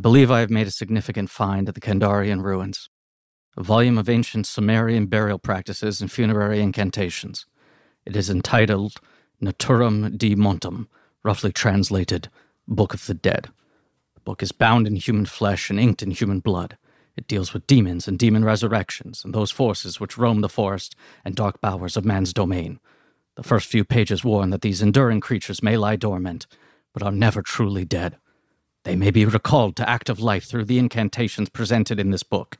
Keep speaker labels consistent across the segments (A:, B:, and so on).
A: believe I have made a significant find at the Kandarian ruins a volume of ancient Sumerian burial practices and funerary incantations. It is entitled Naturum de Montum, roughly translated Book of the Dead. The book is bound in human flesh and inked in human blood. It deals with demons and demon resurrections and those forces which roam the forest and dark bowers of man's domain. The first few pages warn that these enduring creatures may lie dormant, but are never truly dead. They may be recalled to active life through the incantations presented in this book.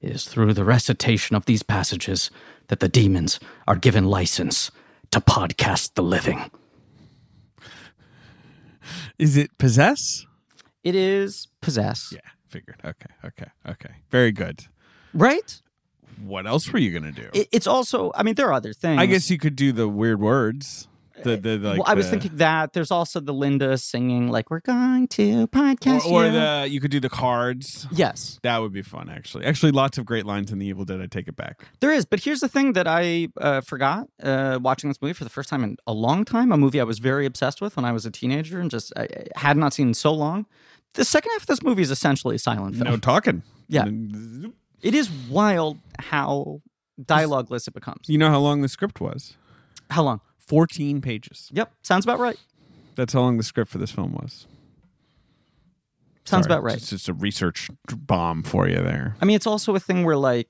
A: It is through the recitation of these passages that the demons are given license to podcast the living.
B: Is it possess?
A: It is possess,
B: Yeah, figured. Okay, okay, okay. Very good.
A: right?
B: What else were you gonna do?
A: It, it's also, I mean, there are other things.
B: I guess you could do the weird words. The the, like.
A: Uh, well, I was
B: the-
A: thinking that there's also the Linda singing like we're going to
B: Or,
A: podcast
B: or
A: you."
B: the you could do the cards.
A: yes,
B: That would be fun, actually. Actually, lots of great lines in The Evil Dead. I take it back.
A: there is. But here's the thing that I uh, forgot uh, watching this movie for the first time in a long time. A movie I was very obsessed with when I was a teenager and just I, I had not seen in so long. The second half of this movie is essentially a silent film.
B: No talking.
A: Oh. Yeah.
B: And-
A: It is wild how dialogueless it becomes.
B: You know how long the script was?
A: How long?
B: 14 pages.
A: Yep, sounds about right.
B: That's how long the script for this film was.
A: Sounds
B: Sorry,
A: about right.
B: It's just a research bomb for you there.
A: I mean, it's also a thing where like.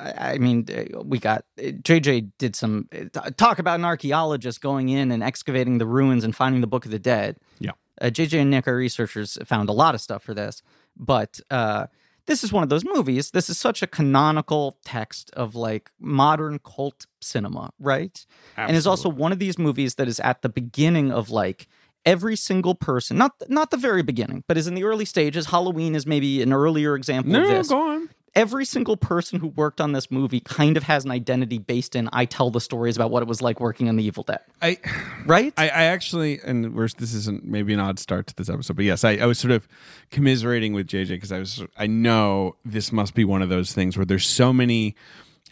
A: I I mean, uh, we got uh, JJ did some uh, t- talk about an archaeologist going in and excavating the ruins and finding the Book of the Dead.
B: Yeah.
A: Uh, JJ and Nick, our researchers, found a lot of stuff for this, but uh, this is one of those movies. This is such a canonical text of like modern cult cinema, right? And is also one of these movies that is at the beginning of like every single person, not not the very beginning, but is in the early stages. Halloween is maybe an earlier example
B: No,
A: of
B: no,
A: this.
B: go on.
A: Every single person who worked on this movie kind of has an identity based in I tell the stories about what it was like working on The Evil Dead,
B: I,
A: right?
B: I, I actually, and we're, this isn't maybe an odd start to this episode, but yes, I, I was sort of commiserating with JJ because I was, I know this must be one of those things where there's so many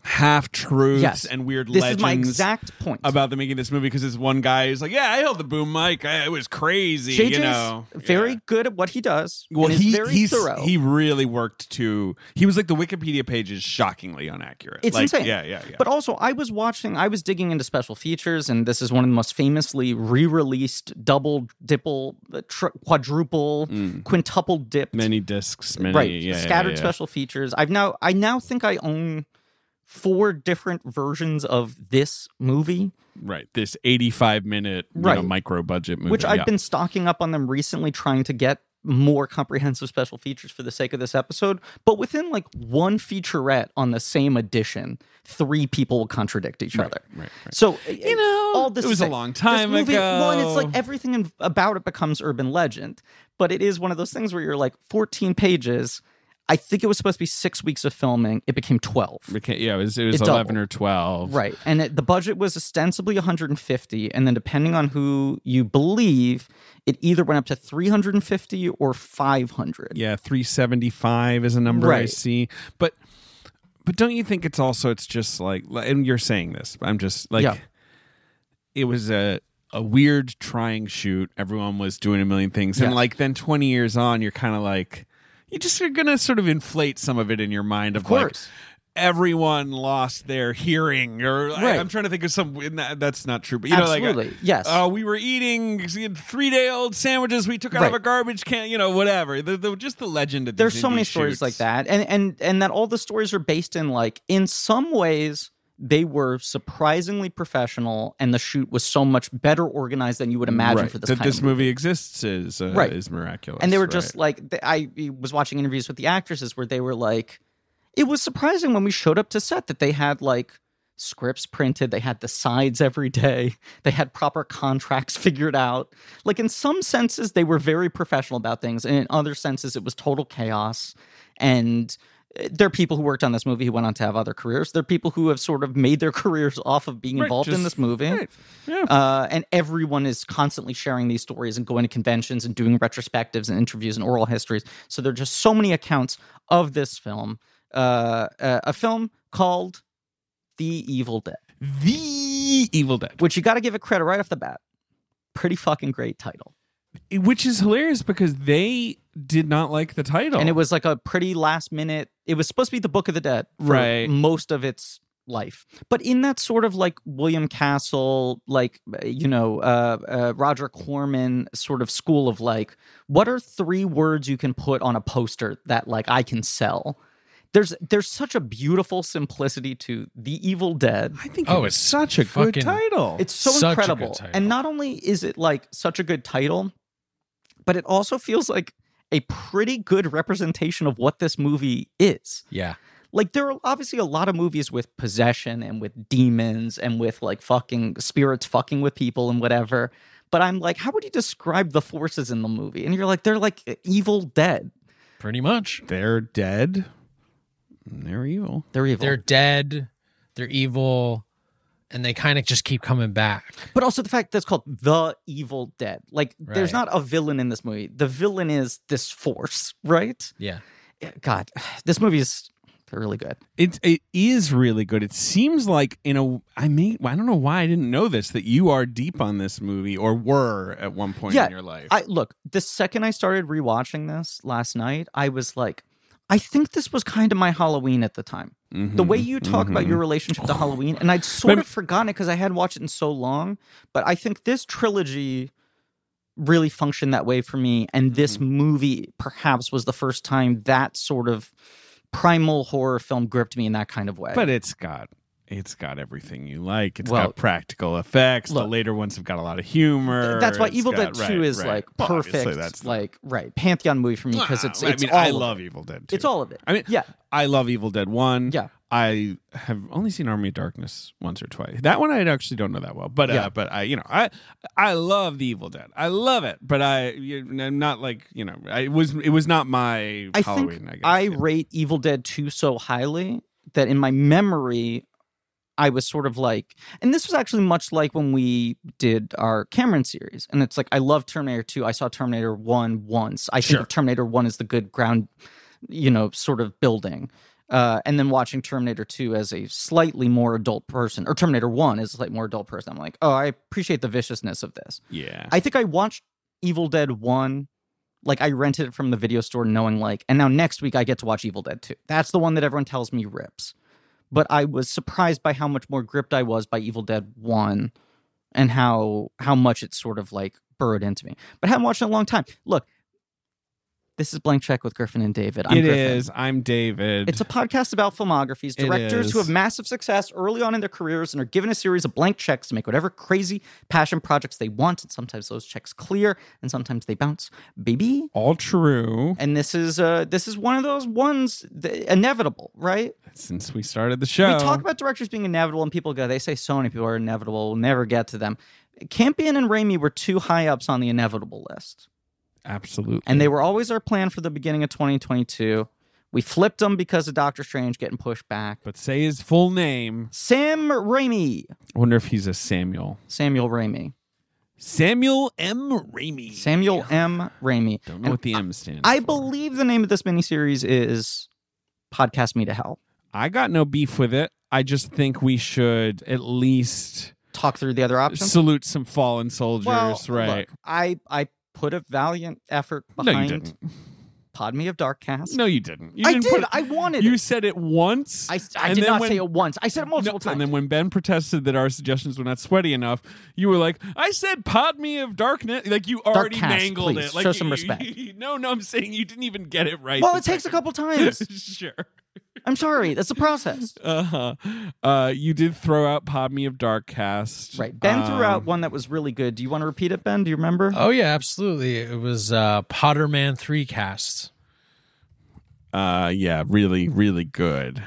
B: half truths
A: Yes.
B: and weird
A: this
B: legends.
A: is my exact point.
B: about the making of this movie because this one guy who's like, "Yeah, I held the boom mic. I, it was crazy."
A: JJ's
B: you know,
A: very
B: Yeah.
A: good at what he does.
B: well.
A: and is
B: He
A: very
B: he's,
A: thorough.
B: he really worked to. He was like the Wikipedia page is shockingly inaccurate.
A: It's
B: like,
A: insane.
B: Yeah, yeah, yeah.
A: But also, I was watching, I was digging into special features, and this is one of the most famously re released double, dipple, uh, tr- quadruple, quintuple dipped.
B: Mm. many discs, many
A: right.
B: yeah, yeah,
A: scattered
B: yeah.
A: special features. I've now, I now think I own four different versions of this movie,
B: Right, this eighty-five minute you
A: Right.
B: know, micro budget movie,
A: which I've
B: yeah.
A: been stocking up on them recently, trying to get more comprehensive special features for the sake of this episode. But within like one featurette on the same edition, three people will contradict each other.
B: right, right.
A: So you
B: know,
A: all this
B: it was
A: to
B: a
A: say,
B: long time
A: this movie, Well, and it's
B: ago.
A: like everything in, about it becomes urban legend. But it is one of those things where you're like 14 pages. I think it was supposed to be six weeks of filming. It became 12.
B: Okay, yeah, it was, it was
A: It
B: eleven
A: doubled.
B: or twelve,
A: Right. And it, the budget was ostensibly 150. And then, depending on who you believe, it either went up to 350 or 500.
B: yeah 375 is a number i
A: Right.
B: see but but don't you think it's also it's just like and you're saying this i'm just like
A: Yeah.
B: it was a a weird trying shoot everyone was doing a million things and
A: Yeah.
B: like then 20 years on you're kind of like you just are gonna sort of inflate some of it in your mind of,
A: Of
B: like,
A: course.
B: everyone lost their hearing or I,
A: Right.
B: am trying to think of some and that, that's not true but you know like
A: Absolutely. Yes.
B: uh, we were eating three day old sandwiches we took out of
A: Right.
B: a garbage can you know whatever the, the, just the legend of
A: there's
B: these
A: so many
B: indie
A: stories
B: shoots.
A: like that and and and that all the stories are based in like in some ways they were surprisingly professional and the shoot was so much better organized than you would imagine
B: Right.
A: for this
B: that
A: kind
B: this
A: of
B: movie exists is uh,
A: Right.
B: is miraculous
A: and they were
B: right.
A: just like th- i was watching interviews with the actresses where they were like it was surprising when we showed up to set that they had like scripts printed they had the sides every day they had proper contracts figured out like in some senses they were very professional about things and in other senses it was total chaos and eh, there are people who worked on this movie who went on to have other careers. There are people who have sort of made their careers off of being
B: Right,
A: involved in
B: just-
A: this movie
B: right. yeah
A: uh, and everyone is constantly sharing these stories and going to conventions and doing retrospectives and interviews and oral histories. So there are just so many accounts of this film, uh, uh, a film called The Evil Dead,
B: the evil dead
A: which you got to give it credit right off the bat. Pretty fucking great title.
B: which is hilarious because they did not like the title.
A: And it was like a pretty last minute. It was supposed to be the Book of the Dead, for
B: Right.
A: Most of its life, but in that sort of like William Castle, like you know, uh, uh, Roger Corman sort of school of like, what are three words you can put on a poster that like I can sell? There's there's such a beautiful simplicity to the Evil Dead.
B: I think
C: Oh,
B: it was
C: it's
B: such a good
C: fucking-
B: title.
A: It's so
C: Such a good
A: incredible.
C: title.
A: And not only is it like such a good title, but it also feels like a pretty good representation of what this movie is.
C: Yeah.
A: Like there are obviously a lot of movies with possession and with demons and with like fucking spirits fucking with people and whatever. But I'm like, how would you describe the forces in the movie? And you're like, they're like evil dead.
C: Pretty much.
B: they're dead. and They're evil.
A: They're evil.
C: They're dead. They're evil. And they kind of just keep coming back.
A: But also the fact that it's called the evil dead. Like there's
C: Right.
A: not a villain in this movie. The villain is this force, right?
C: Yeah.
A: God, this movie is really good.
B: It it is really good. It seems like in a I mean I don't know why I didn't know this that you are deep on this movie or were at one point
A: Yeah,
B: in your life.
A: I look, the second I started rewatching this last night, I was like, I think this was kind of my Halloween at the time.
B: Mm-hmm.
A: The way you talk about your relationship to Halloween, and I'd sort of forgotten it because I hadn't watched it in so long, but I think this trilogy really functioned that way for me. And this
B: Mm-hmm.
A: movie perhaps was the first time that sort of primal horror film gripped me in that kind of way.
B: but it's got it's got everything you like. It's
A: Well-
B: got practical effects. the
A: Look-
B: later ones have got a lot of humor.
A: that's why
B: It's
A: Evil
B: got-
A: Dead 2
B: right,
A: is
B: right.
A: like
B: Well, obviously,
A: perfect,
B: that's the-
A: like, right, pantheon movie for me because it's,
B: Ah,
A: it's
B: I mean
A: all
B: I
A: of
B: love
A: it.
B: Evil Dead.
A: It's
B: too.
A: all of it.
B: I mean,
A: yeah.
B: I love Evil Dead One.
A: Yeah.
B: I have only seen Army of Darkness once or twice. That one I actually don't know that well, but
A: Yeah.
B: uh, but I you know I I love the Evil Dead. I love it, but I you know, I'm not like you know I it was it was not my
A: I
B: Halloween.
A: think
B: I guess
A: I
B: Yeah.
A: rate Evil Dead 2 so highly that in my memory, I was sort of like, and this was actually much like when we did our Cameron series. And it's like, I love Terminator 2. I saw Terminator 1 once. I think
C: Sure.
A: of Terminator 1 as the good ground, you know, sort of building. Uh, and then watching Terminator 2 as a slightly more adult person, or Terminator 1 as a slightly more adult person, I'm like, oh, I appreciate the viciousness of this.
B: yeah
A: I think I watched Evil Dead 1. Like I rented it from the video store knowing like and now next week I get to watch Evil Dead 2. That's the one that everyone tells me rips. But I was surprised by how much more gripped I was by Evil Dead 1 and how how much it sort of like burrowed into me. But I haven't watched it in a long time. Look, this is Blank Check with Griffin and David. I'm
B: It
A: Griffin.
B: is. I'm David.
A: It's a podcast about filmographies,
B: It
A: directors who
B: is.
A: have massive success early on in their careers and are given a series of blank checks to make whatever crazy passion projects they want. And sometimes those checks clear, and sometimes they bounce, baby.
B: all true.
A: And this is uh, this is one of those ones that, inevitable, right?
B: Since we started the show,
A: We talk about directors being inevitable, and people go, they say so many people are inevitable. We'll never get to them. Campion and Raimi were two high ups on the inevitable list.
B: absolutely,
A: And they were always our plan for the beginning of 2022. We flipped them because of Doctor Strange getting pushed back.
B: But say his full name.
A: Sam Raimi.
B: I wonder if he's a Samuel.
A: Samuel Raimi.
B: Samuel M. Raimi.
A: Samuel M. Raimi.
B: Don't know
A: And
B: what the M stands.
A: I
B: for.
A: believe the name of this miniseries is Podcast Me to Hell.
B: I got no beef with it. I just think we should at least
A: Talk through the other options.
B: salute some fallen soldiers, right?
A: look, I, I put a valiant effort
B: no, you
A: behind
B: didn't.
A: Pod Me of Darkcast.
B: No, you didn't. You
A: I
B: didn't
A: did.
B: put it-
A: I wanted
B: you
A: it.
B: said it once.
A: I, I
B: and
A: did
B: then
A: not
B: when-
A: say it once. I said it multiple
B: No,
A: times.
B: And then when Ben protested that our suggestions were not sweaty enough, you were like, "I said pod me of darkness." Like you already
A: Darkcast,
B: mangled
A: please.
B: it. Like
A: Show
B: you-
A: some
B: you-
A: respect.
B: no, no, I'm saying you didn't even get it right.
A: well,
B: the
A: it takes a
B: second
A: couple times.
B: time. sure.
A: I'm sorry. That's the process.
B: Uh-huh. Uh You did throw out pod me of darkcast.
A: Right. Ben threw out
B: Um,
A: one that was really good. Do you want to repeat it, Ben? Do you remember?
C: Oh, yeah, absolutely. It was uh, Potterman 3 cast.
B: Uh, yeah, really, really good.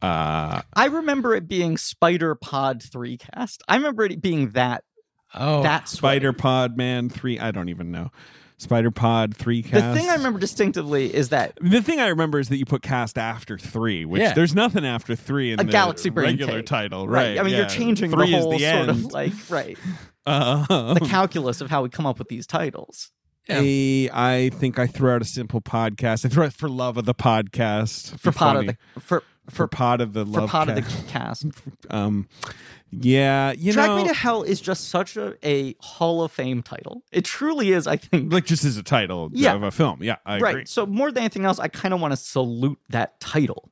B: Uh,
A: I remember it being Spider Pod 3 cast. I remember it being that.
C: Oh,
A: that sweaty.
B: Spider Pod Man three. I don't even know. Spider Pod three
A: The
B: cast.
A: thing I remember distinctively is that
B: The thing I remember is that you put cast after three, which
C: Yeah.
B: there's nothing after three in
A: A
B: the
A: Galaxy Brain
B: regular
A: Tape.
B: title,
A: right.
B: right?
A: I mean,
B: yeah.
A: you're changing
B: three
A: the
B: is
A: whole
B: the
A: sort
B: end.
A: of like right
B: Uh,
A: the calculus of how we come up with these titles.
C: Yeah.
B: a- I think I threw out a simple podcast. I threw out for love of the podcast
A: For
B: Be
A: pod of
B: funny.
A: the for
B: for pot of the
A: for
B: love
A: part of
B: Ca-
A: the cast.
B: um yeah you
A: Drag
B: know
A: Me to Hell is just such a, a Hall of Fame title. It truly is, I think.
B: like just as a title
A: Yeah.
B: of a film yeah i
A: right.
B: agree
A: So more than anything else, I kind of want to salute that title.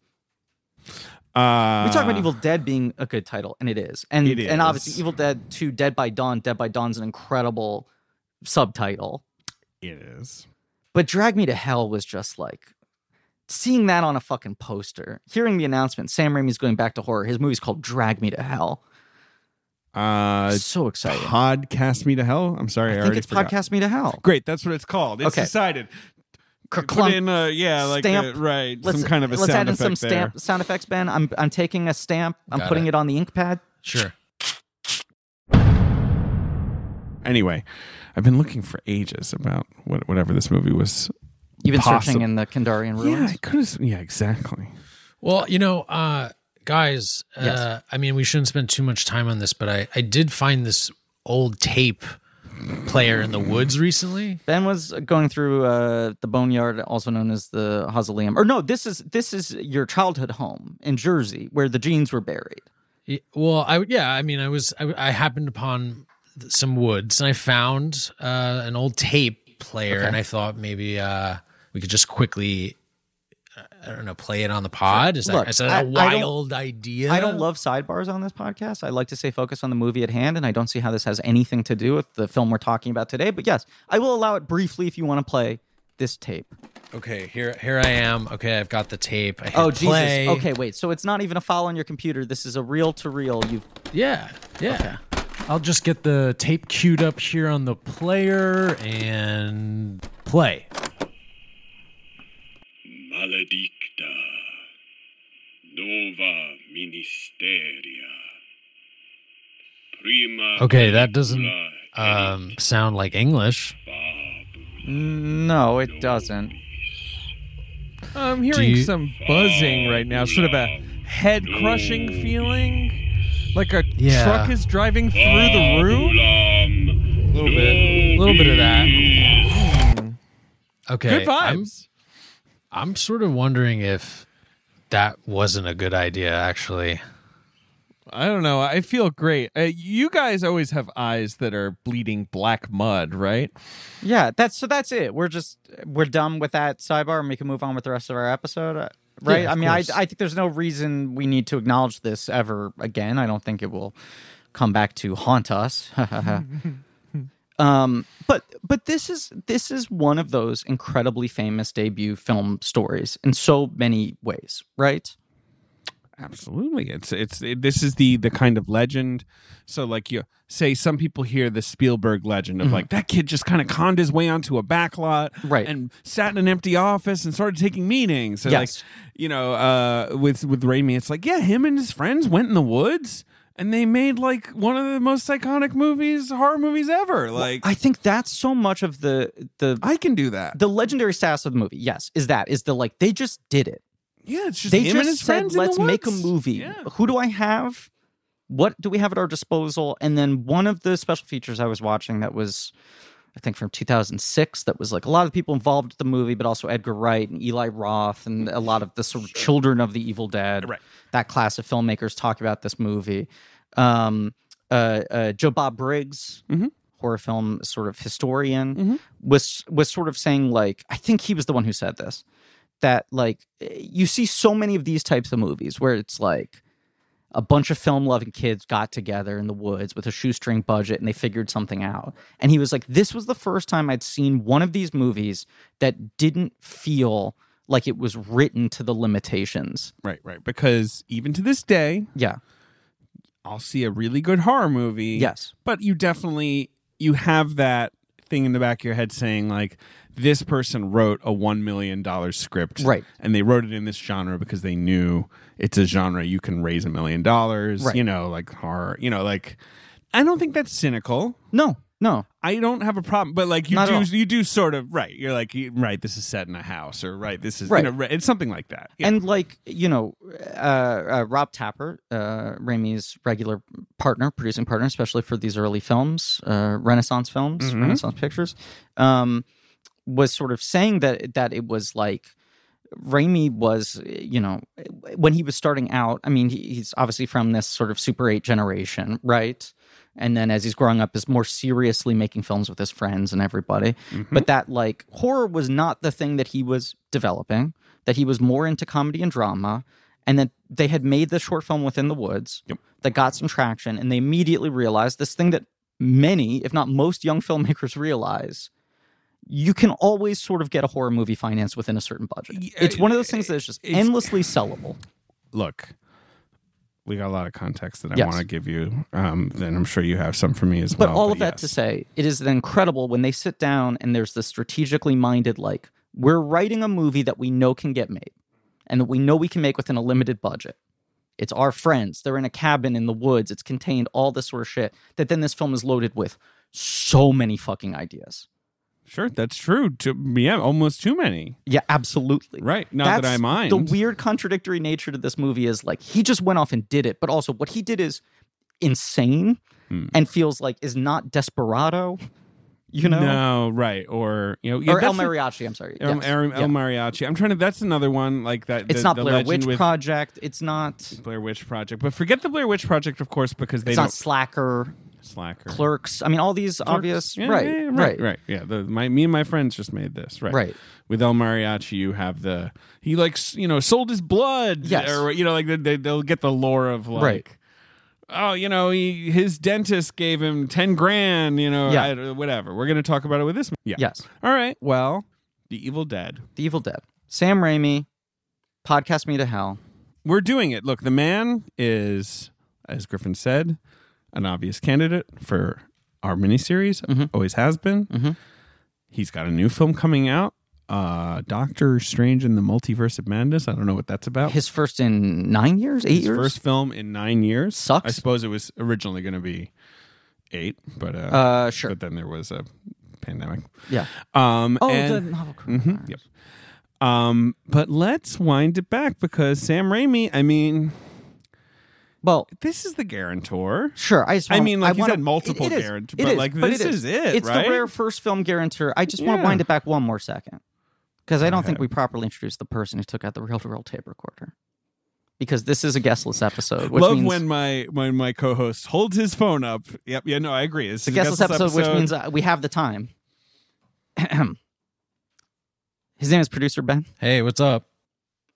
B: uh
A: We talk about Evil Dead being a good title, and it is. And
B: It
A: and obviously
B: is.
A: Evil Dead 2 Dead by Dawn, Dead by Dawn's an incredible subtitle.
B: it is
A: But Drag Me to Hell was just like seeing that on a fucking poster, hearing the announcement, Sam Raimi's going back to horror. His movie's called Drag Me to Hell.
B: uh
A: so exciting.
B: podcast me to hell i'm sorry i,
A: I think
B: already
A: it's
B: forgot.
A: Podcast Me to Hell.
B: great that's what it's called it's
A: Okay.
B: decided
A: Kerplunk.
B: put in a yeah like
A: Stamp.
B: a, right
A: Let's-
B: some kind of a
A: let's add
B: sound
A: in
B: effect
A: some
B: there
A: stamp sound effects, Ben. I'm I'm taking a stamp. I'm
C: Got
A: putting
C: it.
A: it. on the ink pad.
C: Sure.
B: anyway i've been looking for ages about what, whatever this movie was
A: You've been
B: Possible.
A: searching in the Kandarian
B: yeah
A: ruins.
B: i could have yeah exactly
C: Well, you know, uh, guys, uh,
A: Yes.
C: I mean, we shouldn't spend too much time on this, but I, I did find this old tape player in the woods recently.
A: Ben was going through uh, the boneyard, also known as the mausoleum. Or no, this is this is your childhood home in Jersey, where the jeans were buried.
C: Y- Well, I yeah, I mean, I was I, I happened upon th- some woods and I found uh, an old tape player, and I thought maybe uh, we could just quickly. uh, I don't know. Play it on the pod. Is that,
A: Look,
C: is that
A: I- I
C: a
A: don't-
C: wild idea?
A: I don't love sidebars on this podcast. I like to stay focused on the movie at hand, and I don't see how this has anything to do with the film we're talking about today. But yes, I will allow it briefly if you want to play this tape.
C: Okay, here, here I am. Okay, I've got the tape. I hit
A: Oh
C: play.
A: Jesus! Okay, wait. So it's not even a file on your computer. This is a reel to reel. You
C: Yeah, yeah. I'll just get the tape queued up here on the player and play.
D: Maledicta Nova Ministeria Prima
C: Okay, that doesn't
D: Nulla
C: um, sound like English.
A: no, it doesn't.
B: I'm hearing
C: you-
B: some buzzing right now, sort of a head crushing feeling. Like a
C: Yeah.
B: truck is driving through the room.
D: Ulam
B: A little bit.
C: A little bit of that.
A: Hmm.
C: Okay,
B: Good
C: I'm-
B: vibes.
C: I'm, sort of wondering if that wasn't a good idea, actually.
B: I don't know. I feel great. Uh, you guys always have eyes that are bleeding black mud, right?
A: Yeah, that's so. That's it. We're just we're done with that sidebar, and we can move on with the rest of our episode, uh, right?
C: Yeah,
A: I
C: of
A: mean, I
C: course.
A: I think there's no reason we need to acknowledge this ever again. I don't think it will come back to haunt us. um, but but this is this is one of those incredibly famous debut film stories in so many ways, right?
B: Absolutely. It's it's it, this is the the kind of legend. So like you say, some people hear the Spielberg legend of like that kid just kind of conned his way onto a back lot,
A: Mm-hmm. Right.
B: and sat in an empty office and started taking meetings. And
A: Yes.
B: like you know, uh, with with Raimi, it's like yeah, him and his friends went in the woods. And they made like one of the most iconic movies, horror movies ever. Like
A: I think that's so much of the the
B: I, can do that.
A: the legendary status of the movie. Yes, is that is the like they just did it.
B: yeah, it's just
A: they
B: him
A: just
B: and his
A: said,
B: friends. in the
A: "Let's make a
B: woods."
A: movie.
B: Yeah.
A: Who do I have? What do we have at our disposal?" And then one of the special features I was watching that was, I think, from 2006. That was like a lot of people involved with the movie, but also Edgar Wright and Eli Roth and a lot of the sort of children of the Evil Dead.
B: Right.
A: That class of filmmakers talk about this movie. Um, uh, uh, Joe Bob Briggs.
B: Mm-hmm.
A: Horror film sort of historian was was sort of saying like I think he was the one who said this that like eh, you see so many of these types of movies where it's like a bunch of film loving kids got together in the woods with a shoestring budget and they figured something out. And he was like, This was the first time I'd seen one of these movies that didn't feel like it was written to the limitations.
B: Right, right. Because even to this day,
A: Yeah.
B: I'll see a really good horror movie.
A: Yes.
B: But you definitely you have that thing in the back of your head saying like this person wrote a 1 million dollar script.
A: Right.
B: And they wrote it in this genre because they knew it's a genre you can raise a million dollars,
A: Right.
B: you know, like horror, you know, like I don't think that's cynical.
A: No, no.
B: I don't have a problem, but like you
A: Not at all.
B: do, you do sort of right. You're like, you- right, this is set in a house, or right, this is
A: Right.
B: You know, right, it's something like that. Yeah.
A: And like you know, uh, uh, Rob Tapper, uh, Raimi's regular partner, producing partner, especially for these early films, uh, Renaissance films, Renaissance pictures, um, was sort of saying that that it was like Raimi was, you know, when he was starting out, I mean, he, he's obviously from this sort of Super 8 generation, right? And then as he's growing up, is more seriously making films with his friends and everybody. But that, like, horror was not the thing that he was developing, that he was more into comedy and drama. And that they had made this short film within the woods that got some traction, and they immediately realized this thing that many, if not most, young filmmakers realize you can always sort of get a horror movie financed within a certain budget. it's one of those things that is just endlessly sellable.
B: look, we got a lot of context that I
A: Yes.
B: want to give you. Um, then I'm sure you have some for me as
A: But
B: well.
A: all of that to
B: Oh, yes.
A: say, it is incredible when they sit down and there's this strategically minded, like, we're writing a movie that we know can get made and that we know we can make within a limited budget. It's our friends. They're in a cabin in the woods. It's contained, all this sort of shit. That then this film is loaded with so many fucking ideas.
B: sure, that's true. To, yeah, almost too many.
A: Yeah, absolutely.
B: Right. Not that
A: That's
B: I mind.
A: The weird contradictory nature to this movie is like he just went off and did it, but also what he did is insane
B: Hmm.
A: and feels like is not desperado, you know?
B: no, right. Or, you know, yeah,
A: Oh. or El
B: that's the-
A: Mariachi, I'm sorry.
B: El,
A: Yes.
B: El- El
A: Yeah.
B: Mariachi. I'm trying to. That's another one like that.
A: It's
B: the,
A: not
B: the
A: Blair
B: legend
A: Witch
B: with
A: Project. It's not
B: Blair Witch Project, but forget the Blair Witch Project, of course, because they
A: it's
B: don't
A: not Slacker,
B: slacker.
A: Clerks. I mean all these obvious
B: Yeah,
A: right,
B: yeah, yeah,
A: right,
B: right, right. Yeah, the, my me and my friends just made this right.
A: Right.
B: With El Mariachi, you have the he likes you know sold his blood.
A: Yes.
B: or you know like they, they they'll get the lore of like.
A: Right.
B: Oh, you know, he, his dentist gave him ten grand. You know,
A: Yeah.
B: I- whatever. We're going to talk about it with this. Yeah.
A: Yes.
B: All right. Well, The Evil Dead.
A: The Evil Dead. Sam Raimi, Podcast Me to Hell.
B: we're doing it. Look, the man is, as Griffin said, an obvious candidate for our miniseries.
A: Mm-hmm.
B: Always has been. He's got a new film coming out, uh, Doctor Strange and the Multiverse of Madness. I don't know what that's about.
A: His first in nine years, eight
B: His
A: years?
B: first film in nine years.
A: Sucks.
B: I suppose it was originally going to be eight, but uh,
A: uh sure.
B: but then there was a pandemic.
A: yeah.
B: Um,
A: Oh,
B: and-
A: the novel.
B: Mhm, Yep. Um, but let's wind it back because Sam Raimi. I mean,
A: Well,
B: this is the guarantor.
A: Sure, I just.
B: I
A: wanna-
B: mean, like, he's
A: wanna-
B: had multiple
A: it, it is,
B: guarant-
A: it
B: but, like, this is it,
A: It's
B: right?
A: the rare first film guarantor. I just want
B: Yeah.
A: to wind it back one more second because I don't think we properly introduced the person who took out the reel-to-reel tape recorder because this is a guest list episode. Which
B: Love
A: means
B: when my when my co-host holds his phone up. Yep, yeah, no, I agree. It's
A: it's a guest list episode, which means uh, we have the time. His name is producer Ben,
C: Hey, what's up?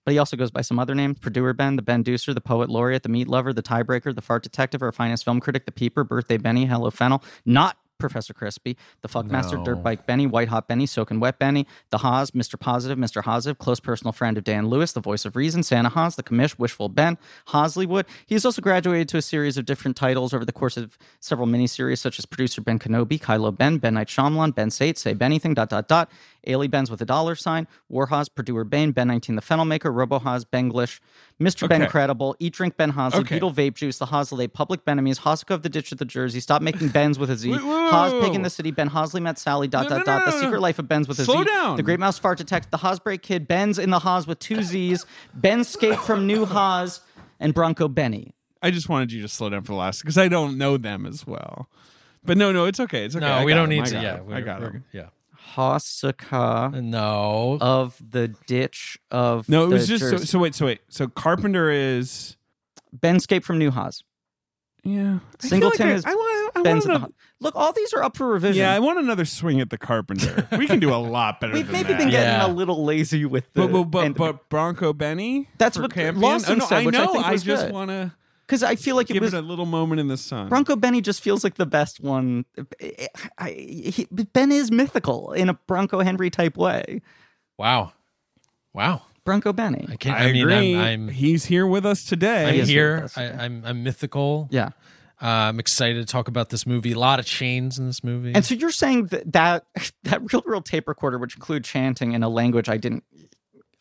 A: but he also goes by some other names: Purduer Ben, the Ben Deucer, the Poet Laureate, the Meat Lover, the Tiebreaker, the Fart Detective, our finest film critic, the Peeper, Birthday Benny, Hello Fennel, not Professor Crispy, the Fuckmaster,
C: No.
A: Dirt Bike Benny, White Hot Benny, Soaking Wet Benny, the Haas, Mr. Positive, Mr. Hosiv, close personal friend of Dan Lewis, the voice of reason, Santa Haas, the commish, Wishful Ben, Hosleywood. He has also graduated to a series of different titles over the course of several miniseries, such as producer Ben Kenobi, Kylo Ben, Ben Knight Shyamalan, Ben Sate, Say Benything, dot, dot, dot, Ailey Benz with a dollar sign, War Haas, Purdue Bane, Ben 19 the Fennel Maker, Robo Haas, Benglish, Mr. Ben
B: Okay.
A: Credible, Eat Drink Ben Hosley,
B: Okay.
A: Beetle Vape Juice, The Hosley, Public Benemies, Hosco of the Ditch of the Jersey, Stop Making Bens with a Z,
B: Wait, whoa,
A: Haas,
B: whoa,
A: Pig
B: whoa.
A: in the City, Ben Hosley met Sally, dot,
B: No,
A: dot,
B: no,
A: dot,
B: no,
A: The
B: no.
A: Secret Life of Benz with a Z,
B: Slow down.
A: The Great Mouse Fart Detect, The Hosbreak Kid, Ben's in the Haas with two Z's, Ben Skate from New Haas, and Bronco Benny.
B: I just wanted you to slow down for the last because I don't know them as well. But no, no, it's okay. It's okay.
C: No,
B: I
C: we
B: got
C: don't
B: him, I
C: need to.
B: got
C: Yeah,
B: him, I
C: we're-
B: got
C: we're-
B: him.
C: Yeah.
A: Hosaka
C: No.
A: of the Ditch of
B: No, it was
A: the
B: just so,
A: Jersey.
B: so. Wait, so wait. So Carpenter is
A: Ben Skate from New Haas.
B: yeah. I feel
A: Singleton
B: like I-
A: is
B: I, want. I
A: Ben's
B: want
A: in the
B: another,
A: Haas. Look, all these are up for revision.
B: yeah, I want another swing at the Carpenter. we can do a lot better.
A: We've
B: than
A: maybe
B: that.
A: been getting
C: Yeah.
A: a little lazy with the
B: But but but,
A: end-
B: but Bronco Benny.
A: That's
B: for
A: what
B: Campion?
A: Lawson
B: oh, no,
A: said,
B: I
A: which I
B: know.
A: think was
B: just
A: good.
B: want to
A: because I feel like it
B: give
A: was
B: it a little moment in the sun.
A: Bronco Benny just feels like the best one. I, I, he, ben is mythical in a Bronco Henry type way.
C: Wow. Wow.
A: Bronco Benny,
C: I can't.
B: I,
C: I, mean,
B: agree.
C: I'm. I'm,
B: He's here with us
C: I'm
B: today.
A: is
C: here.
A: with us,
C: I,
A: yeah.
C: I'm. I'm mythical.
A: yeah.
C: Uh, I'm excited to talk about this movie. A lot of chains in this movie.
A: And so you're saying that that, that real world tape recorder, which include chanting in a language I didn't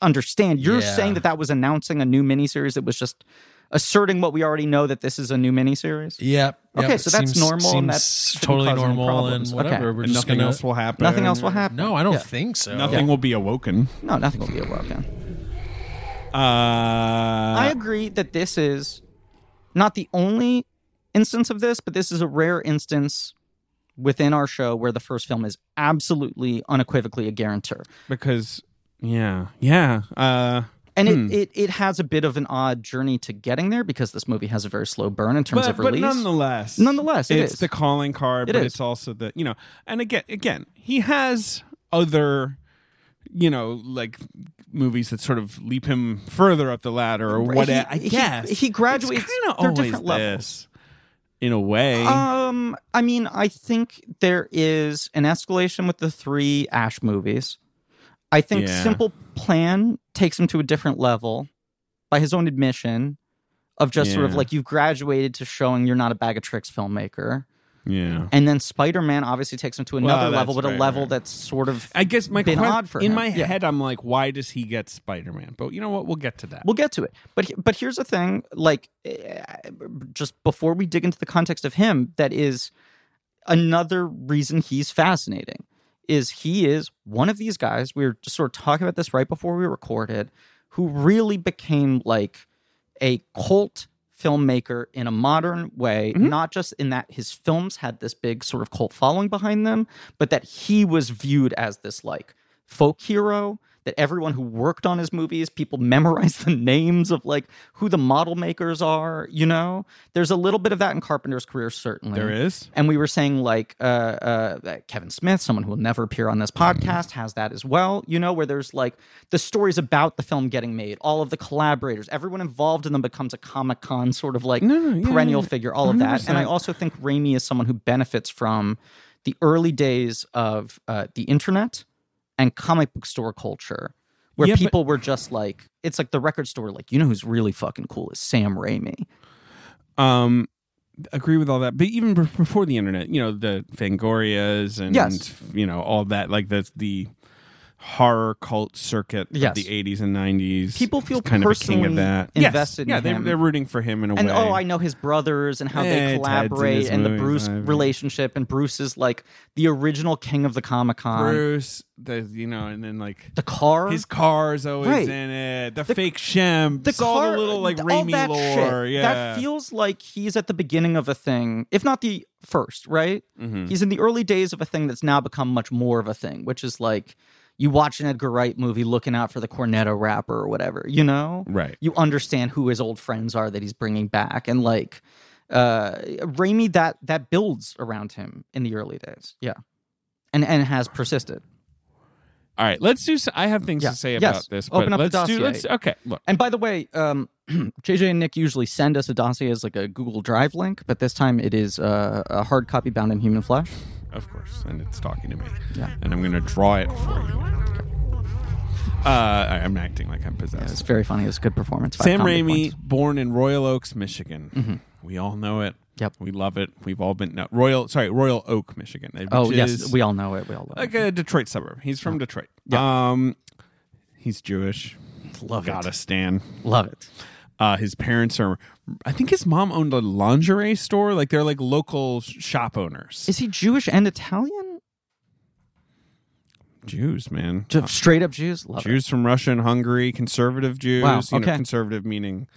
A: understand, you're
C: Yeah.
A: saying that that was announcing a new miniseries that was just asserting what we already know that this is a new miniseries.
C: Yep. yep.
A: Okay, so that's
C: Seems-
A: normal and that
C: seems
A: shouldn't
C: totally
A: cause any
C: normal
A: problems.
C: and
A: Okay.
C: whatever. We're
B: And
C: just
B: nothing
C: gonna.
B: else will happen.
A: Nothing else will happen.
C: no, I don't
A: Yeah.
C: think so.
B: Nothing will be awoken.
A: No, nothing will be awoken.
B: Uh,
A: I agree that this is not the only instance of this, but this is a rare instance within our show where the first film is absolutely unequivocally a guarantor.
B: because Yeah. Yeah. Uh,
A: And it, it, it has a bit of an odd journey to getting there because this movie has a very slow burn in terms
B: but,
A: of
B: but
A: release.
B: nonetheless,
A: Nonetheless, it
B: it's
A: is.
B: the calling card,
A: It
B: but
A: is.
B: it's also the you know, and again, again, he has other, you know, like movies that sort of leap him further up the ladder or
A: Right,
B: whatever.
A: he-
B: I
A: he-
B: guess
A: he graduates-
B: Kind of
A: they're
B: always
A: different levels.
B: this, in a way.
A: um, I mean, I think there is an escalation with the three Ash movies. I think
B: Yeah.
A: Simple Plan takes him to a different level by his own admission of just sort of
B: Yeah.
A: like you've graduated to showing you're not a bag of tricks filmmaker.
B: yeah.
A: And then Spider Man obviously takes him to another
B: that's
A: level, but a
B: right,
A: level
B: right.
A: that's sort of.
B: I guess my
A: been
B: que-
A: odd for
B: in
A: him.
B: my
A: Yeah.
B: head, I'm like, why does he get Spider Man? But you know what? We'll get to that.
A: We'll get to it, but he- but here's the thing: like, eh, just before we dig into the context of him, that is another reason he's fascinating. Is he is one of these guys? We were just sort of talking about this right before we recorded, who really became like a cult filmmaker in a modern way,
B: Mm-hmm.
A: not just in that his films had this big sort of cult following behind them, but that he was viewed as this like folk hero. That everyone who worked on his movies, people memorized the names of like who the model makers are. You know, there's a little bit of that in Carpenter's career, certainly.
B: there is.
A: And we were saying like uh, uh, that Kevin Smith, someone who will never appear on this
B: Mm-hmm.
A: podcast, has that as well. You know, where there's like the stories about the film getting made, all of the collaborators, everyone involved in them becomes a Comic Con sort of like
B: No, no, yeah,
A: perennial
B: yeah.
A: figure, all of that. And I
B: 100%.
A: also think Raimi is someone who benefits from the early days of uh, the internet and comic book store culture. Where
B: Yeah, but-
A: people were just like, it's like the record store, like, you know who's really fucking cool is Sam Raimi.
B: Um, agree with all that. But even be- before the internet, you know, the Fangorias and
A: Yes.
B: you know all that, like the the horror cult circuit
A: Yes.
B: of the eighties and nineties.
A: People feel
B: kind of a king of
A: personally
B: that.
A: invested in
B: yes. Yeah, they,
A: him.
B: they're rooting for him in a
A: and
B: way.
A: oh, I know his brothers and how
B: Yeah, Ted's
A: they
B: in
A: collaborate
B: his
A: and the
B: movies,
A: Bruce
B: I've-
A: relationship. And Bruce is like the original king of the Comic Con.
B: Bruce, the you know, and then like
A: The car,
B: his car's always
A: Right.
B: in it. The, fake Shem,
A: the
B: all
A: car-
B: the little like
A: all
B: Raimi
A: that
B: lore.
A: shit.
B: Yeah,
A: that feels like he's at the beginning of a thing, if not the first. Right?
B: Mhm.
A: He's in the early days of a thing that's now become much more of a thing, which is like you watch an Edgar Wright movie looking out for the Cornetto rapper or whatever. You know,
B: right.
A: you understand who his old friends are that he's bringing back and like uh Raimi that that builds around him in the early days yeah and and has persisted
B: All right, let's do. s- I have things
A: Yeah.
B: to say
A: Yes.
B: about this. But
A: Open up the
B: let's
A: dossier.
B: do. Let's okay. Look,
A: and by the way um JJ and Nick usually send us a dossier as like a Google Drive link but this time it is uh, a hard copy bound in human flesh
B: of course, and it's talking to me.
A: Yeah.
B: and I'm gonna draw it for you. Uh, I- I'm acting like I'm possessed.
A: it's very funny it's a good performance Five
B: Sam
A: comedy
B: Raimi,
A: points. Mm-hmm.
B: born in Royal Oaks, Michigan. We all know it.
A: Yep.
B: We love it. We've all been no, Royal. Sorry, Royal Oak, Michigan. which
A: oh yes
B: is
A: we all know it we all love
B: like
A: it
B: a Detroit suburb. He's from Detroit. Um, he's Jewish.
A: love
B: Gotta
A: it
B: stand.
A: love it
B: Uh, his parents are. I think his mom owned a lingerie store. Like they're like local sh- shop owners.
A: is he Jewish and Italian
B: Jews, man.
A: just straight up Jews love it
B: Jews from Russia and Hungary, conservative Jews.
A: Wow,
B: You know,
A: okay.
B: conservative meaning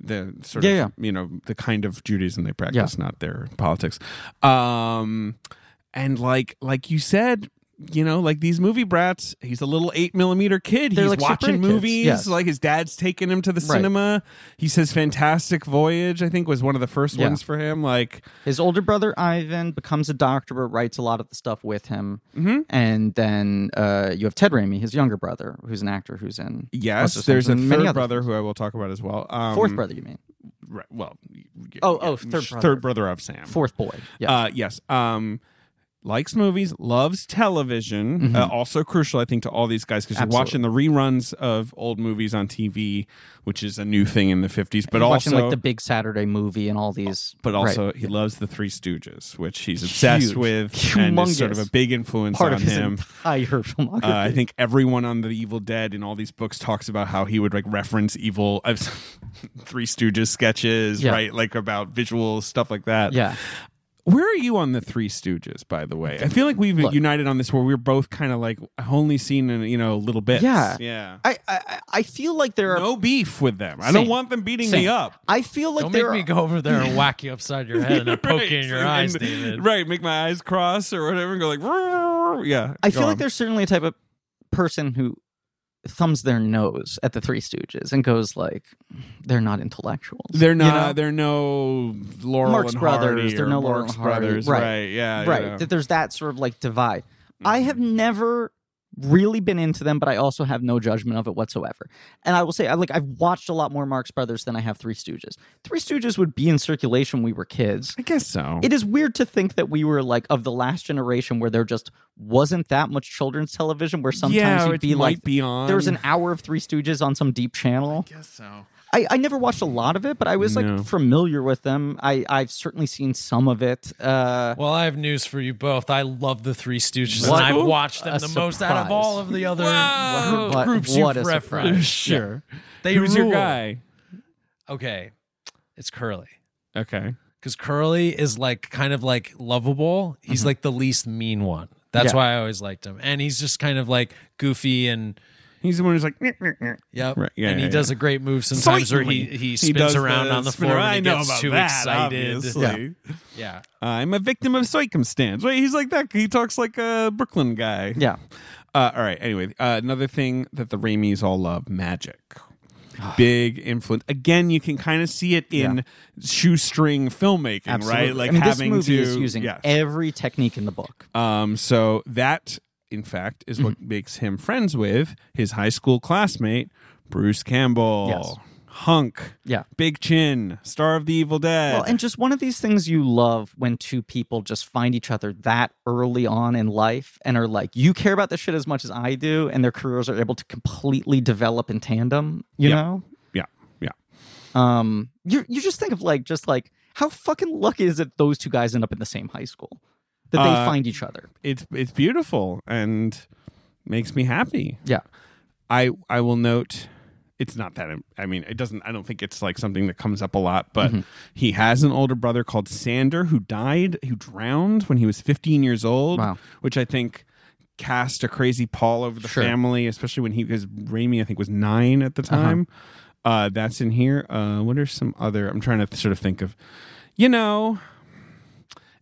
B: the sort
A: Yeah,
B: of
A: yeah.
B: you know the kind of Judaism they practice, not their politics. Um, and like like you said. You know, like these movie brats. He's a little eight millimeter kid.
A: They're
B: he's
A: like Super
B: watching
A: 8 kids,
B: movies.
A: yes.
B: Like his dad's taking him to the
A: Right.
B: cinema. He says "Fantastic Voyage." I think was one of the first
A: Yeah.
B: ones for him. Like
A: His older brother Ivan becomes a doctor, but writes a lot of the stuff with him.
B: Mm-hmm.
A: And then uh, you have Ted Raimi, his younger brother, who's an actor who's in. lots
B: yes,
A: of
B: there's a
A: things and many
B: third
A: other
B: brother
A: things.
B: who I will talk about as well. Um,
A: Fourth brother, you mean?
B: right, well, y- y-
A: Oh, oh, third brother.
B: third brother of Sam.
A: Fourth boy. Yeah.
B: Uh, yes. Um, likes movies, loves television. Uh, also crucial, I think, to all these guys because you're
A: Mm-hmm. Absolutely.
B: watching the reruns of old movies on TV, which is a new thing in the 50s.
A: He's
B: But also,
A: watching like the big Saturday movie and all these.
B: but
A: right.
B: also, he loves the Three Stooges, which he's obsessed
A: Huge.
B: with and is sort of
A: Humongous.
B: a big influence
A: part
B: on
A: of his
B: him.
A: entire filmography.
B: Uh, I think everyone on the Evil Dead in all these books talks about how he would like reference evil uh, Three Stooges sketches,
A: Yeah.
B: right? Like about visuals, stuff like that.
A: yeah.
B: Where are you on the Three Stooges, by the way? I feel like we've
A: Look.
B: united on this where we're both kind of like I've only seen in, you know little bits.
A: Yeah.
B: yeah.
A: I, I I feel like there are.
B: No beef with them. I
A: Same.
B: don't want them beating me
A: Same.
B: up.
A: I feel like
C: Don't
A: there
C: make me
A: are.
C: go over there and whack you upside your head and then poke you in your
B: And-
C: eyes,
B: and-
C: David.
B: Right, make my eyes cross or whatever, and go like, "Roar." yeah.
A: I
B: go
A: feel
B: on.
A: like there's certainly a type of person who thumbs their nose at the Three Stooges and goes like, "They're not intellectuals."
B: They're not.
A: know?
B: They're no Laurel
A: Marx
B: and
A: Brothers,
B: Hardy.
A: they're
B: or
A: no Laurel
B: Marx
A: and Hardy,
B: Brothers.
A: right.
B: Yeah. you
A: right
B: know. Mm-hmm.
A: that there's that sort of like divide i have never really been into them but i also have no judgment of it whatsoever and i will say I, like i've watched a lot more marx brothers than i have three stooges three stooges would be in circulation when we were kids
B: I guess so.
A: it is weird to think that we were like of the last generation where there just wasn't that much children's television where sometimes
B: yeah,
A: you'd
B: it
A: be
B: might
A: like
B: be on.
A: there was an hour of three stooges on some deep channel
B: guess so.
A: I, I never watched a lot of it, but I was like
B: No.
A: familiar with them. I, I've certainly seen some of it. Uh,
C: Well, I have news for you both. I love the Three Stooges,
A: What
C: and I've watched them
A: a
C: the most out of
A: surprise.
C: all of the other
A: What-
C: groups
A: what
C: you've
A: a surprise.
C: referenced.
B: Sure.
C: They
B: Who's your
C: rule.
B: guy?
C: Okay, it's Curly.
B: Okay.
C: because Curly is like kind of like lovable. He's like the least mean one. That's
A: Mm-hmm. Yeah.
C: why I always liked him, and he's just kind of like goofy and
B: He's the one who's like. "Nyeh, nyeh, nyeh."
C: yep.
B: Right, yeah,
C: and he
B: yeah,
C: does a great move sometimes where he
B: Certainly.
C: he
B: does
C: spins around on the
B: spin
C: floor
B: around.
C: and
B: I
C: he
B: know
C: gets
B: about
C: too
B: that,
C: excited.
B: obviously. Uh,
C: Yeah,
B: I'm a victim of circumstance. Wait, he's like that. He talks like a Brooklyn guy.
A: yeah.
B: Uh, all right. Anyway, uh, another thing that the Raimis all love magic. Big influence. Again, you can kind of see it in
A: Ah. Yeah.
B: shoestring filmmaking,
A: Absolutely.
B: right? Like
A: I mean, this
B: having
A: movie
B: to
A: is using
B: yes.
A: every technique in the book.
B: Um, so that, in fact, is
A: Mm-hmm.
B: what makes him friends with his high school classmate, Bruce Campbell.
A: Yes.
B: Hunk.
A: Yeah.
B: Big Chin. Star of the Evil Dead.
A: Well, and just one of these things you love when two people just find each other that early on in life and are like, you care about this shit as much as I do, and their careers are able to completely develop in tandem, you
B: Yep.
A: know?
B: yeah. Yeah.
A: Um you you just think of like just like how fucking lucky is it those two guys end up in the same high school? That they
B: Uh,
A: find each other.
B: It's it's beautiful and makes me happy.
A: Yeah.
B: I I will note it's not that I mean it doesn't I don't think it's like something that comes up a lot but he has an older brother called Sander who died who drowned when he was 15 years old
A: Wow.
B: which I think cast a crazy pall over the
A: Sure. Uh-huh.
B: family especially when he because Raimi I think was 9 at the time uh that's in here uh what are some other I'm trying to sort of think of you know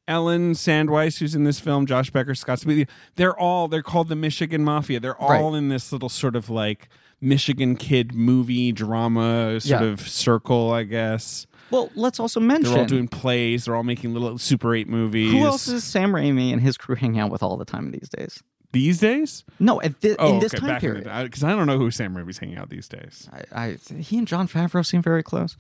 B: Ellen Sandweiss, who's in this film, Josh Becker, Scott Speedy, they're all they're called the Michigan Mafia. They're all in this little sort of like Michigan kid movie drama sort
A: Yeah.
B: of circle, I guess.
A: Well, let's also
B: They're
A: mention
B: all doing plays. They're all making little Super Eight movies.
A: who else is Sam Raimi and his crew hang out with all the time these days?
B: these days?
A: No, at thi-
B: Oh,
A: in this
B: okay,
A: time
B: back in the
A: period.
B: day. because I don't know who Sam Raimi's hanging out these days.
A: I, I he and John Favreau seem very close.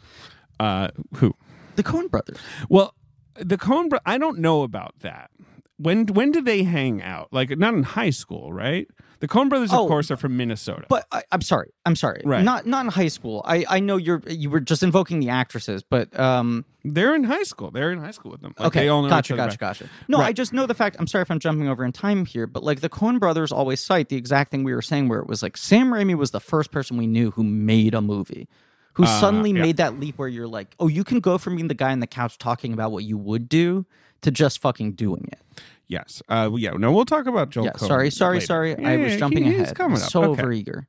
B: Uh, who?
A: The Coen brothers.
B: Well, the Coen. Bro- I don't know about that. When when do they hang out? Like not in high school, right? The Coen Brothers, of
A: Oh,
B: course, are from Minnesota.
A: But I, I'm sorry. I'm sorry.
B: Right.
A: Not not in high school. I, I know you're you were just invoking the actresses, but um
B: They're in high school. They're in high school with them. Like,
A: okay,
B: they all know
A: gotcha,
B: each other
A: gotcha,
B: back-
A: gotcha. No, I
B: Right.
A: just know the fact. I'm sorry if I'm jumping over in time here, but like the Coen brothers always cite the exact thing we were saying, where it was like Sam Raimi was the first person we knew who made a movie, who suddenly
B: Uh, yeah.
A: made that leap where you're like, oh, you can go from being the guy on the couch talking about what you would do to just fucking doing it.
B: Yes. Uh, well, yeah. No, we'll talk about Joel.
A: yeah.
B: Coen
A: Sorry, sorry,
B: later.
A: sorry.
B: Yeah,
A: I
B: yeah,
A: was
B: he-
A: jumping
B: he's
A: ahead.
B: coming
A: I'm
B: up.
A: So
B: Okay.
A: overeager.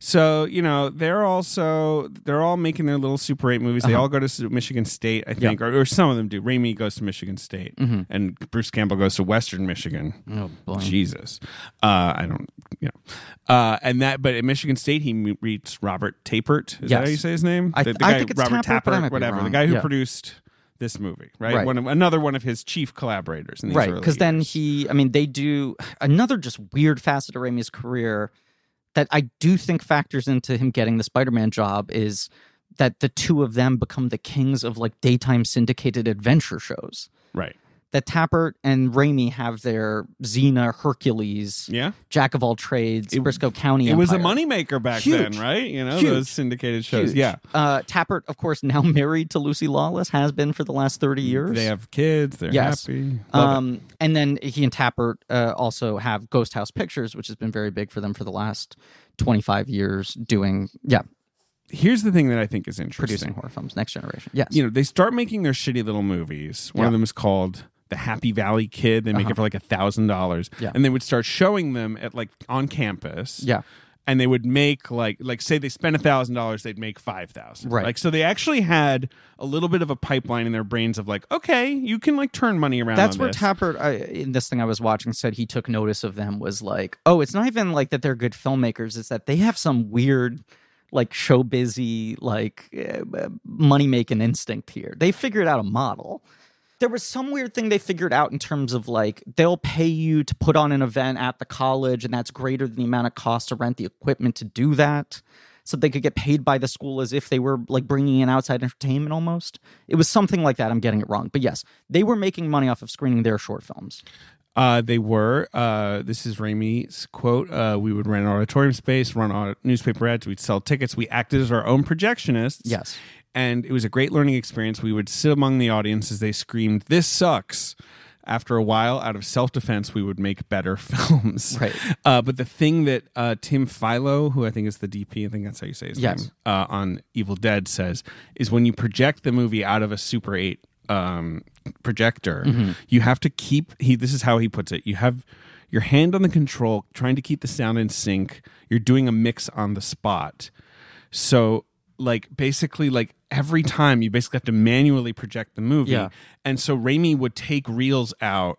B: So you know they're also they're all making their little Super Eight movies.
A: Uh-huh.
B: They all go to S- Michigan State, I think, or, or some of them do. Raimi goes to Michigan State,
A: Mm-hmm.
B: and Bruce Campbell goes to Western Michigan.
A: Oh boy.
B: Jesus, uh, I don't, you know, uh, and that. But at Michigan State, he m- meets Robert Tapert. Is that how
A: Yes.
B: you say his name?
A: I-
B: the, the
A: I
B: guy
A: think it's
B: Robert
A: Tapert, but I might be
B: whatever. The
A: wrong.
B: guy who
A: Yeah.
B: produced this movie, right?
A: Right.
B: One of, another one of his chief collaborators. In these
A: right
B: early
A: because then
B: years.
A: he i mean they do another just weird facet of Raimi's career that i do think factors into him getting the spider-man job is that the two of them become the kings of like daytime syndicated adventure shows
B: right.
A: that Tappert and Raimi have their Xena, Hercules,
B: Yeah.
A: Jack of all trades, Briscoe County.
B: It was a
A: Empire.
B: moneymaker back
A: Huge.
B: then, right? You know,
A: Huge.
B: those syndicated shows.
A: Huge.
B: Yeah.
A: Uh, Tappert, of course, now married to Lucy Lawless, has been for the last 30 years.
B: Mm, They have kids, they're
A: Yes.
B: happy. Love
A: Um, and then he and Tappert uh, also have Ghost House Pictures, which has been very big for them for the last 25 years, doing, yeah,
B: it. Here's the thing that I think is
A: producing
B: interesting.
A: horror films, Next Generation. Yes.
B: You know, they start making their shitty little movies. One of
A: Yeah. Uh-huh.
B: them is called The Happy Valley Kid. They make it for like a thousand dollars.
A: Yeah.
B: And they would start showing them at like on campus.
A: yeah.
B: and they would make like like say they spent a thousand dollars, they'd make five thousand.
A: Right.
B: Like so they actually had a little bit of a pipeline in their brains of like, okay, you can like turn money around.
A: That's
B: on
A: where
B: this.
A: Tappert, I, in this thing I was watching, said he took notice of them. Was like, oh, it's not even like that they're good filmmakers. It's that they have some weird, like show busy, like uh, money making instinct here. They figured out a model. There was some weird thing they figured out in terms of like they'll pay you to put on an event at the college, and that's greater than the amount of cost to rent the equipment to do that. So they could get paid by the school as if they were like bringing in outside entertainment almost. It was something like that. I'm getting it wrong, but yes, they were making money off of screening their short films.
B: Uh, they were. Uh, this is Raimi's quote. Uh, we would rent auditorium space, run au- newspaper ads, we'd sell tickets. We acted as our own projectionists.
A: Yes.
B: And it was a great learning experience. We would sit among the audience as they screamed, This sucks. After a while, out of self defense, we would make better films.
A: Right.
B: Uh, but the thing that uh, Tim Philo, who I think is the DP, I think that's how you say his
A: Yes.
B: name, uh, on Evil Dead says is when you project the movie out of a Super 8 um, projector,
A: Mm-hmm.
B: you have to keep he this is how he puts it. You have your hand on the control trying to keep the sound in sync. You're doing a mix on the spot. So like basically like every time you basically have to manually project the movie.
A: Yeah.
B: And so Raimi would take reels out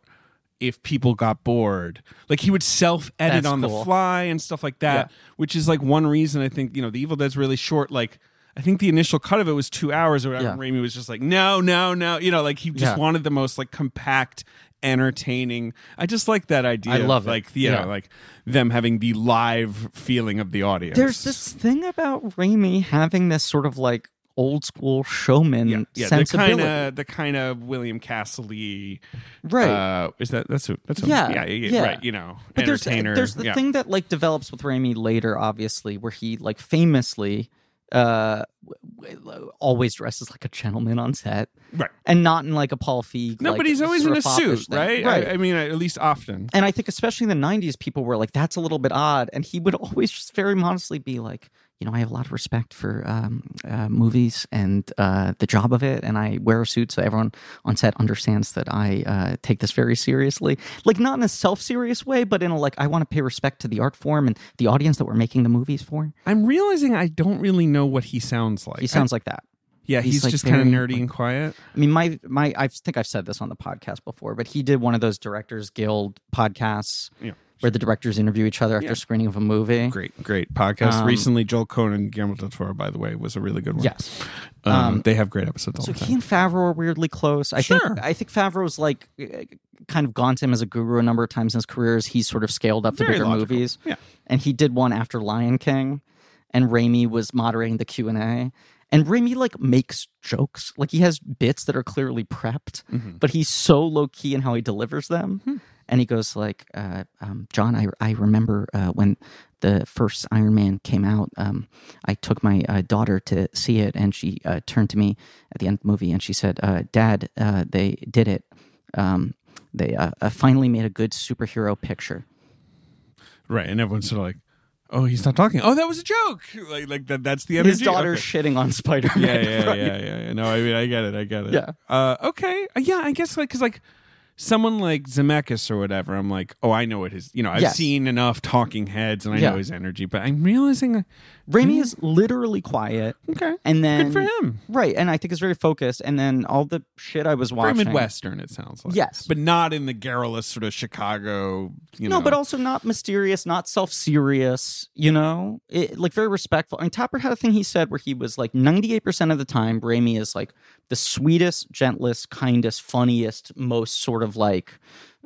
B: if people got bored. Like he would self edit
A: That's
B: on the
A: cool.
B: fly and stuff like that, which is like one reason I think, you know, The Evil Dead's really short. Like, I think the initial cut of it was two hours or whatever.
A: Yeah.
B: and Raimi was just like, no, no, no. You know, like he just
A: Yeah.
B: wanted the most like compact, entertaining. I just like that idea.
A: I
B: of,
A: love it.
B: Like, you
A: Yeah.
B: know, like them having the live feeling of the audience.
A: There's this thing about Raimi having this sort of like old school showman
B: yeah, yeah, the
A: sensibility,
B: kind of the kind of William Castle
A: right?
B: Uh, is that that's a, that's a,
A: Yeah,
B: yeah, yeah,
A: yeah.
B: right you know
A: but there's uh,
B: entertainer
A: there's the
B: yeah.
A: thing that like develops with Raimi later, obviously, where he like famously uh w- w- always dresses like a gentleman on set
B: right
A: and not in like a Paul Feig.
B: No,
A: like,
B: but he's always in
A: sort
B: a
A: of foppish
B: suit,
A: thing.
B: right?
A: Right.
B: I, I mean, at least often.
A: And I think especially in the 90s, people were like, that's a little bit odd. And he would always just very modestly be like, you know, I have a lot of respect for um, uh, movies and uh, the job of it. And I wear a suit so everyone on set understands that I uh, take this very seriously. Like, not in a self serious way, but in a like, I want to pay respect to the art form and the audience that we're making the movies for.
B: I'm realizing I don't really know what he sounds like.
A: He sounds like that.
B: I- yeah, he's,
A: he's, like,
B: just kind of
A: very-
B: nerdy and quiet.
A: I mean, my my I think I've said this on the podcast before, but he did one of those Directors Guild podcasts
B: Yeah.
A: where the directors interview each other after
B: Yeah.
A: screening of a movie.
B: Great, great podcast.
A: Um,
B: Recently, Joel Cohen and Guillermo del Toro, by the way, was a really good one.
A: Yes.
B: um,
A: um,
B: they have great episodes all
A: So
B: the time.
A: he and Favreau are weirdly close. I
B: Sure.
A: think I think Favreau's like uh, kind of gone to him as a guru a number of times in his career as he's sort of scaled up to
B: Very
A: bigger
B: logical.
A: movies.
B: Yeah.
A: And he did one after Lion King and Raimi was moderating the Q&A. And Raimi like makes jokes. Like he has bits that are clearly prepped, but he's so low key in how he delivers them. And he goes like, uh, um, "John, I I remember uh, when the first Iron Man came out. Um, I took my uh, daughter to see it, and she uh, turned to me at the end of the movie, and she said, uh, "Dad, uh, they did it. Um, they uh, uh, finally made a good superhero picture."
B: right, and everyone's sort of like, "Oh, he's not talking. Oh, that was a joke. Like, like that. That's the energy."
A: His daughter's
B: Okay.
A: shitting on Spider Man.
B: yeah, yeah, yeah, yeah, yeah. No, I mean, I get it. I get it.
A: Yeah.
B: Uh, okay. Uh, Yeah, I guess like because like someone like Zemeckis or whatever, I'm like, oh, I know what his. You know, I've
A: Yes.
B: seen enough Talking Heads, and I
A: Yeah.
B: know his energy. But I'm realizing,
A: Raimi is literally quiet,
B: okay,
A: and then
B: good for him.
A: right? And I think it's very focused. And then all the shit I was
B: Very
A: watching,
B: Midwestern, it sounds like.
A: Yes.
B: but not in the garrulous sort of Chicago. You
A: no,
B: know.
A: but also not mysterious, not self serious, you know? It, like very respectful. And Tapper had a thing he said where he was like 98% of the time, Raimi is like the sweetest, gentlest, kindest, funniest, most sort of like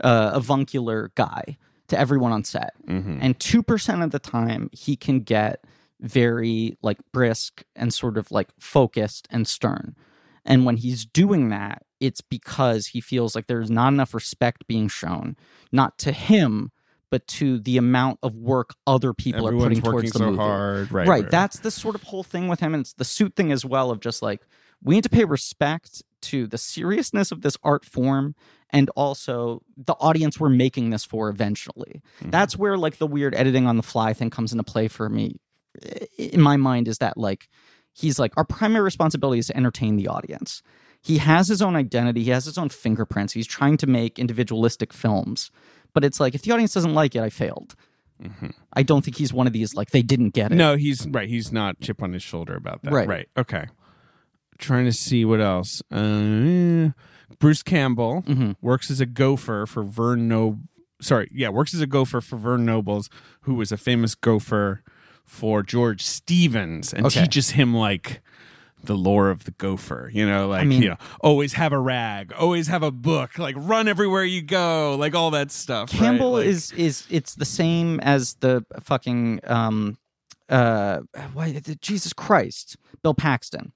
A: uh, avuncular guy to everyone on set.
B: Mm-hmm.
A: And 2% of the time, he can get very like brisk and sort of like focused and stern. And when he's doing that, it's because he feels like there's not enough respect being shown, not to him, but to the amount of work other people
B: everyone's
A: are putting
B: working
A: towards the
B: so
A: movie.
B: hard, right?
A: Right, That's the sort of whole thing with him. And it's the suit thing as well of just like, we need to pay respect to the seriousness of this art form and also the audience we're making this for eventually. That's where like the weird editing on the fly thing comes into play for me. I- In my mind, is that like, he's like, our primary responsibility is to entertain the audience. He has his own identity, he has his own fingerprints. He's trying to make individualistic films. But it's like, if the audience doesn't like it, I failed. I don't think he's one of these like they didn't get it.
B: No, he's right. He's not chip on his shoulder about that.
A: Right.
B: Right. Okay. Trying to see what else. Uh, Bruce Campbell
A: Mm-hmm.
B: works as a gopher for Vern Noble. Sorry, yeah, works as a gopher for Vern Nobles, who was a famous gopher for George Stevens, and
A: Okay.
B: teaches him like the lore of the gopher. You know, like
A: mean-
B: you know, always have a rag, always have a book, like run everywhere you go, like all that stuff. right?
A: Campbell
B: Like-
A: is is it's the same as the fucking um uh why the, Jesus Christ Bill Paxton.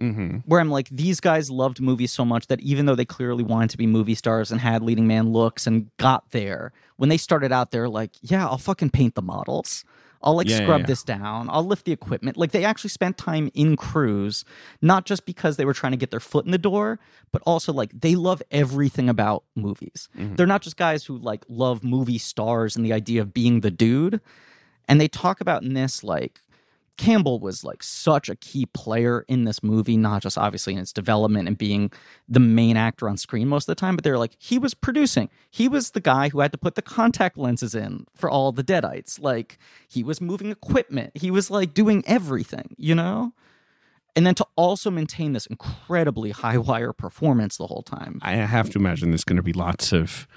B: Mhm.
A: Where I'm like, these guys loved movies so much that even though they clearly wanted to be movie stars and had leading man looks and got there, when they started out, they're like, yeah, I'll fucking paint the models. I'll like
B: Yeah, yeah,
A: scrub
B: yeah.
A: this down. I'll lift the equipment. Like they actually spent time in crews, not just because they were trying to get their foot in the door, but also like they love everything about movies.
B: Mm-hmm.
A: They're not just guys who like love movie stars and the idea of being the dude. And they talk about in this like Campbell was like such a key player in this movie, not just obviously in its development and being the main actor on screen most of the time, but they're like, he was producing. He was the guy who had to put the contact lenses in for all the deadites. Like, he was moving equipment. He was like doing everything, you know? And then to also maintain this incredibly high wire performance the whole time.
B: I have to imagine there's going to be lots of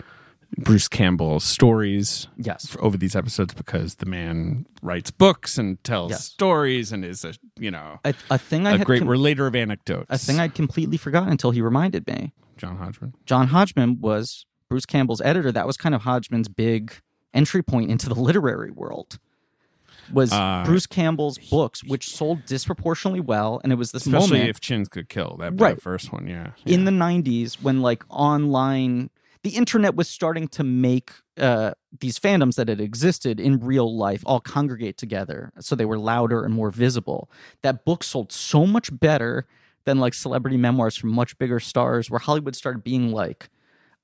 B: Bruce Campbell stories
A: Yes.
B: f- over these episodes because the man writes books and tells
A: Yes.
B: stories and is a you know
A: A, a thing I
B: a
A: had
B: great
A: com-
B: relator of anecdotes.
A: a thing I'd completely forgotten until he reminded me.
B: John Hodgman.
A: John Hodgman was Bruce Campbell's editor. That was kind of Hodgman's big entry point into the literary world. Was
B: Uh,
A: Bruce Campbell's books, which sold disproportionately well, and it was this
B: Especially
A: moment
B: if Chins could kill that, that
A: Right.
B: first one, yeah.
A: in the '90s when like online, the internet was starting to make uh, these fandoms that had existed in real life all congregate together, so they were louder and more visible. That book sold so much better than like celebrity memoirs from much bigger stars, where Hollywood started being like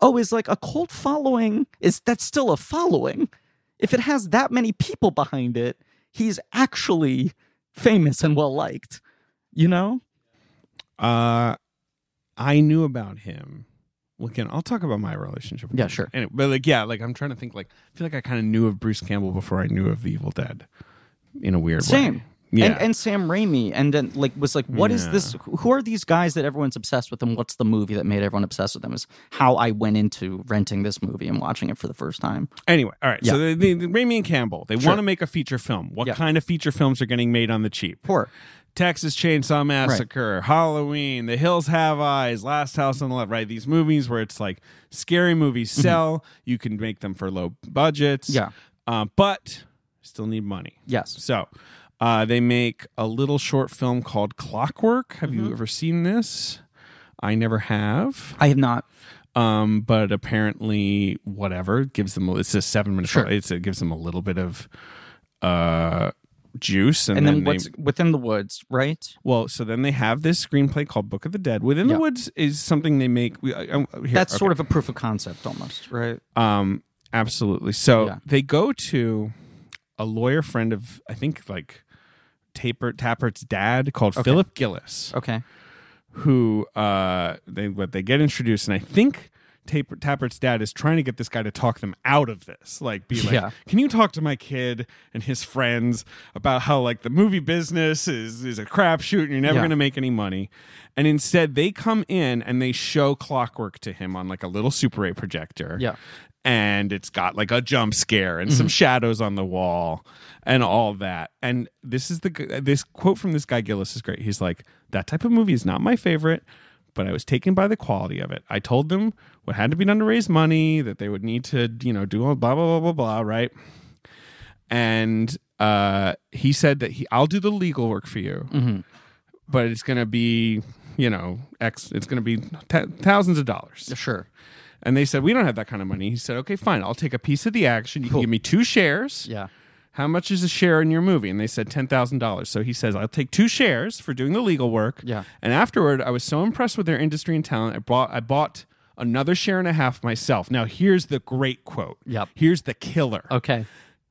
A: oh, is like a cult following is that's still a following. If it has that many people behind it, he's actually famous and well liked. You know?
B: Uh, I knew about him. Well, again, I'll talk about my relationship. With
A: Yeah,
B: him.
A: sure.
B: Anyway, but like, yeah, like I'm trying to think. Like, I feel like I kind of knew of Bruce Campbell before I knew of The Evil Dead, in a weird
A: Same.
B: way. Yeah,
A: And, and Sam Raimi, and then like was like, what is
B: Yeah.
A: this? Who are these guys that everyone's obsessed with, and what's the movie that made everyone obsessed with them? Is how I went into renting this movie and watching it for the first time.
B: Anyway, all right. So
A: Yeah.
B: the, the, the Raimi and Campbell, they want to make a feature film. What
A: Yeah.
B: kind of feature films are getting made on the cheap?
A: Poor,
B: Texas Chainsaw Massacre, Halloween, The Hills Have Eyes, Last House on the Left, right? These movies where it's like scary movies sell. You can make them for low budgets.
A: Mm-hmm. Yeah.
B: Uh, but still need money.
A: yes,
B: So uh, they make a little short film called Clockwork. Have
A: Mm-hmm.
B: you ever seen this? I never have
A: I have not.
B: um, but apparently whatever gives them it's a seven minute it's, it gives them a little bit of uh juice and,
A: And,
B: then,
A: then, what's
B: they,
A: within the woods, right?
B: well so then they have this screenplay called book of the dead within
A: Yeah.
B: the woods is something they make we, I, I, here,
A: That's
B: okay.
A: sort of a proof of concept, almost, right?
B: Um, absolutely. So
A: Yeah.
B: they go to a lawyer friend of I think like Taper Tappert's dad called Philip Gillis,
A: Okay,
B: who uh they what they get introduced, and I think. Taper, Tappert's dad is trying to get this guy to talk them out of this. Like, be like,
A: Yeah.
B: can you talk to my kid and his friends about how like the movie business is is a crapshoot and you're never
A: Yeah.
B: going to make any money? And instead, they come in and they show Clockwork to him on like a little Super 8 projector
A: yeah.
B: and it's got like a jump scare and some shadows on the wall and all that. And this is the g- this quote from this guy Gillis is great. He's like, "That type of movie is not my favorite, but I was taken by the quality of it. I told them what had to be done to raise money, that they would need to, you know, do all blah blah blah blah blah, right?" And uh, he said that he, "I'll do the legal work for you." But it's gonna be, you know, X. It's gonna be t- thousands of dollars.
A: Sure.
B: And they said, We don't have that kind of money. He said, Okay, fine. I'll take a piece of the action. You can give me two shares.
A: Yeah.
B: How much is a share in your movie? And they said $10,000. So he says, I'll take two shares for doing the legal work.
A: Yeah.
B: And afterward, I was so impressed with their industry and talent, I bought, I bought another share and a half myself. Now, here's the great quote.
A: Yep.
B: Here's the killer.
A: Okay.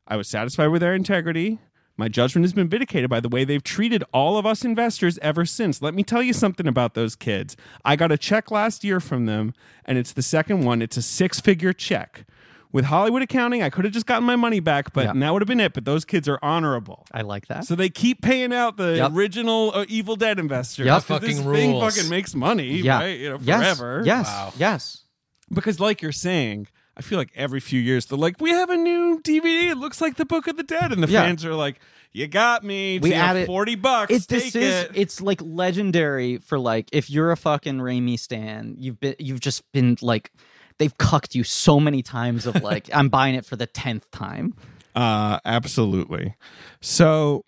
B: I was satisfied with their integrity. My judgment has been vindicated by the way they've treated all of us investors ever since. Let me tell you something about those kids. I got a check last year from them, and it's the second one. It's a six figure check. with Hollywood accounting, I could have just gotten my money back, but
A: Yeah.
B: and that would have been it. But those kids are honorable.
A: I like that.
B: So they keep paying out the
A: Yep.
B: original uh, Evil Dead investors.
A: Yep.
B: 'cause this
C: Fucking
B: thing
C: rules.
B: fucking makes money,
A: yeah.
B: right? You know,
A: yes.
B: forever.
A: Yes.
C: Wow.
A: Yes.
B: Because like you're saying, I feel like every few years they're like, we have a new DVD. It looks like the Book of the Dead, and the
A: Yeah.
B: fans are like, you got me.
A: We
B: You know,
A: added-
B: forty bucks.
A: It's
B: take
A: this
B: it.
A: is it's like legendary for like if you're a fucking Raimi stan, you've been you've just been like they've cucked you so many times of like I'm buying it for the tenth time.
B: Uh, absolutely. So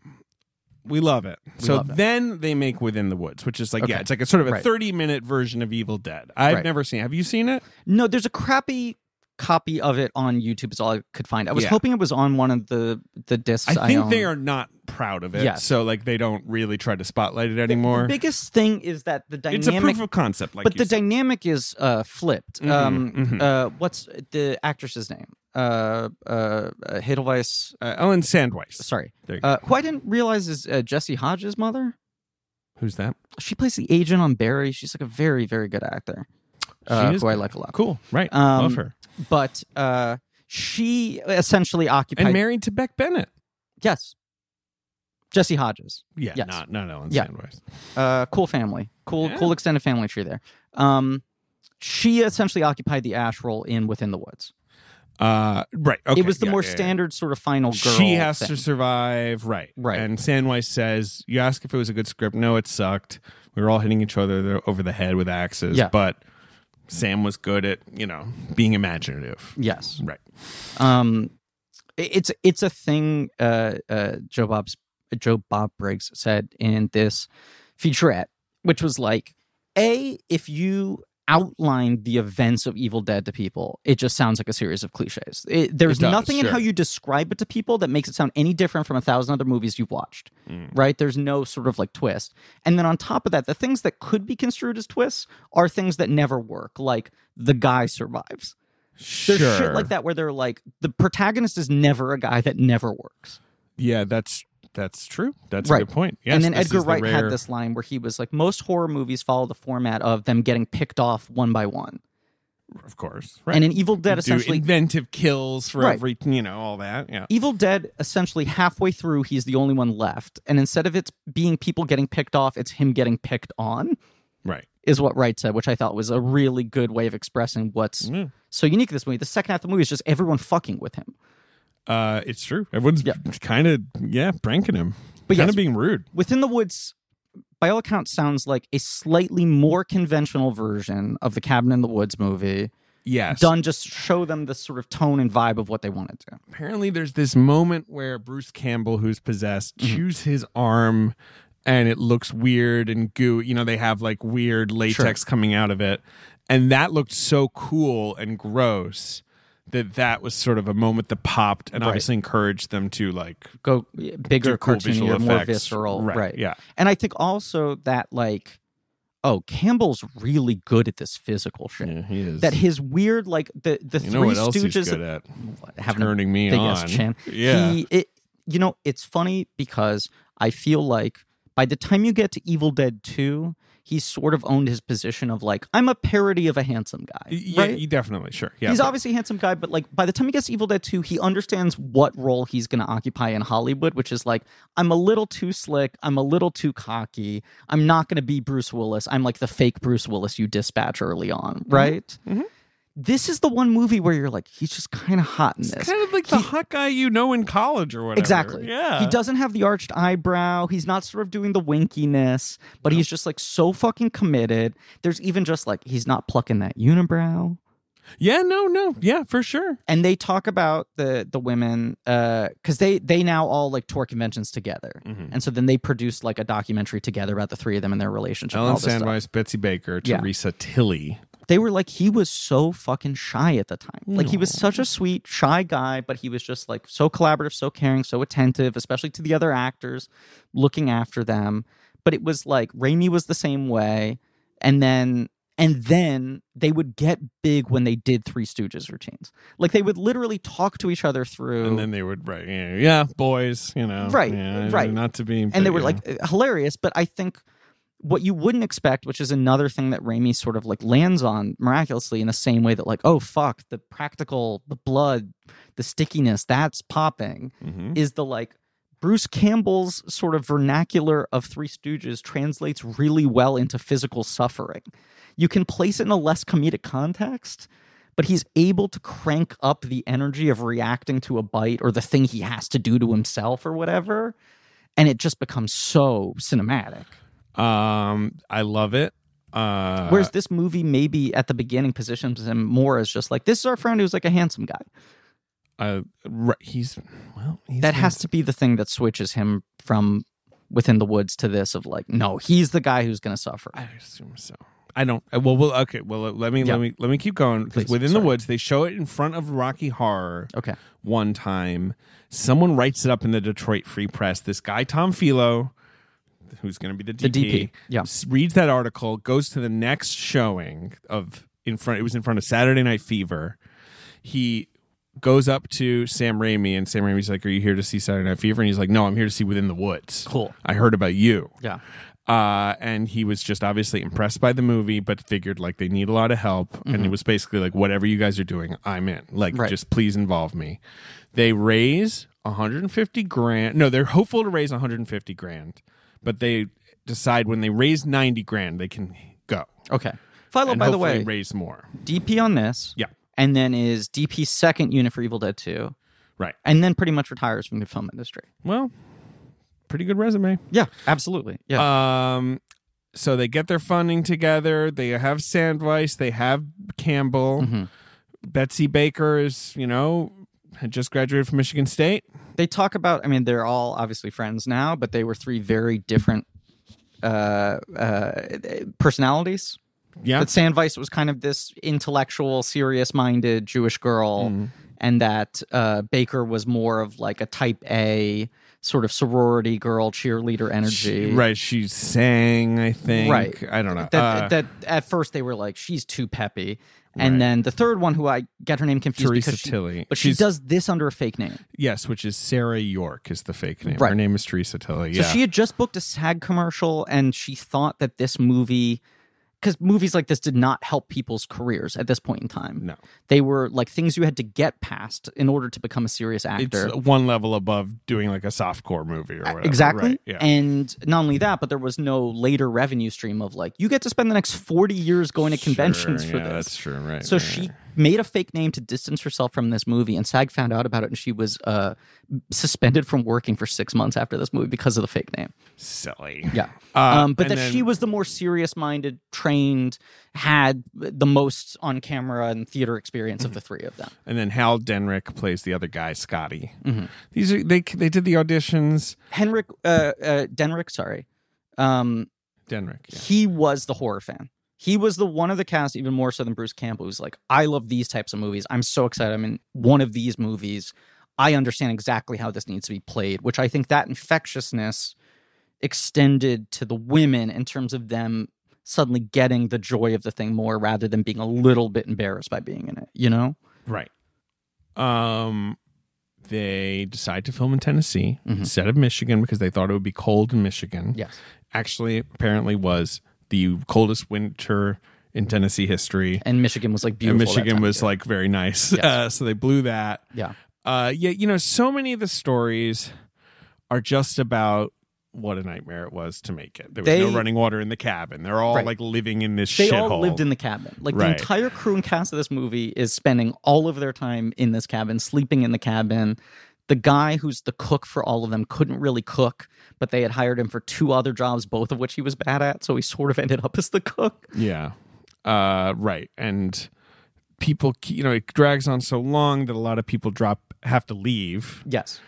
B: we love it. so
A: love it.
B: then they make Within the Woods, which is like, yeah,
A: Okay.
B: it's like a sort of a
A: Right.
B: 30 minute version of Evil Dead. I've
A: Right.
B: never seen Have you seen it?
A: No, there's a crappy copy of it on YouTube. Is all I could find. I was
B: Yeah.
A: hoping it was on one of the the discs.
B: I
A: I,
B: think they
A: own.
B: are not proud of it.
A: Yes.
B: So like they don't really try to spotlight it anymore.
A: The biggest thing is that the dynamic.
B: it's a proof of concept. Like
A: but the
B: you said.
A: dynamic is uh, flipped.
B: Mhm,
A: um,
B: mhm.
A: Uh, what's the actress's name? Uh, uh, uh, Edelweiss.
B: uh, Ellen Sandweiss.
A: Sorry,
B: There you go.
A: uh, who I didn't realize is uh, Jesse Hodges' mother.
B: Who's that?
A: She plays the agent on Barry. She's like a very, very good actor, uh,
B: She is
A: who I
B: good.
A: like a lot.
B: Cool. Right.
A: Um,
B: love her.
A: But uh, she essentially occupied.
B: And married to Beck Bennett.
A: yes, Jesse Hodges.
B: Yeah.
A: Yes.
B: Not not Ellen
A: Yeah.
B: Sandweiss.
A: Uh, cool family. Cool,
B: Yeah.
A: cool extended family tree there. Um, she essentially occupied the Ash role in Within the Woods.
B: Uh, right. Okay.
A: it was the
B: yeah,
A: more
B: yeah, yeah.
A: standard sort of final girl.
B: she has
A: thing.
B: to survive right
A: Right.
B: and sandweiss says you ask if it was a good script no it sucked we were all hitting each other over the head with axes
A: Yeah.
B: but sam was good at you know being imaginative
A: Yes.
B: right
A: Um, i- it's it's a thing. Uh, uh, Joe Bob's Joe Bob Briggs said in this featurette, which was like, a if you outline the events of Evil Dead to people, it just sounds like a series of cliches. It, there's
B: It does,
A: nothing in how
B: sure.
A: you describe it to people that makes it sound any different from a thousand other movies you've watched.
B: Mm.
A: Right? There's no sort of like twist. And then on top of that, the things that could be construed as twists are things that never work, like the guy survives.
B: sure
A: There's shit like that where they're like the protagonist is never a guy that never works.
B: yeah that's that's true that's
A: Right.
B: a good point yes,
A: and then
B: this
A: Edgar
B: is the
A: Wright
B: rare-
A: had this line where he was like, most horror movies follow the format of them getting picked off one by one.
B: of course right
A: And in Evil Dead,
B: Do
A: essentially,
B: inventive kills for
A: Right.
B: every you know all that yeah
A: Evil Dead, essentially halfway through, he's the only one left. And instead of it being people getting picked off, it's him getting picked on,
B: right
A: is what Wright said, which I thought was a really good way of expressing what's
B: Yeah.
A: so unique to this movie. The second half of the movie is just everyone fucking with him.
B: uh it's true everyone's
A: Yeah.
B: kind of yeah pranking him
A: But
B: kind of
A: yes.
B: being rude
A: Within the Woods, by all accounts, sounds like a slightly more conventional version of the Cabin in the Woods movie.
B: yes
A: Done just show them the sort of tone and vibe of what they wanted to.
B: apparently there's this moment where Bruce Campbell, who's possessed,
A: Mm-hmm.
B: chews his arm and it looks weird and goo. You know, they have like weird latex coming out of it. And that looked so cool and gross that that was sort of a moment that popped and obviously encouraged them to like
A: Go
B: do
A: bigger,
B: cool
A: cartoonier,
B: visual
A: more
B: effects.
A: visceral. Right.
B: Yeah.
A: And I think also that like, oh, Campbell's really good at this physical shit.
B: he is.
A: That his weird like the the
B: you
A: three
B: know what else
A: Stooges
B: he's good at?
A: What, having a
B: Turning me
A: big
B: on.
A: ass chin.
B: Yeah.
A: He, it, you know, it's funny because I feel like by the time you get to Evil Dead Two, he's sort of owned his position of like I'm a parody of a handsome guy.
B: yeah,
A: right?
B: you definitely sure. Yeah,
A: he's
B: but-
A: obviously a handsome guy, but like by the time he gets to Evil Dead 2, he understands what role he's going to occupy in Hollywood, which is like, I'm a little too slick. I'm a little too cocky. I'm not going to be Bruce Willis. I'm like the fake Bruce Willis you dispatch early on,
B: Mm-hmm.
A: right? This is the one movie where you're like, he's just kind of hot in this.
B: kind of like the hot guy you know in college or whatever.
A: Exactly.
B: Yeah.
A: He doesn't have the arched eyebrow. He's not sort of doing the winkiness, but he's just like so fucking committed. There's even just like he's not plucking that unibrow.
B: Yeah, no, no. Yeah, for sure.
A: and they talk about the the women because they they now all like tour conventions together, and so then they produce like a documentary together about the three of them and their relationship. and
B: Ellen
A: all this stuff.
B: Sandweiss, Betsy Baker,
A: Yeah.
B: Teresa Tilly.
A: They were like, he was so fucking shy at the time. Like he was such a sweet shy guy, but he was just like so collaborative, so caring, so attentive, especially to the other actors, looking after them. But it was like Raimi was the same way, and then. And then they would get big when they did Three Stooges routines. Like they would literally talk to each other through.
B: And then they would write, yeah, yeah, boys, you know.
A: Right,
B: yeah,
A: right.
B: Not to be.
A: and they
B: but,
A: were
B: yeah.
A: like uh, hilarious but i think what you wouldn't expect, which is another thing that Raimi sort of like lands on miraculously in the same way that like, oh fuck, the practical, the blood, the stickiness, that's popping,
B: Mhm.
A: is the like Bruce Campbell's sort of vernacular of Three Stooges translates really well into physical suffering. You can place it in a less comedic context, but he's able to crank up the energy of reacting to a bite or the thing he has to do to himself or whatever. And it just becomes so cinematic.
B: Um, I love it. Uh,
A: Whereas this movie maybe at the beginning positions him more as just like this is our friend who's like a handsome guy.
B: uh, right, he's well. He's
A: that has to be the thing that switches him from within the woods to this of like no, he's the guy who's going to suffer.
B: I assume so. I don't. uh, Well, well, okay. Well, uh, let me
A: Yeah.
B: let me let me keep going because
A: Please,
B: within the
A: sorry.
B: woods they show it in front of Rocky Horror.
A: Okay.
B: One time, someone writes it up in the Detroit Free Press. This guy Tom Filo, who's going to be the
A: The
B: DP,
A: DP. Yeah.
B: s- reads that article, goes to the next showing of in front. It was in front of Saturday Night Fever. He goes up to Sam Raimi, and Sam Raimi's like, "Are you here to see Saturday Night Fever?" And he's like, "No, I'm here to see Within the Woods.
A: Cool.
B: I heard about you."
A: Yeah.
B: Uh, and he was just obviously impressed by the movie, but figured like they need a lot of help. And it was basically like, whatever you guys are doing, I'm in. Like,
A: Mm-hmm. Right.
B: just please involve me. They raise 150 grand. No, they're hopeful to raise 150 grand, but they decide when they raise 90 grand, they can go.
A: Okay. Philo,
B: and
A: Oh, by the
B: hopefully
A: way,
B: raise more.
A: DP on this.
B: Yeah.
A: And then is DP second unit for Evil Dead 2
B: Right.
A: and then pretty much retires from the film industry.
B: Well, pretty good resume.
A: Yeah, absolutely. Yeah.
B: Um, so they get their funding together. They have Sandweiss. They have Campbell.
A: Mhm.
B: Betsy Baker is, you know, had just graduated from Michigan State.
A: they talk about i mean they're all obviously friends now but they were three very different uh uh personalities
B: Yeah.
A: that sandvice was kind of this intellectual serious minded jewish girl
B: Mm-hmm.
A: and that uh baker was more of like a type a sort of sorority girl cheerleader energy
B: She- right. She sang, I think.
A: Right.
B: I don't know.
A: that,
B: Uh,
A: that at first they were like she's too peppy and
B: Right.
A: then the third one who i get her name confused
B: Teresa
A: because she,
B: Tilly.
A: but she
B: She's-
A: does this under a fake name
B: yes, which is Sarah York is the fake name. Her
A: Right.
B: name is Teresa Tilly.
A: So
B: yeah.
A: she had just booked a SAG commercial, and she thought that this movie, because movies like this did not help people's careers at this point in time.
B: No.
A: They were like things you had to get past in order to become a serious
B: it's
A: actor. Uh,
B: one level above doing like a softcore movie or whatever.
A: exactly.
B: Right. Yeah.
A: And not only that, but there was no later revenue stream of like, you get to spend the next 40 years going to conventions
B: Sure,
A: for
B: yeah,
A: this.
B: That's true. Right.
A: So
B: right,
A: she
B: right.
A: made a fake name to distance herself from this movie, and SAG found out about it, and she was uh, suspended from working for six months after this movie because of the fake name.
B: silly.
A: Yeah.
B: Uh,
A: um, but
B: and
A: that
B: then-
A: she was the more serious minded, trained, had the most on camera and theater experience
B: Mm-hmm.
A: of the three of them.
B: and then Hal Denrick plays the other guy, Scotty.
A: Mm-hmm.
B: These are they they did the auditions.
A: Henrik uh, uh, Denrick, sorry, um,
B: Denrick, yeah.
A: he was the horror fan. He was the one of the cast, even more so than Bruce Campbell, who's like, I love these types of movies. I'm so excited. I'm in one of these movies. I understand exactly how this needs to be played, which I think that infectiousness extended to the women in terms of them suddenly getting the joy of the thing more rather than being a little bit embarrassed by being in it, you know?
B: right. Um, they decide to film in Tennessee
A: Mm-hmm.
B: instead of Michigan because they thought it would be cold in Michigan.
A: Yes.
B: actually, apparently was the coldest winter in Tennessee history.
A: And Michigan was like
B: And
A: beautiful. that
B: Michigan
A: time
B: was
A: too.
B: like very nice,
A: Yes.
B: uh, so they blew that.
A: Yeah.
B: Uh, yeah, you know, so many of the stories are just about what a nightmare it was to make it. There was no
A: They-
B: running water in the cabin. They're all
A: Right.
B: like living in this
A: They
B: shithole.
A: all lived in the cabin. Like
B: Right.
A: the entire crew and cast of this movie is spending all of their time in this cabin, sleeping in the cabin. The guy who's the cook for all of them couldn't really cook, but they had hired him for two other jobs, both of which he was bad at. So he sort of ended up as the cook.
B: Yeah. Uh, right. And people, ke- you know, it drags on so long that a lot of people drop, have to leave.
A: Yes.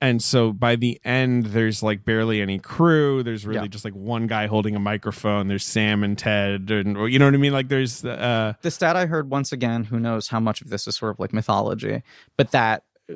B: And so by the end, there's like barely any crew. There's really
A: Yeah.
B: just like one guy holding a microphone. There's Sam and Ted. And or, you know what I mean? Like there's, uh,
A: The stat I heard once again, who knows how much of this is sort of like mythology, but that uh,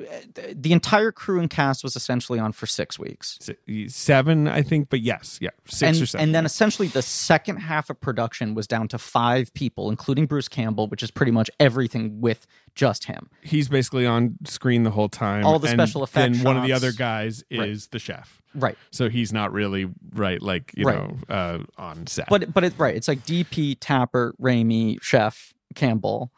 A: the entire crew and cast was essentially on for six weeks.
B: Si- seven, I think, but yes, yeah, six
A: and,
B: or seven.
A: and then essentially the second half of production was down to five people, including Bruce Campbell, which is pretty much everything with just him.
B: he's basically on screen the whole time.
A: All the
B: and
A: special effect
B: Then one of the
A: shots.
B: other guys is the chef,
A: Right.
B: so he's not really right, like you
A: Right.
B: know, uh, on set.
A: But but it, right, it's like DP, Tapper, Ramey, Chef, Campbell,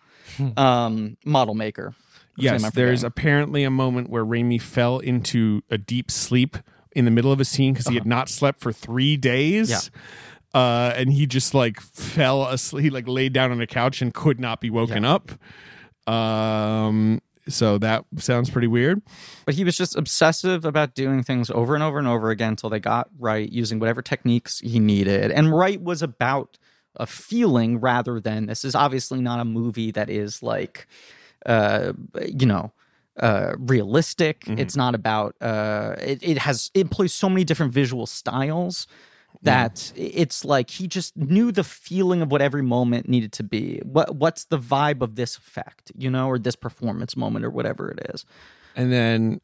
A: um, model maker. whose name
B: yes,
A: I'm
B: there's
A: forgetting.
B: apparently a moment where Raimi fell into a deep sleep in the middle of a scene because he had not slept for three days.
A: Uh-huh. Yeah.
B: Uh, and he just like fell asleep, he, like laid down on a couch and could not be woken up. Um, so that sounds pretty weird.
A: But he was just obsessive about doing things over and over and over again until they got right, using whatever techniques he needed. And right was about a feeling rather than this is obviously not a movie that is like, uh, you know, uh, realistic. It's not about. Uh, it, it has it employs so many different visual styles that it's like he just knew the feeling of what every moment needed to be. What what's the vibe of this effect, you know, or this performance moment, or whatever it is.
B: And then,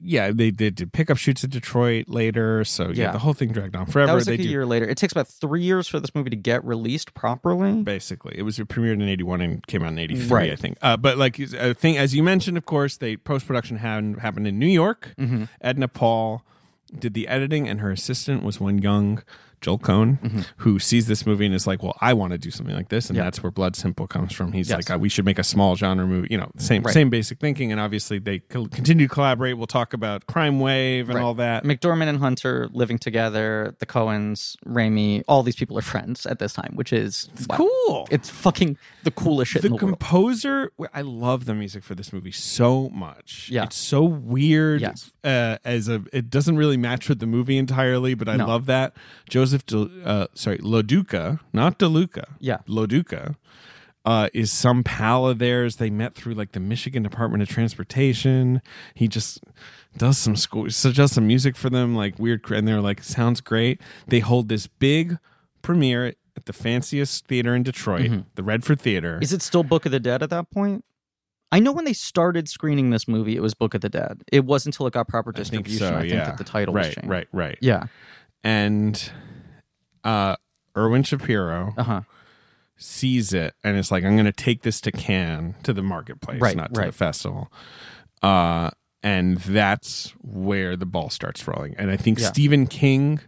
B: yeah, they, they did pickup shoots in Detroit later. So yeah,
A: Yeah.
B: the whole thing dragged on forever.
A: That was
B: they
A: like a
B: do-
A: year later. It takes about three years for this movie to get released properly.
B: basically. It was premiered in 81 and came out in 83,
A: Right.
B: I think. Uh, but like a thing, as you mentioned, of course, they post-production happened, happened in New York.
A: Mm-hmm.
B: Edna Paul did the editing and her assistant was one young Joel Cohn
A: Mm-hmm.
B: who sees this movie and is like, well, I want to do something like this. And that's where Blood Simple comes from. He's like, "Uh, we should make a small genre movie, you know, same, same basic thinking. And obviously they co- continue to collaborate. We'll talk about Crime Wave and all that.
A: McDormand and Hunter living together, the Coens, Raimi, all these people are friends at this time, which is wow.
B: Cool.
A: It's fucking the coolest shit
B: the,
A: in the world.
B: composer i love the music for this movie so much
A: Yeah.
B: it's so weird
A: Yes.
B: uh, as a it doesn't really match with the movie entirely but i
A: No.
B: love that joseph De, uh, sorry loduca not deluca
A: Yeah.
B: loduca uh, is some pal of theirs they met through like the michigan department of transportation he just does some school so does some music for them like weird cr- and they're like sounds great they hold this big premiere at the fanciest theater in Detroit, the Redford Theater.
A: Mm-hmm. Is it still Book of the Dead at that point? I know when they started screening this movie, it was Book of the Dead. It wasn't until it got proper distribution, I think, that the title
B: right,
A: was changed.
B: Right, right,
A: Yeah.
B: And uh Erwin Shapiro
A: Uh huh.
B: sees it and it's like, I'm gonna take this to Cannes to the marketplace,
A: Right,
B: not to the
A: right.
B: festival. Uh and that's where the ball starts rolling. And I think
A: Yeah.
B: Stephen King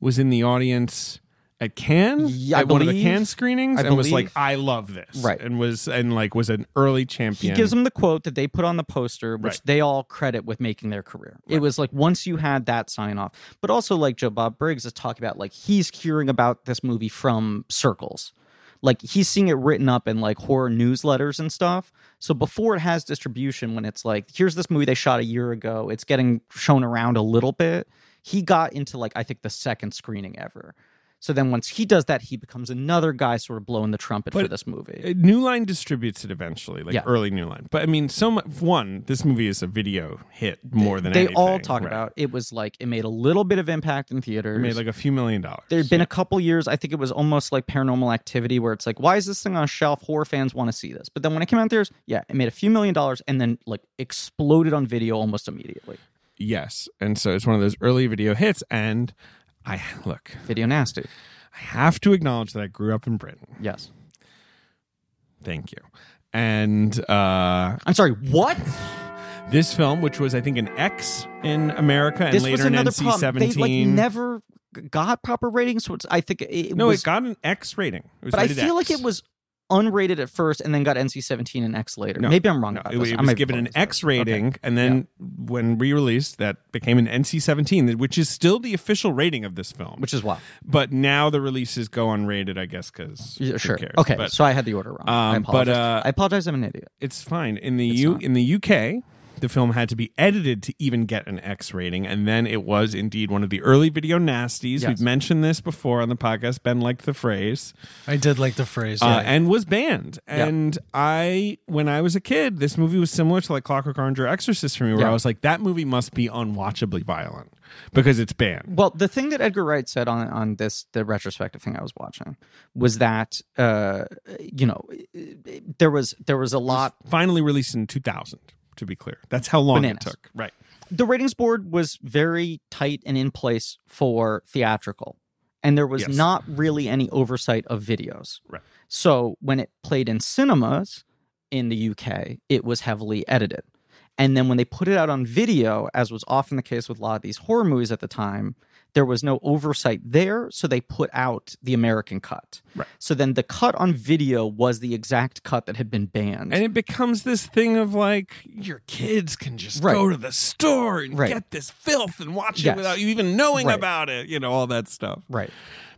B: was in the audience at Cannes
A: Yeah, I
B: at one of the
A: believe-
B: Cannes screenings
A: I
B: and was
A: believe-
B: like, I love this.
A: Right.
B: And was and like was an early
A: He
B: champion.
A: gives them the quote that they put on the poster, which
B: Right.
A: they all credit with making their career. It was like once you had that sign off, but also like Joe Bob Briggs is talking about, like he's hearing about this movie from circles. Like he's seeing it written up in like horror newsletters and stuff. So before it has distribution, when it's like, here's this movie they shot a year ago, it's getting shown around a little bit. He got into like, I think the second screening ever. So then once he does that, he becomes another guy sort of blowing the trumpet for
B: But
A: this movie.
B: Uh, New Line distributes it eventually, like
A: Yeah.
B: early New Line. But I mean, so much. One, this movie is a video hit more than
A: they
B: anything,
A: all talk
B: right?
A: about it was like it made a little bit of impact in theaters.
B: It made like a few million dollars.
A: there had been a couple years, I think it was almost like paranormal activity, where it's like, why is this thing on a shelf? Horror fans want to see this. But then when it came out in theaters, yeah, it made a few million dollars and then like exploded on video almost immediately.
B: yes, and so it's one of those early video hits. And I look,
A: Video nasty.
B: I have to acknowledge that I grew up in Britain.
A: Yes.
B: Thank you. And uh,
A: I'm sorry, what?
B: this film, which was I think an X in America and
A: this
B: later
A: was
B: an
A: another
B: NC
A: problem. They like
B: seventeen.
A: never g- got proper ratings. So it's, I think it
B: no,
A: was,
B: it got an X rating. It was
A: but I
B: rated
A: feel like
B: X.
A: it was unrated at first and then got NC 17 and X later. Maybe I'm wrong
B: No,
A: about
B: it,
A: this.
B: it
A: I
B: was
A: might be
B: given an
A: wrong.
B: X rating, and then when re-released, that became an NC-17, which is still the official rating of this film.
A: which is wild.
B: but now the releases go unrated, I guess, because
A: Yeah, sure. Okay,
B: but
A: so I had the order wrong. I
B: Um,
A: apologize.
B: but, uh,
A: I apologize. I'm an idiot.
B: it's fine. In the U in the UK, the film had to be edited to even get an X rating, and then it was indeed one of the early video nasties. We've mentioned this before on the podcast. Ben liked the phrase.
C: I did like the phrase.
B: uh, and was banned. And I, when I was a kid, this movie was similar to like Clockwork Orange or Exorcist for me, where
A: Yeah.
B: I was like, that movie must be unwatchably violent because it's banned.
A: Well, the thing that Edgar Wright said on on this the retrospective thing I was watching was that uh, you know there was there was a lot
B: Finally released in 2000, to be clear. That's how long
A: Bananas.
B: it took. Right.
A: the ratings board was very tight and in place for theatrical and there was
B: Yes.
A: not really any oversight of videos
B: Right.
A: so when it played in cinemas in the uk it was heavily edited and then when they put it out on video as was often the case with a lot of these horror movies at the time there was no oversight there so they put out the american cut
B: Right.
A: so then the cut on video was the exact cut that had been banned
B: And it becomes this thing of like your kids can just
A: Right.
B: go to the store and
A: Right.
B: get this filth and watch
A: Yes.
B: it without you even knowing
A: Right.
B: about it, you know, all that stuff.
A: right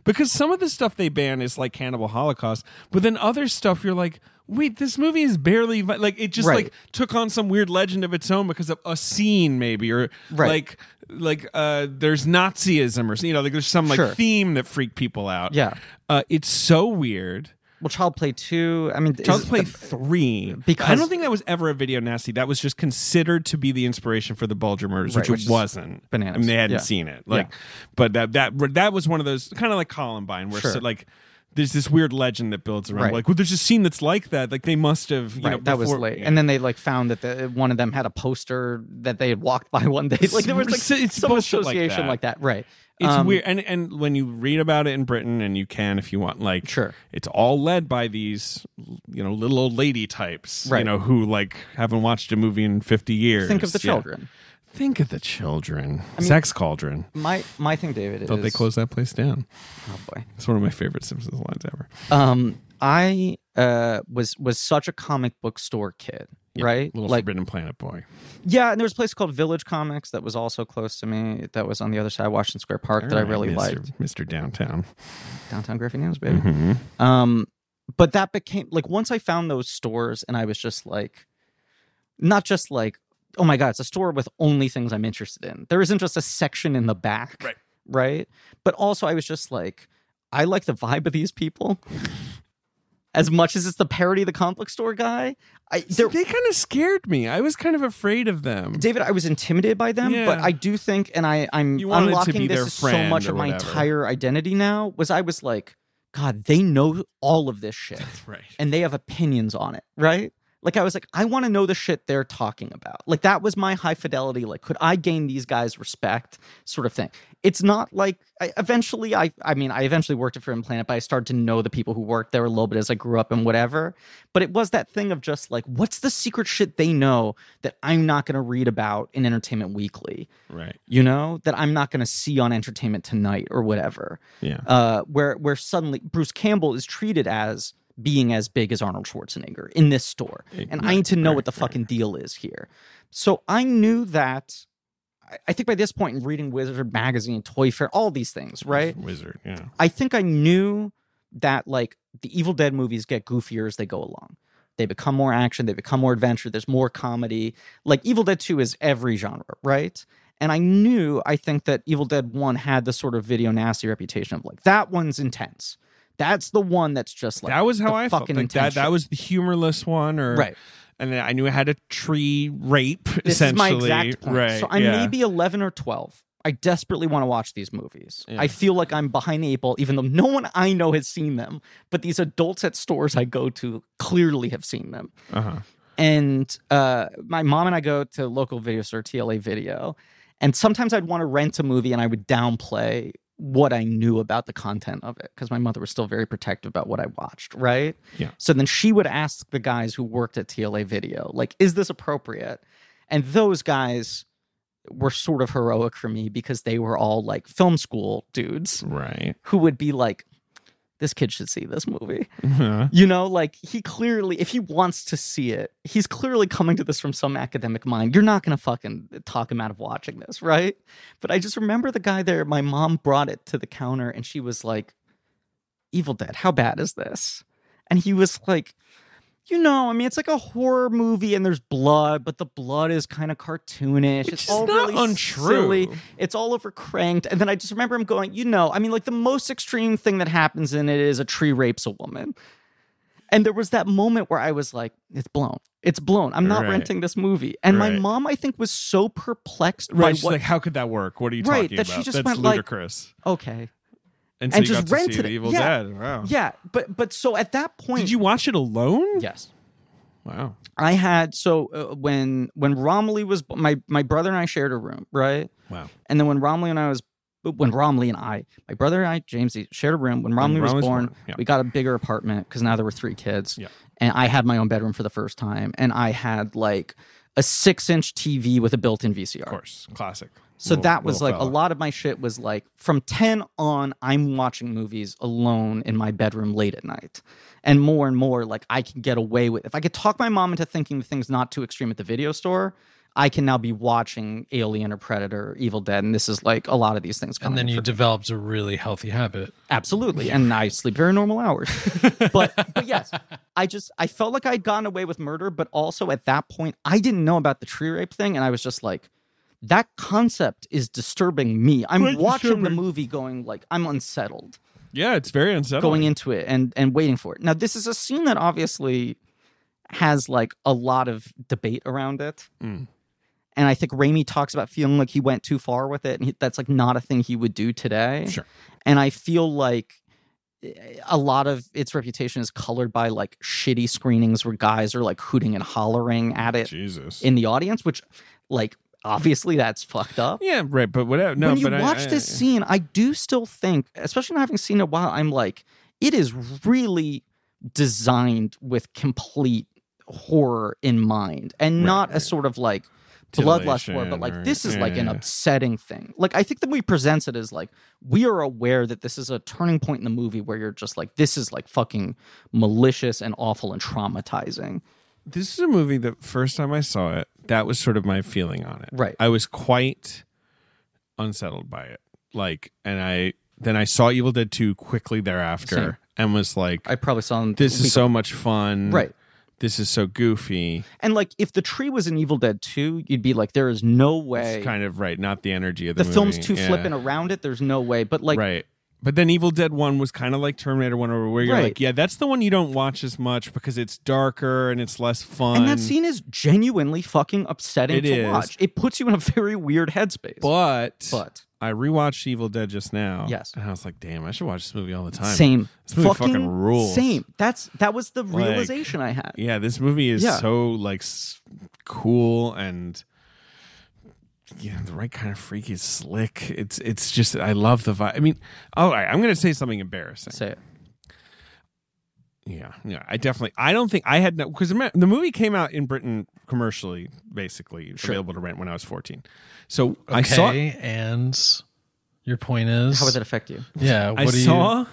B: Because some of the stuff they ban is like Cannibal Holocaust, but then other stuff you're like, wait, this movie is barely vi-" like it just
A: Right.
B: like took on some weird legend of its own because of a scene maybe or
A: Right.
B: like like uh there's Nazism or you know like there's some like
A: Sure.
B: theme that freaked people out.
A: Yeah.
B: uh, it's so weird.
A: well child play 2 i mean is
B: Child's
A: it
B: Play
A: the-
B: three.
A: because-
B: I don't think that was ever a video nasty. That was just considered to be the inspiration for the Bulger murders,
A: Right,
B: which,
A: which
B: it
A: is
B: wasn't.
A: bananas.
B: I mean, they hadn't
A: Yeah.
B: seen it. Like, but that that that was one of those kind of like Columbine, where
A: Sure.
B: so, like there's this weird legend that builds around.
A: Right.
B: Like, well, there's a scene that's like that. Like they must have. You
A: right,
B: know,
A: that was
B: before-
A: late.
B: Yeah.
A: And then they like found that the, one of them had a poster that they had walked by one day. Like there was like
B: It's- it's
A: some
B: bullshit like
A: association
B: that.
A: like that. Right.
B: It's
A: Um,
B: weird, and and when you read about it in Britain, and you can if you want, like,
A: Sure.
B: it's all led by these, you know, little old lady types,
A: Right.
B: you know, who like haven't watched a movie in fifty years.
A: Think of the
B: Yeah.
A: children.
B: Think of the children. Sex cauldron.
A: My my thing, David.
B: Thought
A: is,
B: they closed that place down.
A: Oh boy.
B: It's one of my favorite Simpsons lines ever.
A: Um, I uh was was such a comic book store kid. right.
B: Little
A: Like
B: Forbidden Planet boy.
A: yeah, and there was a place called Village Comics that was also close to me. That was on the other side of Washington Square Park that I
B: All right,
A: really
B: Mr.
A: liked.
B: Mr. Downtown.
A: downtown Griffin News,
B: Mm-hmm.
A: baby. Um, but that became like once I found those stores, and I was just like, not just like, oh my god, it's a store with only things I'm interested in. There isn't just a section in the back,
B: Right.
A: Right. But also, I was just like, I like the vibe of these people. As much as it's the parody of the complex store guy, I
B: They
A: there,
B: kind of scared me. I was kind of afraid of them.
A: David, I was intimidated by them, but
B: Yeah.
A: I do think, and I, I'm
B: You wanted to
A: unlocking
B: be
A: this
B: their
A: is so
B: friend
A: much
B: or
A: of my
B: whatever.
A: entire identity now. Was I was like, God, they know all of this shit,
B: right.
A: and they have opinions on it, right? Like I was like, I want to know the shit they're talking about. Like that was my high fidelity. Like, could I gain these guys respect, sort of thing. It's not like I, eventually, I, I mean, I eventually worked at Forbidden Planet, but I started to know the people who worked there a little bit as I grew up and whatever. But it was that thing of just like, what's the secret shit they know that I'm not going to read about in Entertainment Weekly?
B: Right.
A: you know that i'm not going to see on entertainment tonight or whatever
B: Yeah.
A: uh where where suddenly bruce campbell is treated as being as big as arnold schwarzenegger in this store and i need to know what the fucking deal is here so i knew that I- I think by this point in reading Wizard magazine, Toy Fair, all these things, right?
B: Wizard. Yeah.
A: I think I knew that like the Evil Dead movies get goofier as they go along. They become more action, they become more adventure, there's more comedy. Like Evil Dead 2 is every genre, right? And I knew, I think that Evil Dead 1 had the sort of video nasty reputation of like, that one's intense. That's the one that's just like
B: that was
A: the
B: how I felt.
A: fucking
B: Like that,
A: intense
B: that
A: shit.
B: was the humorless one. Or,
A: Right.
B: And then I knew it had a tree rape,
A: this is my
B: essentially.
A: exact point.
B: Right.
A: So I'm
B: yeah.
A: maybe 11 or 12. I desperately want to watch these movies.
B: Yeah.
A: I feel like I'm behind the eight ball, even though no one I know has seen them. But these adults at stores I go to clearly have seen them.
B: Uh-huh.
A: And uh, my mom and I go to local video store, TLA Video. And sometimes I'd want to rent a movie and I would downplay what I knew about the content of it because my mother was still very protective about what I watched, right?
B: Yeah.
A: So then she would ask the guys who worked at TLA Video, like, is this appropriate? And those guys were sort of heroic for me because they were all like film school dudes
B: Right.
A: who would be like, this kid should see this movie.
B: Uh-huh.
A: You know, like he clearly, if he wants to see it, he's clearly coming to this from some academic mind. You're not going to fucking talk him out of watching this, right? But I just remember the guy there, my mom brought it to the counter and she was like, Evil Dead, how bad is this? And he was like, you know, I mean, it's like a horror movie and there's blood, but the blood is kind of cartoonish.
B: Which
A: it's
B: is
A: all
B: not
A: really
B: untrue.
A: silly. It's all over cranked. And then I just remember him going, you know, I mean, like the most extreme thing that happens in it is a tree rapes a woman. And there was that moment where I was like, it's blown. It's blown. I'm not
B: Right.
A: renting this movie. And my
B: Right.
A: mom, I think, was so perplexed
B: Right.
A: by
B: She's
A: what.
B: like, how could that work? What are you
A: Right,
B: talking
A: that she
B: about?
A: just
B: That's
A: went, like-
B: ludicrous.
A: okay.
B: and,
A: and
B: so you
A: just
B: got to see
A: rented
B: the
A: it.
B: Evil
A: Yeah.
B: Dead. Wow.
A: Yeah. But but so at that point.
B: Did you watch it alone?
A: Yes.
B: Wow.
A: I had so uh, when when Romley was my my brother and I shared a room, right?
B: Wow.
A: And then when Romley and I was when Romley and I, my brother and I, James shared a room. When Romley, was
B: Romley's
A: born,
B: born, yeah.
A: we got a bigger apartment because now there were three kids.
B: Yeah.
A: And I had my own bedroom for the first time, and I had like a six inch TV with a built in VCR.
B: Of course. Classic.
A: So
B: Little-
A: that was
B: little
A: like
B: fella.
A: a lot of my shit was like from 10 on, I'm watching movies alone in my bedroom late at night. And more and more, like I can get away with if I could talk my mom into thinking the thing's not too extreme at the video store, I can now be watching Alien or Predator or Evil Dead. And this is like a lot of these things coming.
C: and then
A: in
C: you
A: for-
C: developed a really healthy habit.
A: Absolutely. And I sleep very normal hours. but but yes, I just I felt like I'd gotten away with murder, but also at that point I didn't know about the tree rape thing and I was just like that concept is disturbing me. I'm
B: Quite
A: watching the
B: disturbing.
A: movie going like I'm unsettled
B: Yeah, it's very unsettling.
A: going into it and and waiting for it. Now this is a scene that obviously has like a lot of debate around it.
B: Mm.
A: And I think Raimi talks about feeling like he went too far with it, and he, that's like not a thing he would do today.
B: Sure.
A: And I feel like eh, a lot of its reputation is colored by like shitty screenings where guys are like hooting and hollering at it
B: Jesus.
A: in the audience, which like obviously that's fucked up
B: yeah, right. But whatever. No,
A: when you
B: but I-
A: watch
B: I-
A: this
B: I-
A: scene, I do still think, especially not having seen it in a while, I'm like, it is really designed with complete horror in mind and
B: Right,
A: not a
B: right.
A: sort of like bloodlust horror,
B: Titillation
A: but like
B: or-
A: this is like an
B: yeah.
A: upsetting thing. Like I think the way he presents it is like we are aware that this is a turning point in the movie where you're just like, this is like fucking malicious and awful and traumatizing.
B: This is a movie that first time I saw it, that was sort of my feeling on it.
A: Right.
B: I was quite unsettled by it. Like, and I then I saw Evil Dead 2 quickly thereafter
A: Same.
B: and was like,
A: I probably saw him
B: this is so much fun.
A: Right.
B: This is so goofy.
A: and like if the tree was in Evil Dead 2, you'd be like, there is no way
B: It's kind of right, not the energy of the,
A: the film's
B: movie.
A: too
B: Yeah.
A: flippant around it. There's no way. But like,
B: right. But then Evil Dead 1 was kind of like Terminator 1 where you're
A: Right.
B: like, yeah, that's the one you don't watch as much because it's darker and it's less fun.
A: and that scene is genuinely fucking upsetting
B: It
A: to
B: is.
A: watch. It puts you in a very weird headspace.
B: But,
A: But-
B: I rewatched Evil Dead just now.
A: Yes.
B: And I was like, damn, I should watch this movie all the time.
A: same,
B: This movie fucking rules.
A: Same. That's that was the
B: Like-
A: realization I had.
B: Yeah, this movie is
A: Yeah.
B: so like s- cool and yeah, the right kind of freaky slick. It's it's just I love the vibe. I mean, oh, all right, I'm gonna say something embarrassing.
A: Say it.
B: Yeah, yeah. I definitely. I don't think I had no because the movie came out in Britain commercially, basically available to rent when I was 14. So I
C: Okay,
B: saw.
C: and your point is
A: How does it affect you?
C: Yeah, what
B: I
C: do you?
B: saw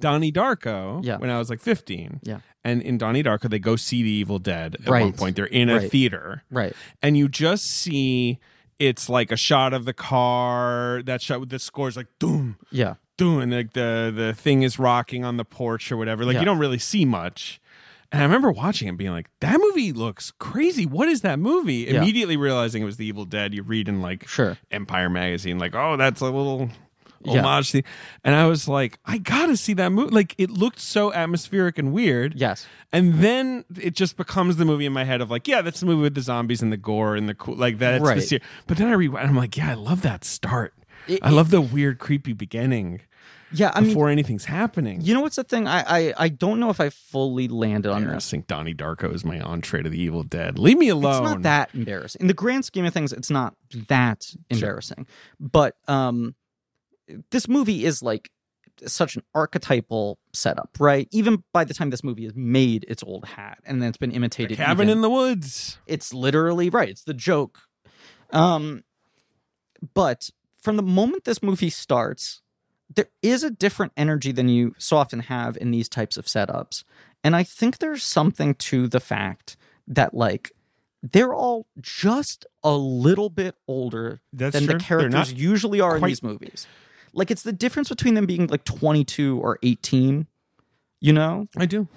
B: Donnie Darko
A: Yeah.
B: when I was like 15.
A: Yeah.
B: And in Donnie Darko, they go see the Evil Dead at one
A: Right.
B: point. They're in a
A: Right.
B: theater.
A: Right.
B: and you just see it's like a shot of the car that shot with the scores like doom
A: Yeah.
B: doom and like the the thing is rocking on the porch or whatever like
A: Yeah.
B: you don't really see much and i remember watching it and being like that movie looks crazy what is that movie
A: Yeah.
B: immediately realizing it was the evil dead you read in like
A: Sure.
B: empire magazine like oh that's a little
A: Yeah.
B: homage thing. and i was like i gotta see that movie like it looked so atmospheric and weird
A: Yes.
B: and then it just becomes the movie in my head of like, yeah, that's the movie with the zombies and the gore and the cool, like that's
A: Right.
B: the series. But then I read, and I'm like, yeah, I love that start.
A: It-
B: I love the weird, creepy beginning
A: Yeah. I mean,
B: before anything's happening.
A: you know what's the thing? I I, I don't know if I fully landed on this.
B: Embarrassing. Donnie Darko is my entree to the Evil Dead. Leave me alone.
A: It's not that embarrassing. In the grand scheme of things, it's not that embarrassing. But um, this movie is like such an archetypal setup, right? Even by the time this movie is made, it's old hat, and then it's been imitated.
B: Cabin
A: even-
B: in the woods.
A: it's literally right. It's the joke. Um, but from the moment this movie starts, there is a different energy than you so often have in these types of setups. And I think there's something to the fact that like they're all just a little bit older
B: That's
A: than
B: true.
A: the
B: They're
A: characters
B: not
A: usually are in
B: quite-
A: these movies. Like it's the difference between them being like 22 or 18, you know?
B: I do.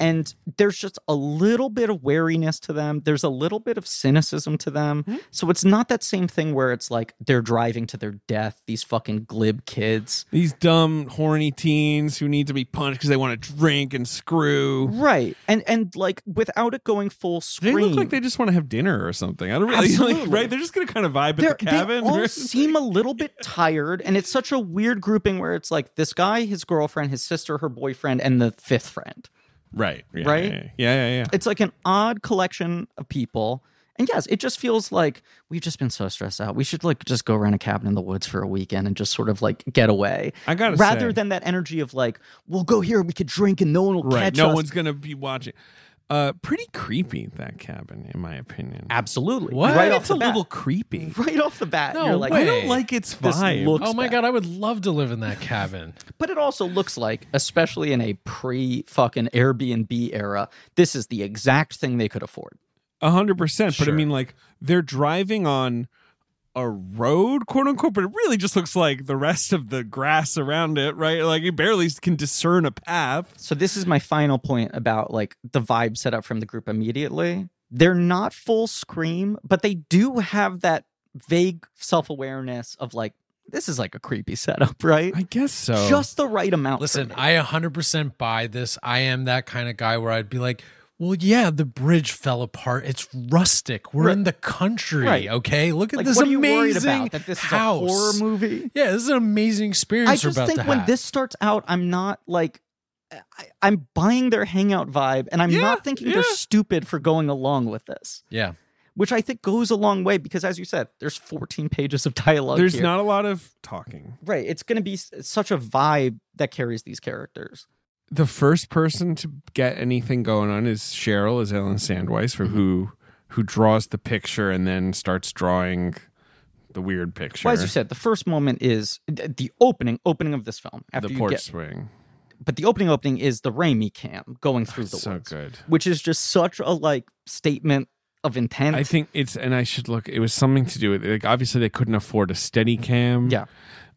A: and there's just a little bit of wariness to them there's a little bit of cynicism to them
B: Mm-hmm.
A: so it's not that same thing where it's like they're driving to their death these fucking glib kids
B: These dumb, horny teens who need to be punched because they want to drink and screw.
A: right and and like without it going full
B: They
A: screen
B: look like they just want to have dinner or something. I don't really like,
A: Absolutely.
B: right. They're just gonna kind of vibe
A: they're-
B: at the cabin.
A: they all seem a little bit tired and it's such a weird grouping where it's like this guy his girlfriend his sister her boyfriend and the fifth friend
B: Right. Yeah,
A: Right?
B: Yeah. Yeah. Yeah. yeah.
A: It's like an odd collection of people. And yes, it just feels like we've just been so stressed out. We should like just go rent a cabin in the woods for a weekend and just sort of like get away.
B: I gotta
A: rather
B: say-
A: than that energy of like, we'll go here, we could drink, and no one will
B: Right.
A: catch
B: No
A: us.
B: one's gonna be watching. Uh, pretty creepy that cabin, in my opinion.
A: Absolutely,
C: What?
A: right off
B: it's
A: the
B: a
A: bat.
B: little creepy.
A: right off the bat,
C: No
A: you're like,
C: way.
B: I don't like its
A: This
B: vibe.
A: looks-
C: Oh my
A: bad.
C: god, I would love to live in that cabin.
A: But it also looks like, especially in a pre fucking Airbnb era, this is the exact thing they could afford.
B: A hundred percent. But I
C: Sure.
B: mean, like they're driving on a road, quote unquote, but it really just looks like the rest of the grass around it, right? Like you barely can discern a path.
A: So this is my final point about like the vibe set up from the group immediately. They're not full scream, but they do have that vague self awareness of like, this is like a creepy setup, right?
B: I guess so.
A: Just the right amount. for
C: Listen,
A: me.
C: I 100% buy this. I am that kind of guy where I'd be like, well, yeah, the bridge fell apart. It's rustic. We're
A: Right.
C: in the country.
A: Right.
C: Okay. Look at
A: like,
C: this
A: what are you
C: amazing
A: worried about? That this
C: house.
A: is a horror movie?
C: Yeah, this is an amazing experience
A: I
C: we're
A: just
C: about
A: think
C: to
A: when
C: have.
A: this starts out, I'm not like I, I'm buying their hangout vibe, and I'm
B: Yeah,
A: not thinking they're
B: yeah.
A: stupid for going along with this,
C: yeah.
A: which I think goes a long way because, as you said, there's 14 pages of dialogue.
B: There's
A: here.
B: not a lot of talking.
A: right. It's going to be s- such a vibe that carries these characters.
B: the first person to get anything going on is Cheryl, is Ellen Sandweiss,
A: Mm-hmm.
B: for who who draws the picture and then starts drawing the weird picture.
A: Well, as you said, the first moment is th- the opening opening of this film. After
B: the
A: you
B: porch
A: get,
B: swing.
A: but the opening opening is the Raimi cam going through the
B: So
A: woods,
B: good.
A: which is just such a like statement of intent.
B: I think it's and I should look. It was something to do with like obviously they couldn't afford a steady cam.
A: Yeah.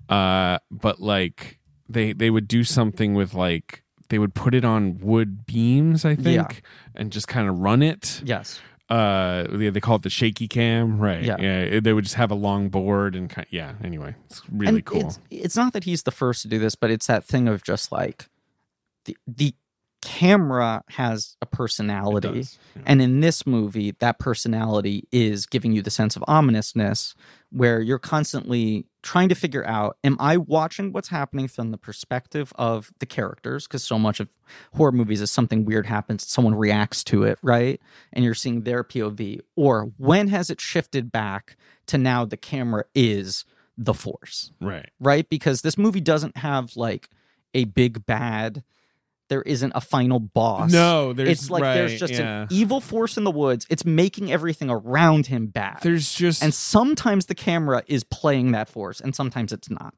B: Uh, but like they they would do something with like they would put it on wood beams, I think, and just kind of run it.
A: yes.
B: uh yeah, they call it the shaky cam right
A: Yeah.
B: yeah, it- they would just have a long board and kind yeah anyway it's really
A: And
B: cool
A: It's, it's not that he's the first to do this, but it's that thing of just like the the camera has a
B: It
A: personality,
B: does. Yeah.
A: and in this movie, that personality is giving you the sense of ominousness, where you're constantly trying to figure out: Am I watching what's happening from the perspective of the characters? Because so much of horror movies is something weird happens, someone reacts to it, right? And you're seeing their POV. Or when has it shifted back to now the camera is the force?
B: right
A: right? Because this movie doesn't have like a big bad. There isn't a final boss.
B: no there's
A: it's like there's
B: right,
A: just
B: yeah.
A: an evil force in the woods. It's making everything around him bad.
B: there's just
A: and sometimes the camera is playing that force, and sometimes it's not.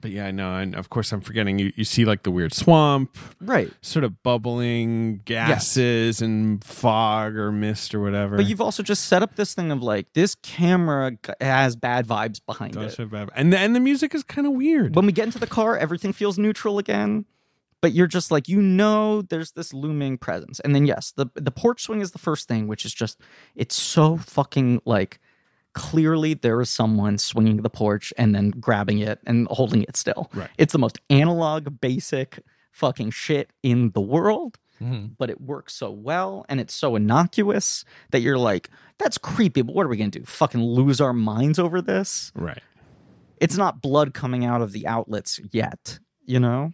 B: but yeah i know and of course i'm forgetting you you see like the weird swamp
A: Right.
B: sort of bubbling gases and fog or mist or whatever
A: But you've also just set up this thing of like this camera g- has bad vibes behind
B: Does
A: it.
B: have bad- and the, and the music is kind of weird
A: When we get into the car, everything feels neutral again. But you're just like you know there's this looming presence. And then yes, the the porch swing is the first thing, which is just it's so fucking like clearly there is someone swinging the porch and then grabbing it and holding it still.
B: Right.
A: It's the most analog basic fucking shit in the world,
C: Mhm.
A: but it works so well and it's so innocuous that you're like that's creepy, but what are we going to do? Fucking lose our minds over this?
B: right
A: it's not blood coming out of the outlets yet, you know?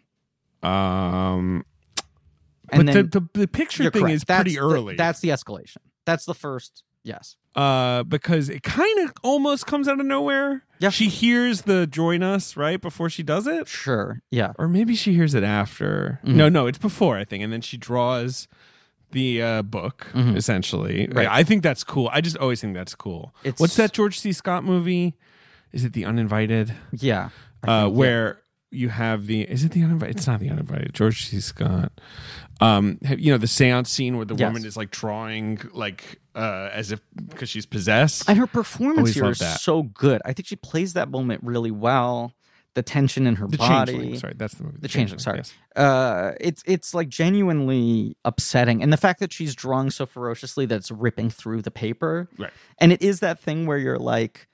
B: um
A: And
B: but
A: then
B: the, the the picture
A: you're
B: thing
A: correct.
B: is
A: that's
B: pretty
A: the-
B: early
A: that's the escalation. That's the first, yes.
B: uh, because it kind of almost comes out of nowhere.
A: Yeah.
B: She hears the join us right before she does it.
A: Sure. Yeah.
B: Or maybe she hears it after.
A: Mm-hmm.
B: No, no, it's before, I think. And then she draws the uh, book, essentially.
A: Mm-hmm. Right.
B: I think that's cool. I just always think that's cool.
A: It's-
B: What's that George C. Scott movie? Is it The Uninvited?
A: Yeah.
B: uh, where you have the is it the uninvited? It's not the uninvited. George C. Scott. Um, have- you know the seance scene where the
A: Yes.
B: woman is like drawing like uh, as if because she's possessed.
A: And her performance
B: Always
A: here
B: love
A: is
B: that.
A: so good. I think she plays that moment really well. The tension in her
B: the
A: body.
B: changeling. Sorry, that's the movie.
A: The changeling, sorry. Uh, it's it's like genuinely upsetting, and the fact that she's drawing so ferociously that it's ripping through the paper,
B: Right.
A: And it is that thing where you're like,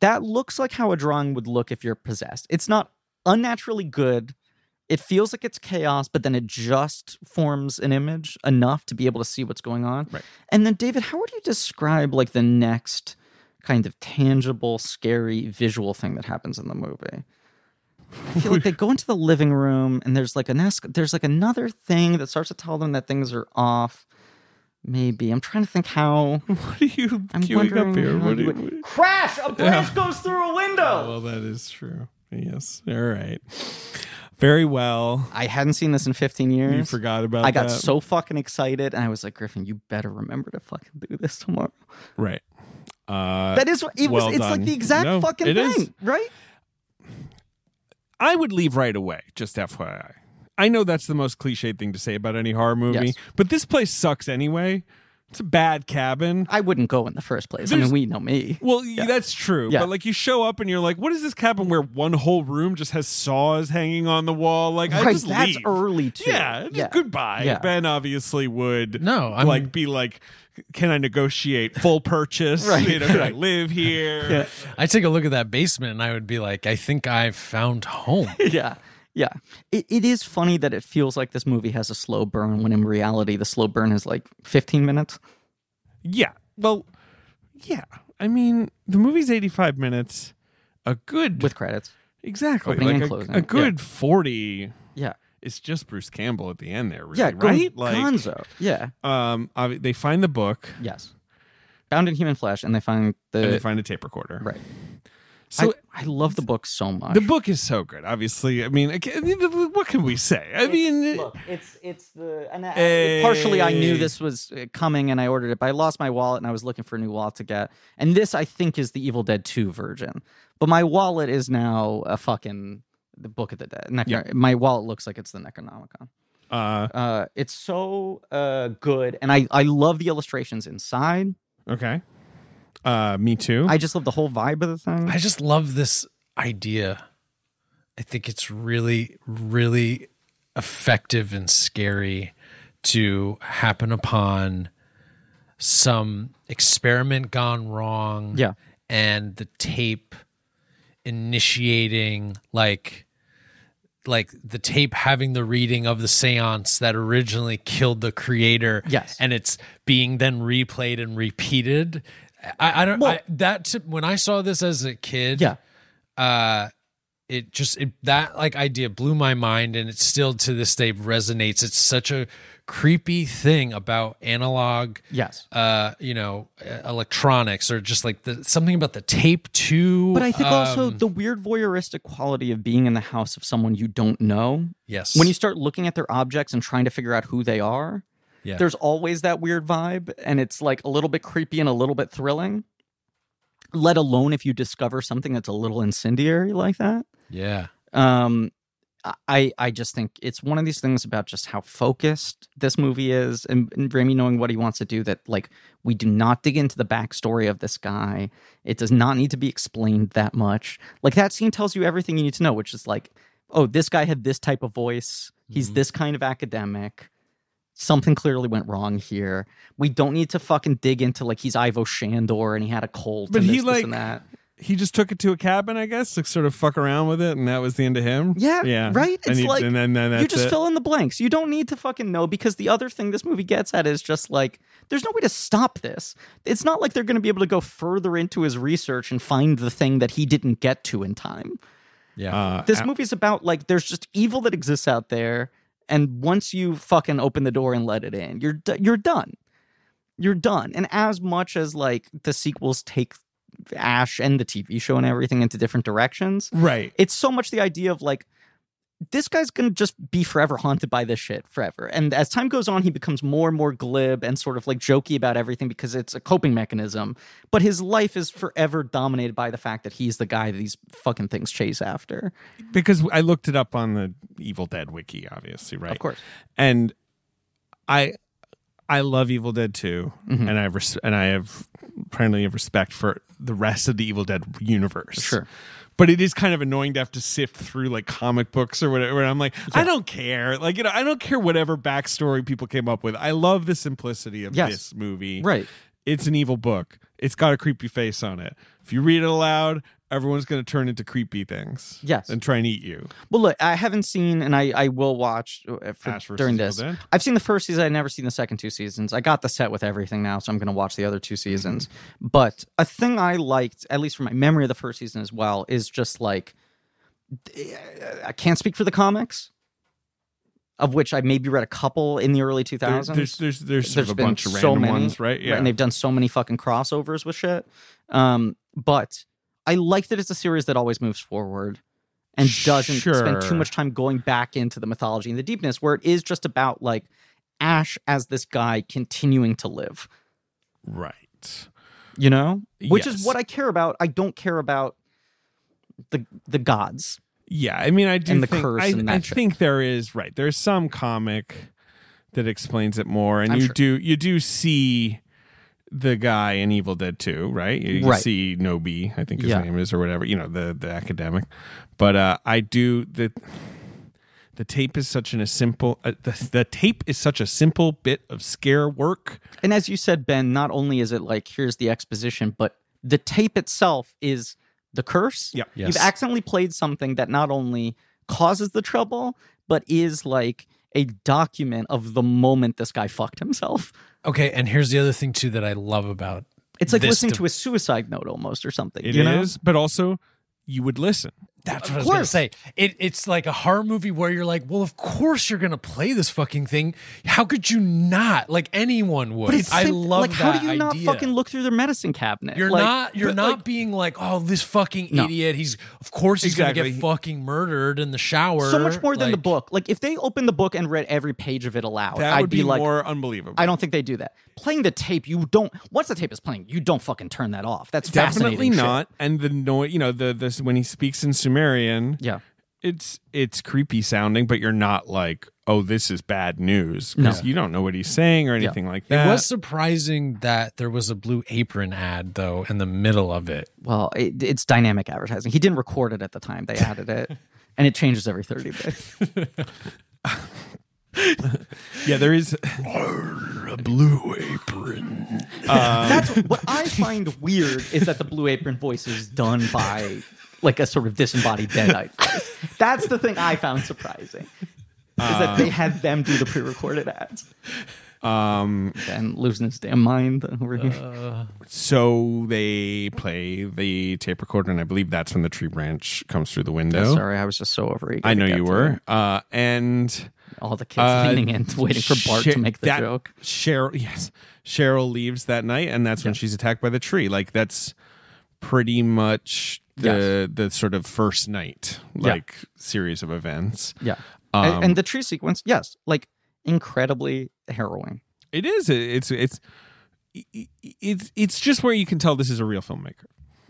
A: that looks like how a drawing would look if you're possessed. It's not unnaturally good. It feels like it's chaos, but then it just forms an image enough to be able to see what's going on.
B: Right.
A: And then, David, how would you describe like the next kind of tangible, scary visual thing that happens in the movie? I feel like they go into the living room and there's like an esc- there's like another thing that starts to tell them that things are off. Maybe I'm trying to think how
B: What are you
A: I'm
B: queuing up
A: wondering how
B: here? What
A: you
B: are you,
A: would- crash a branch goes through a window.
B: well, that is true. Yes. All right. Very well.
A: I hadn't seen this in 15 years.
B: You forgot about.
A: I got
B: that.
A: so fucking excited, and I was like, Griffin, you better remember to fucking do this tomorrow.
B: right. Uh,
A: That is what it
B: well
A: was. It's
B: done.
A: like the exact
B: No,
A: fucking
B: it
A: thing,
B: is.
A: right?
B: I would leave right away, just FYI. I know that's the most cliche thing to say about any horror movie,
A: Yes.
B: but this place sucks anyway. It's a bad cabin.
A: I wouldn't go in the first place. I
B: There's-
A: mean, we know me.
B: Well, y that's true.
A: Yeah.
B: But like you show up and you're like, what is this cabin where one whole room just has saws hanging on the wall? Like I
A: Right,
B: just
A: that's
B: leave.
A: early too.
B: Yeah, just
A: Yeah.
B: goodbye.
A: Yeah.
B: Ben obviously would
C: No, I'm-
B: like be like, can I negotiate full purchase?
A: Right,
B: You know, can I live here?
C: I take a look at that basement and I would be like, I think I've found home.
A: yeah yeah it, it is funny that it feels like this movie has a slow burn when in reality the slow burn is like 15 minutes
B: Yeah. Well, yeah. I mean, the movie's 85 minutes. A good
A: with credits
B: exactly
A: opening
B: like
A: and
B: a,
A: closing,
B: a good 40
A: yeah
B: it's just Bruce Campbell at the end there, really,
A: yeah go
B: right?
A: gonzo yeah
B: um, obvi- they find the book
A: yes bound in human flesh and they find
B: and they
A: the
B: find a tape recorder.
A: right
B: So
A: I, I love the book so much
B: the book is so good. Obviously, I mean, I ca- I mean, what can we say? I mean,
A: it's it's the and I,
B: Hey.
A: partially I knew this was uh, coming and I ordered it, but I lost my wallet and I was looking for a new wallet to get. And this I think is the Evil Dead Two version, but my wallet is now a fucking the Book of the Dead. Necro-
B: Yeah.
A: My wallet looks like it's the Necronomicon.
B: uh,
A: Uh, it's so uh, good, and I I love the illustrations inside.
B: okay. Uh, me too.
A: I just love the whole vibe of the thing.
C: I just love this idea. I think it's really, really effective and scary to happen upon some experiment gone wrong.
A: Yeah.
C: And the tape initiating like like the tape having the reading of the seance that originally killed the creator
A: Yes.
C: and it's being then replayed and repeated i, I don't
A: Well-
C: I, that t- when i saw this as a kid
A: yeah,
C: uh it just it, that like idea blew my mind and it still to this day resonates it's such a creepy thing about analog
A: yes.
C: uh you know e- electronics or just like the something about the tape too
A: But I think also
C: um,
A: the weird voyeuristic quality of being in the house of someone you don't know
C: yes
A: when you start looking at their objects and trying to figure out who they are
C: Yeah.
A: there's always that weird vibe and it's like a little bit creepy and a little bit thrilling let alone if you discover something that's a little incendiary like that
C: yeah
A: um I, I just think it's one of these things about just how focused this movie is and, and Raimi knowing what he wants to do that like we do not dig into the backstory of this guy. It does not need to be explained that much. Like that scene tells you everything you need to know, which is like, oh, this guy had this type of voice. He's
B: Mm-hmm.
C: Mhm.
A: this kind of academic. Something clearly went wrong here. We don't need to fucking dig into like he's Ivo Shandor and he had a cult
B: But
A: and
B: he,
A: this, this
B: like-
A: and that.
B: he just took it to a cabin, I guess, like sort of fuck around with it, and that was the end of him.
A: Yeah,
B: yeah,
A: right?
B: And,
A: It's
B: he-
A: like,
B: and then, then that's
A: you just
B: it.
A: fill in the blanks. You don't need to fucking know because the other thing this movie gets at is just like there's no way to stop this. It's not like they're going to be able to go further into his research and find the thing that he didn't get to in time.
C: yeah
B: Uh,
A: This movie's about like there's just evil that exists out there, and once you fucking open the door and let it in, you're d- you're done. You're done. And as much as like the sequels take Ash and the TV show and everything into different directions,
B: right.
A: it's so much the idea of like this guy's gonna just be forever haunted by this shit forever and as time goes on he becomes more and more glib and sort of like jokey about everything because it's a coping mechanism but his life is forever dominated by the fact that he's the guy that these fucking things chase after
B: because I looked it up on the Evil Dead wiki, obviously, right?
A: of course
B: And I I love Evil Dead 2
A: Mm-hmm.
B: and I have res- and I have plenty of respect for the rest of the Evil Dead universe.
A: Sure.
B: But it is kind of annoying to have to sift through like comic books or whatever. And I'm like, I don't care. Like, you know, I don't care whatever backstory people came up with. I love the simplicity of
A: Yes.
B: this movie.
A: right
B: It's an evil book. It's got a creepy face on it. If you read it aloud, everyone's going to turn into creepy things.
A: Yes.
B: And try and eat you.
A: well look i haven't seen and i i will watch uh, for,
B: Ash versus
A: during
B: Evil
A: this
B: Dead?
A: i've seen the first season i've never seen the second two seasons i got the set with everything now so i'm gonna watch the other two
B: Mm-hmm.
A: seasons but a thing i liked at least from my memory of the first season as well is just like I can't speak for the comics, of which I maybe read a couple in the early two
B: There-
A: thousands.
B: there's there's there's, sort
A: There's
B: of a
A: been
B: bunch of
A: so
B: random
A: many,
B: ones, right? Yeah.
A: and they've done so many fucking crossovers with shit. Um, but I like that it's a series that always moves forward and doesn't spend
B: Sure.
A: too much time going back into the mythology and the deepness, where it is just about like Ash as this guy continuing to live.
B: right.
A: You know, which is
B: Yes.
A: what I care about. I don't care about the the gods.
B: Yeah, I mean, I do
A: And the
B: think
A: curse
B: I,
A: and that
B: I
A: shit.
B: think there is right. There's some comic that explains it more, and
A: I'm
B: you
A: sure.
B: do you do see the guy in Evil Dead 2, right? You, you
A: Right.
B: see Nobi, I think his
A: Yeah.
B: name is, or whatever. You know, the the academic. But uh, I do the the tape is such an a simple uh, the, the tape is such a simple bit of scare work.
A: And as you said, Ben, not only is it like here's the exposition, but the tape itself is the curse.
B: Yeah.
C: Yes.
A: You've accidentally played something that not only causes the trouble, but is like a document of the moment this guy fucked himself.
C: Okay, and here's the other thing too that I love about
A: It's like
C: This
A: listening
C: de-
A: to a suicide note almost or something.
B: It is,
A: you know?
B: but also you would listen.
C: that's what I was gonna
A: course.
C: say. It it's like a horror movie where you're like, well, of course you're gonna play this fucking thing. How could you not? Like anyone would.
A: But it's
C: I
A: sim-
C: love
A: like
C: that
A: how do you not
C: idea.
A: fucking look through their medicine cabinet?
C: You're
A: Like,
C: not. You're
B: but,
C: not
B: like-
C: being like, oh, this fucking
A: No.
C: idiot. He's of course he's
B: Exactly.
C: gonna get fucking murdered in the shower.
A: so much more than the
C: Like,
A: book. Like if they opened the book and read every page of it aloud,
B: That
A: I'd
B: would be,
A: like
B: more unbelievable.
A: I don't think they do that. Playing the tape, you don't. Once the tape is playing, you don't fucking turn that off. That's
B: Definitely
A: fascinating shit.
B: not. And the noise, you know, the this when he speaks in Sumerian,
A: Yeah,
B: it's it's creepy sounding, but you're not like, oh, this is bad news because you don't know what he's saying or anything like
C: It
B: that.
C: was surprising that there was a Blue Apron ad though in the middle of it.
A: well, it, it's dynamic advertising. He didn't record it at the time; they added it, and it changes every thirty days.
B: yeah, there is.
A: That's what I find weird is that the Blue Apron voice is done by like a sort of disembodied deadite voice. That's the thing I found surprising is that they had them do the pre-recorded ads.
B: Um,
A: And losing his damn mind over here.
B: so they play the tape recorder, and I believe that's when the tree branch comes through the window.
A: Sorry, I was just so over.
B: I know you were. Uh, and
A: all the kids
B: Uh,
A: leaning in, waiting for Bart
B: Sher-
A: to make the
B: that-
A: joke.
B: Cheryl, yes, Cheryl leaves that night, and that's when she's attacked by the tree. Like that's pretty much the the sort of first night, like series of events.
A: Yeah.
B: Um,
A: and, and the tree sequence, yes, like incredibly harrowing.
B: It is. It's it's it's it's it's just where you can tell this is a real filmmaker.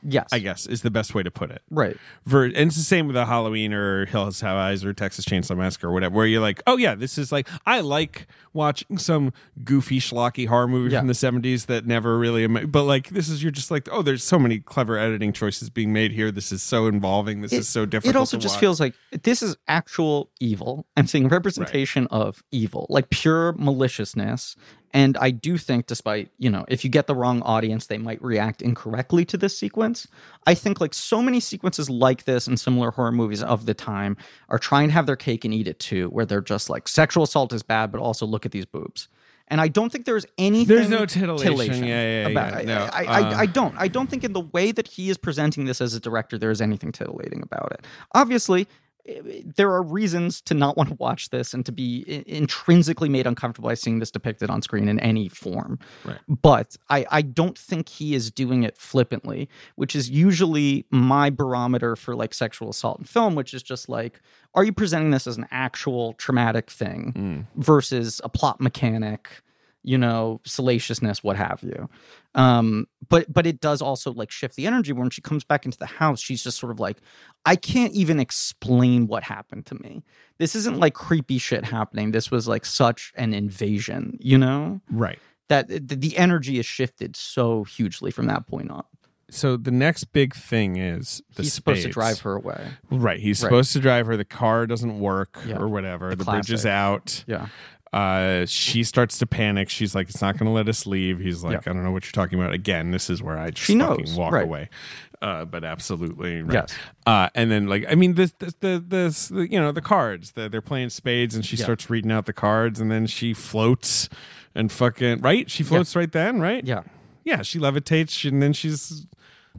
A: Yes.
B: I guess is the best way to put it.
A: Right.
B: Ver- and it's the same with the Halloween or Hills Have Eyes or Texas Chainsaw Massacre or whatever, where you're like, oh yeah, this is like I like watching some goofy schlocky horror movie
A: Yeah.
B: from the '70s that never really, ama- but like this is you're just like, oh, there's so many clever editing choices being made here. This is so involving. This is so difficult.
A: It also
B: to
A: just
B: watch.
A: feels like this is actual evil. I'm seeing representation of evil, like pure maliciousness. And I do think, despite, you know, if you get the wrong audience, they might react incorrectly to this sequence. I think, like, so many sequences like this and similar horror movies of the time are trying to have their cake and eat it too, where they're just like, sexual assault is bad, but also look at these boobs. And I don't think there's anything.
B: There's no titillation.
A: titillation
B: Yeah, yeah, yeah,
A: about it.
B: no,
A: I, I,
B: uh,
A: I, I don't. I don't think in the way that he is presenting this as a director, there is anything titillating about it. Obviously, eh, there are reasons to not want to watch this and to be i- intrinsically made uncomfortable by seeing this depicted on screen in any form.
B: Right.
A: But I, I don't think he is doing it flippantly, which is usually my barometer for like sexual assault in film, which is just like, are you presenting this as an actual traumatic thing
B: Mm.
A: versus a plot mechanic? you know salaciousness what have you um but but it does also like shift the energy when she comes back into the house she's just sort of like i can't even explain what happened to me this isn't like creepy shit happening this was like such an invasion you know
B: right.
A: that the, the energy is shifted so hugely from that point on
B: So the next big thing is the
A: he's supposed to
B: spades.
A: drive her away
B: Right. He's
A: Right.
B: supposed to drive her. The car doesn't work
A: Yeah.
B: or whatever. The,
A: The
B: bridge is
A: classic.
B: out.
A: yeah
B: uh she starts to panic she's like it's not going to let us leave he's like i don't know what you're talking about again this is where i just
A: She knows,
B: fucking walk
A: right.
B: away uh but absolutely right
A: Yes.
B: uh and then like i mean this this the this the, you know the cards the, they're playing spades and she starts reading out the cards and then she floats and fucking right she floats right then right
A: yeah
B: yeah she levitates and then she's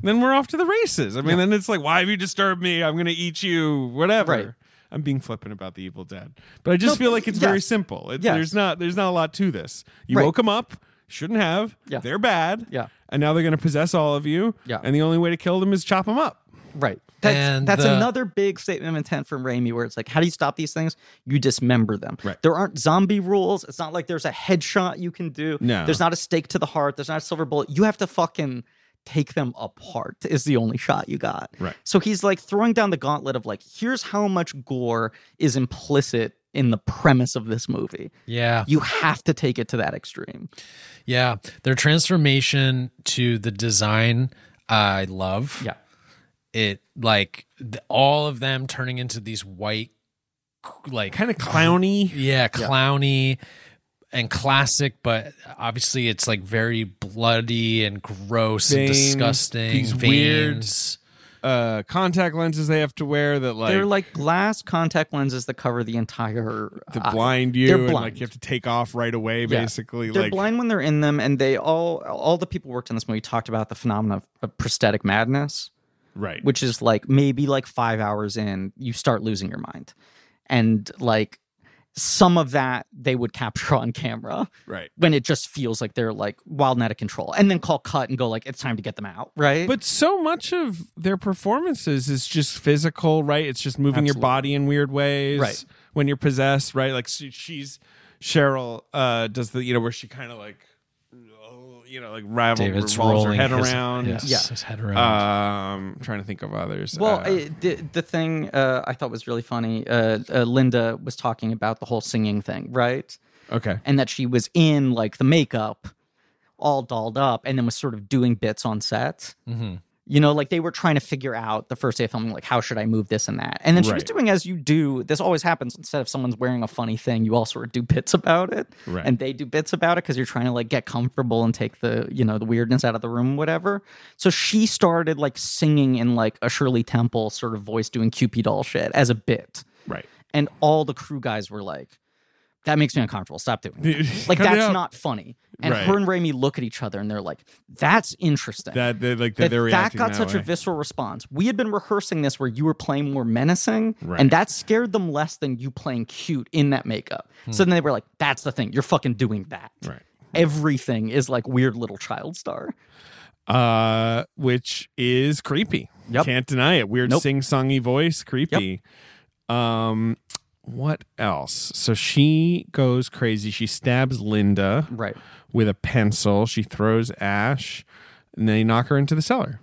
B: then we're off to the races. I mean, then it's like, why have you disturbed me? I'm going to eat you, whatever.
A: Right.
B: I'm being flippant about the Evil Dead, but I just feel like it's
A: yeah.
B: very simple. It's,
A: Yeah.
B: There's not there's not a lot to this. You
A: Right.
B: woke them up, shouldn't have.
A: Yeah.
B: They're bad.
A: Yeah.
B: and now they're going to possess all of you.
A: Yeah.
B: and the only way to kill them is chop them up.
A: Right. That's,
C: And
A: that's
C: the-
A: another big statement of intent from Raimi where it's like, how do you stop these things? You dismember them.
B: Right.
A: There aren't zombie rules. It's not like there's a headshot you can do.
B: No.
A: There's not a stake to the heart. There's not a silver bullet. You have to fucking take them apart is the only shot you got.
B: Right.
A: So he's like throwing down the gauntlet of like, here's how much gore is implicit in the premise of this movie.
C: Yeah.
A: You have to take it to that extreme.
C: Yeah. Their transformation to the design, uh, I love.
A: Yeah.
C: It like th- all of them turning into these white, like
B: Kind of clowny.
C: Yeah, clowny and classic, but obviously it's like very bloody and gross and
B: Veins,
C: disgusting.
B: these weird-
C: veins.
B: uh contact lenses they have to wear that like,
A: They're like glass contact lenses that cover the entire
B: to
A: eye.
B: blind you
A: uh, they're
B: and like
A: blind.
B: you have to take off right away basically
A: They're
B: like
A: blind when they're in them, and they all all the people who worked on this movie talked about the phenomenon of, of prosthetic madness,
B: right
A: which is like maybe like five hours in, you start losing your mind, and like some of that they would capture on camera
B: right
A: when it just feels like they're like wild and out of control, and then call cut and go like it's time to get them out, right?
B: but so much of their performances is just physical right it's just moving your
A: Absolutely.
B: body in weird ways
A: Right.
B: when you're possessed right like she, she's cheryl uh does the you know where she kind of like oh, you know like ravel
C: David's
B: revolves her
C: rolling
B: head
C: his,
B: around
C: yes,
A: Yeah.
C: his head around.
B: um trying to think of others
A: Well,
B: Uh,
A: I, the the thing uh, I thought was really funny, uh, uh, Linda was talking about the whole singing thing, right?
B: okay
A: and that she was in like the makeup all dolled up and then was sort of doing bits on set
B: Mm-hmm.
C: Mhm.
A: you know like they were trying to figure out the first day of filming like how should i move this and that and then she was
B: Right.
A: doing as you do this always happens instead of someone's wearing a funny thing you all sort of do bits about it
B: Right.
A: and they do bits about it because you're trying to like get comfortable and take the you know the weirdness out of the room whatever so she started like singing in like a shirley temple sort of voice doing cupid doll shit as a bit
B: right
A: and all the crew guys were like that makes me uncomfortable stop doing that like
B: Cut it
A: that's
B: out.
A: not funny. And
B: Right.
A: her and Raimi look at each other and they're like, "That's interesting."
B: that they like
A: that,
B: they're
A: that
B: reacting
A: got
B: that
A: such
B: way.
A: a visceral response. We had been rehearsing this where you were playing more menacing,
B: Right.
A: and that scared them less than you playing cute in that makeup. So then they were like, "That's the thing. You're fucking doing that."
B: Hmm. right
A: Everything is like weird little child star.
B: uh, which is creepy.
A: Yep.
B: Can't deny it. Weird
A: Nope.
B: sing-songy voice, creepy. Um, what else? So she goes crazy. She stabs Linda
A: Right.
B: with a pencil. She throws ash, and they knock her into the cellar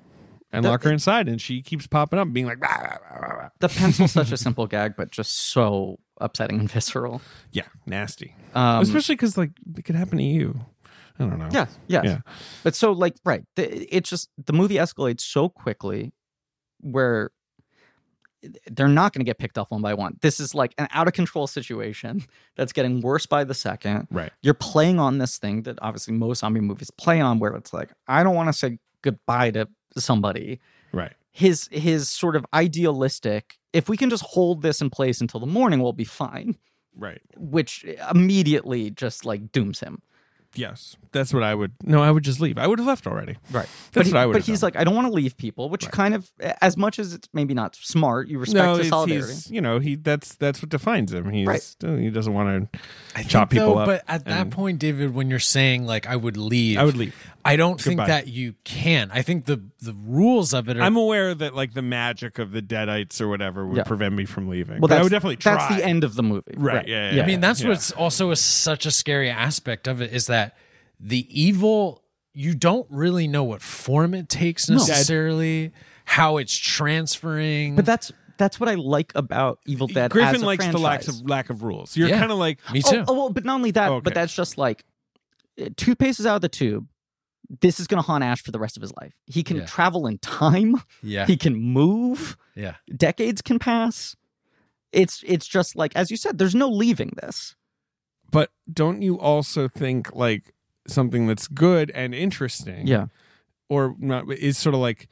B: and
A: That-
B: lock her inside. And she keeps popping up, being like, "Rah, rah, rah, rah, rah."
A: The pencil's such a simple gag, but just so upsetting and visceral.
B: "Yeah, nasty."
A: Um,
B: Especially because like it could happen to you. I don't know.
A: Yeah, yes.
B: Yeah.
A: But so like right, the, it's just the movie escalates so quickly where they're not going to get picked off one by one. This is like an out of control situation that's getting worse by the second.
B: Right.
A: You're playing on this thing that obviously most zombie movies play on where it's like I don't want to say goodbye to somebody.
B: Right.
A: His his sort of idealistic, if we can just hold this in place until the morning we'll be fine,
B: Right.
A: which immediately just like dooms him.
B: Yes. That's what I would. No, I would just leave. I would have left already.
A: Right.
B: That's
A: but he-
B: what I would
A: But
B: have
A: he's
B: done.
A: like, I don't want to leave people, which kind of, as much as it's maybe not smart, you respect the
B: it's-
A: solidarity.
B: he's- you know, he that's that's what defines him. He's
A: Right.
B: he doesn't want to
C: I
B: chop
C: think,
B: people
C: though,
B: up
C: But at that
B: and-
C: point, David, when you're saying like I would leave,
B: I would leave.
C: I don't
B: Goodbye.
C: think that you can. I think the the rules of it are
B: I'm aware that like the magic of the deadites or whatever would
A: Yeah.
B: prevent me from leaving.
A: well,
B: But
A: that's,
B: I would definitely try.
A: That's the end of the movie.
B: Right, yeah, yeah,
C: I mean, that's
B: yeah.
C: what's also a, such a scary aspect of it is that the evil, you don't really know what form it takes necessarily, how it's transferring.
A: But that's that's what I like about Evil Dead.
B: Griffin
A: as a
B: likes the lack
A: franchise.
B: of lack of rules. You're
C: Yeah.
B: kind of like
C: me
A: Oh,
C: too.
A: Oh, well, but not only that,
B: Okay.
A: but that's just like uh, toothpaste is out of the tube. This is going to haunt Ash for the rest of his life. He can
C: Yeah.
A: travel in time.
C: yeah.
A: He can move.
C: yeah.
A: Decades can pass. It's it's just like as you said. There's no leaving this.
B: but don't you also think like something that's good and interesting? or not is sort of like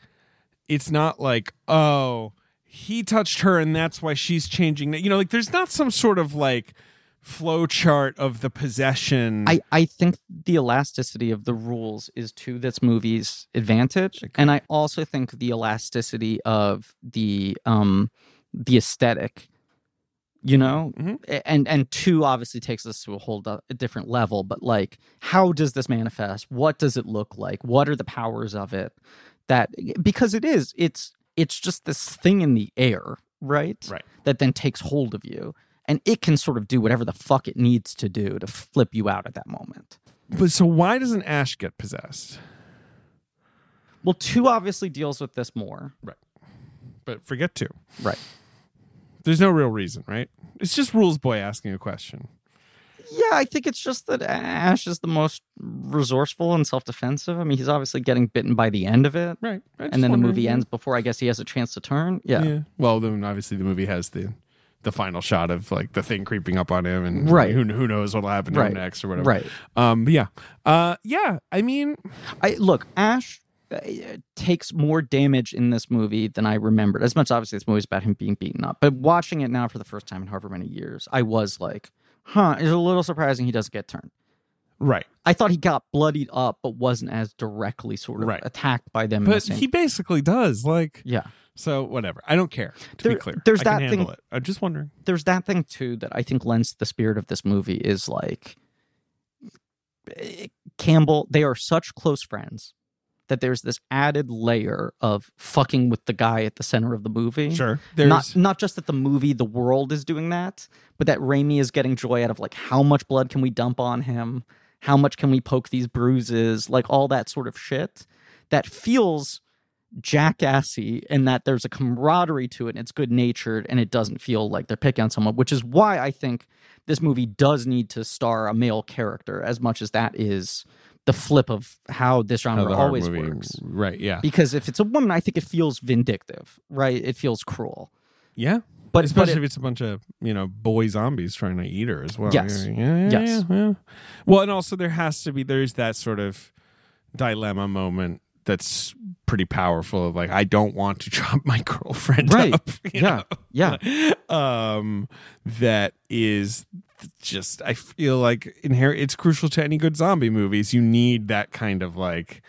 B: it's not like oh he touched her and that's why she's changing that you know like there's not some sort of like flow chart of the possession.
A: I, I think the elasticity of the rules is to this movie's advantage, and I also think the elasticity of the um the aesthetic, you know, A- and and two obviously takes us to a whole do- a different level. But like, how does this manifest? What does it look like? What are the powers of it? That eh, because it is it's it's just this thing in the air, right?
B: Right.
A: That then takes hold of you and it can sort of do whatever the fuck it needs to do to flip you out at that moment.
B: but so why doesn't Ash get possessed?
A: Well, two obviously deals with this more.
B: But forget to.
A: Right.
B: There's no real reason, right? It's just rules boy asking a question.
A: Yeah, I think it's just that Ash is the most resourceful and self defensive. I mean, he's obviously getting bitten by the end of it.
B: Right. I just
A: And then the
B: wonder-
A: movie ends before I guess he has a chance to turn. Yeah.
B: Yeah. Well, then obviously the movie has the the final shot of like the thing creeping up on him and
A: Right.
B: who, who knows what'll happen to
A: Right.
B: him next or whatever.
A: Right.
B: Um but yeah. Uh yeah, I mean
A: I look, Ash uh, takes more damage in this movie than I remembered. As much obviously this movie's about him being beaten up, but watching it now for the first time in however many years, I was like, huh, it's a little surprising he doesn't get turned.
B: right.
A: I thought he got bloodied up, but wasn't as directly sort of
B: Right.
A: attacked by them. in the
B: But
A: same-
B: he basically does. Like
A: yeah,
B: so whatever. I don't care, to
A: There-
B: be clear.
A: there's
B: I can
A: that
B: handle
A: thing-
B: it. I'm just wondering.
A: there's that thing too that I think lends to the spirit of this movie is like eh, Campbell. They are such close friends that there's this added layer of fucking with the guy at the center of the movie.
B: Sure. There's
A: Not not just that the movie, the world is doing that, but that Raimi is getting joy out of like how much blood can we dump on him, how much can we poke these bruises, like all that sort of shit that feels jackassy and that there's a camaraderie to it and it's good natured and it doesn't feel like they're picking on someone, which is why I think this movie does need to star a male character as much as that is the flip of how this
B: how
A: genre
B: the horror
A: always
B: movie-
A: works
B: Right, yeah.
A: because if it's a woman, I think it feels vindictive, right? It feels cruel.
B: Yeah.
A: But
B: especially
A: but
B: if it's a bunch of you know boy zombies trying to eat her as well.
A: Yes.
B: Yeah, yeah, yeah,
A: Yes.
B: yeah, yeah. Well, and also there has to be there's that sort of dilemma moment that's pretty powerful. Of like, I don't want to chop my girlfriend
A: Right.
B: up. you
A: Yeah. yeah,
B: know? Um, that is just I feel like inherent. It's crucial to any good zombie movies. You need that kind of like.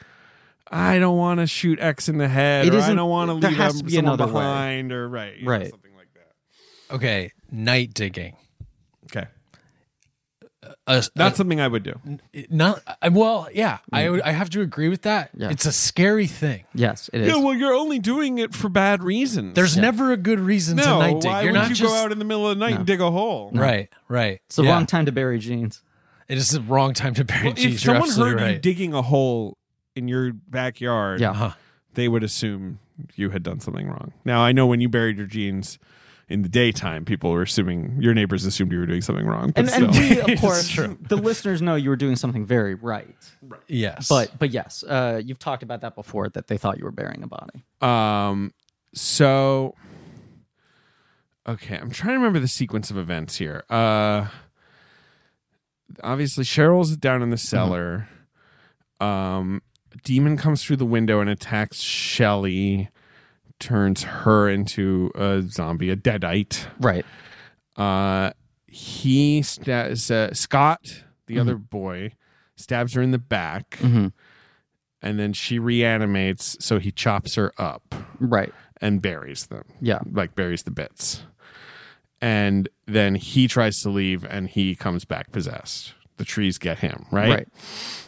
B: I don't want to shoot X in the head.
A: It
B: or I
A: isn't-
B: don't want to
A: there
B: leave
A: has
B: um,
A: to be
B: someone
A: another way.
B: behind, or right, you know,
A: Right.
B: something like that.
C: Okay, night digging.
B: Okay.
C: A,
B: That's something I would do.
C: a- not I- well, yeah. I would- I have to agree with that.
A: Mm. Yeah.
C: It's a scary thing.
A: yes, it is.
B: Yeah, well, you're only doing it for bad reasons.
C: There's never a good reason to
B: no.
C: night dig.
B: why
C: You're
B: would
C: not
B: you
C: just
B: go out in the middle of the night and dig a hole?
C: right, right.
A: it's the
C: Yeah.
A: wrong time to bury jeans.
C: It is the wrong time to bury
B: Well,
C: cheese.
B: if
C: You're
B: someone
C: absolutely
B: heard you
C: right.
B: digging a hole in your backyard,
A: Yeah,
C: Uh-huh.
B: they would assume you had done something wrong. Now I know when you buried your jeans in the daytime, people were assuming your neighbors assumed you were doing something wrong. But
A: and and
B: still.
A: we, of course, the listeners know you were doing something very right.
C: Yes,
A: But but yes, uh, you've talked about that before that they thought you were burying a body.
B: Um, so okay, I'm trying to remember the sequence of events here. Uh, obviously Cheryl's down in
A: Mm-hmm.
B: the cellar. Um, a demon comes through the window and attacks Shelly, turns her into a zombie, a deadite.
A: Right.
B: Uh, he sta- uh, Scott, the
A: Mm-hmm.
B: other boy, stabs her in the back.
A: Mhm.
B: And then she reanimates, so he chops her up
A: Right.
B: and buries them,
A: Yeah.
B: like buries the bits. And then he tries to leave and he comes back possessed. The trees get him, right?
A: Right.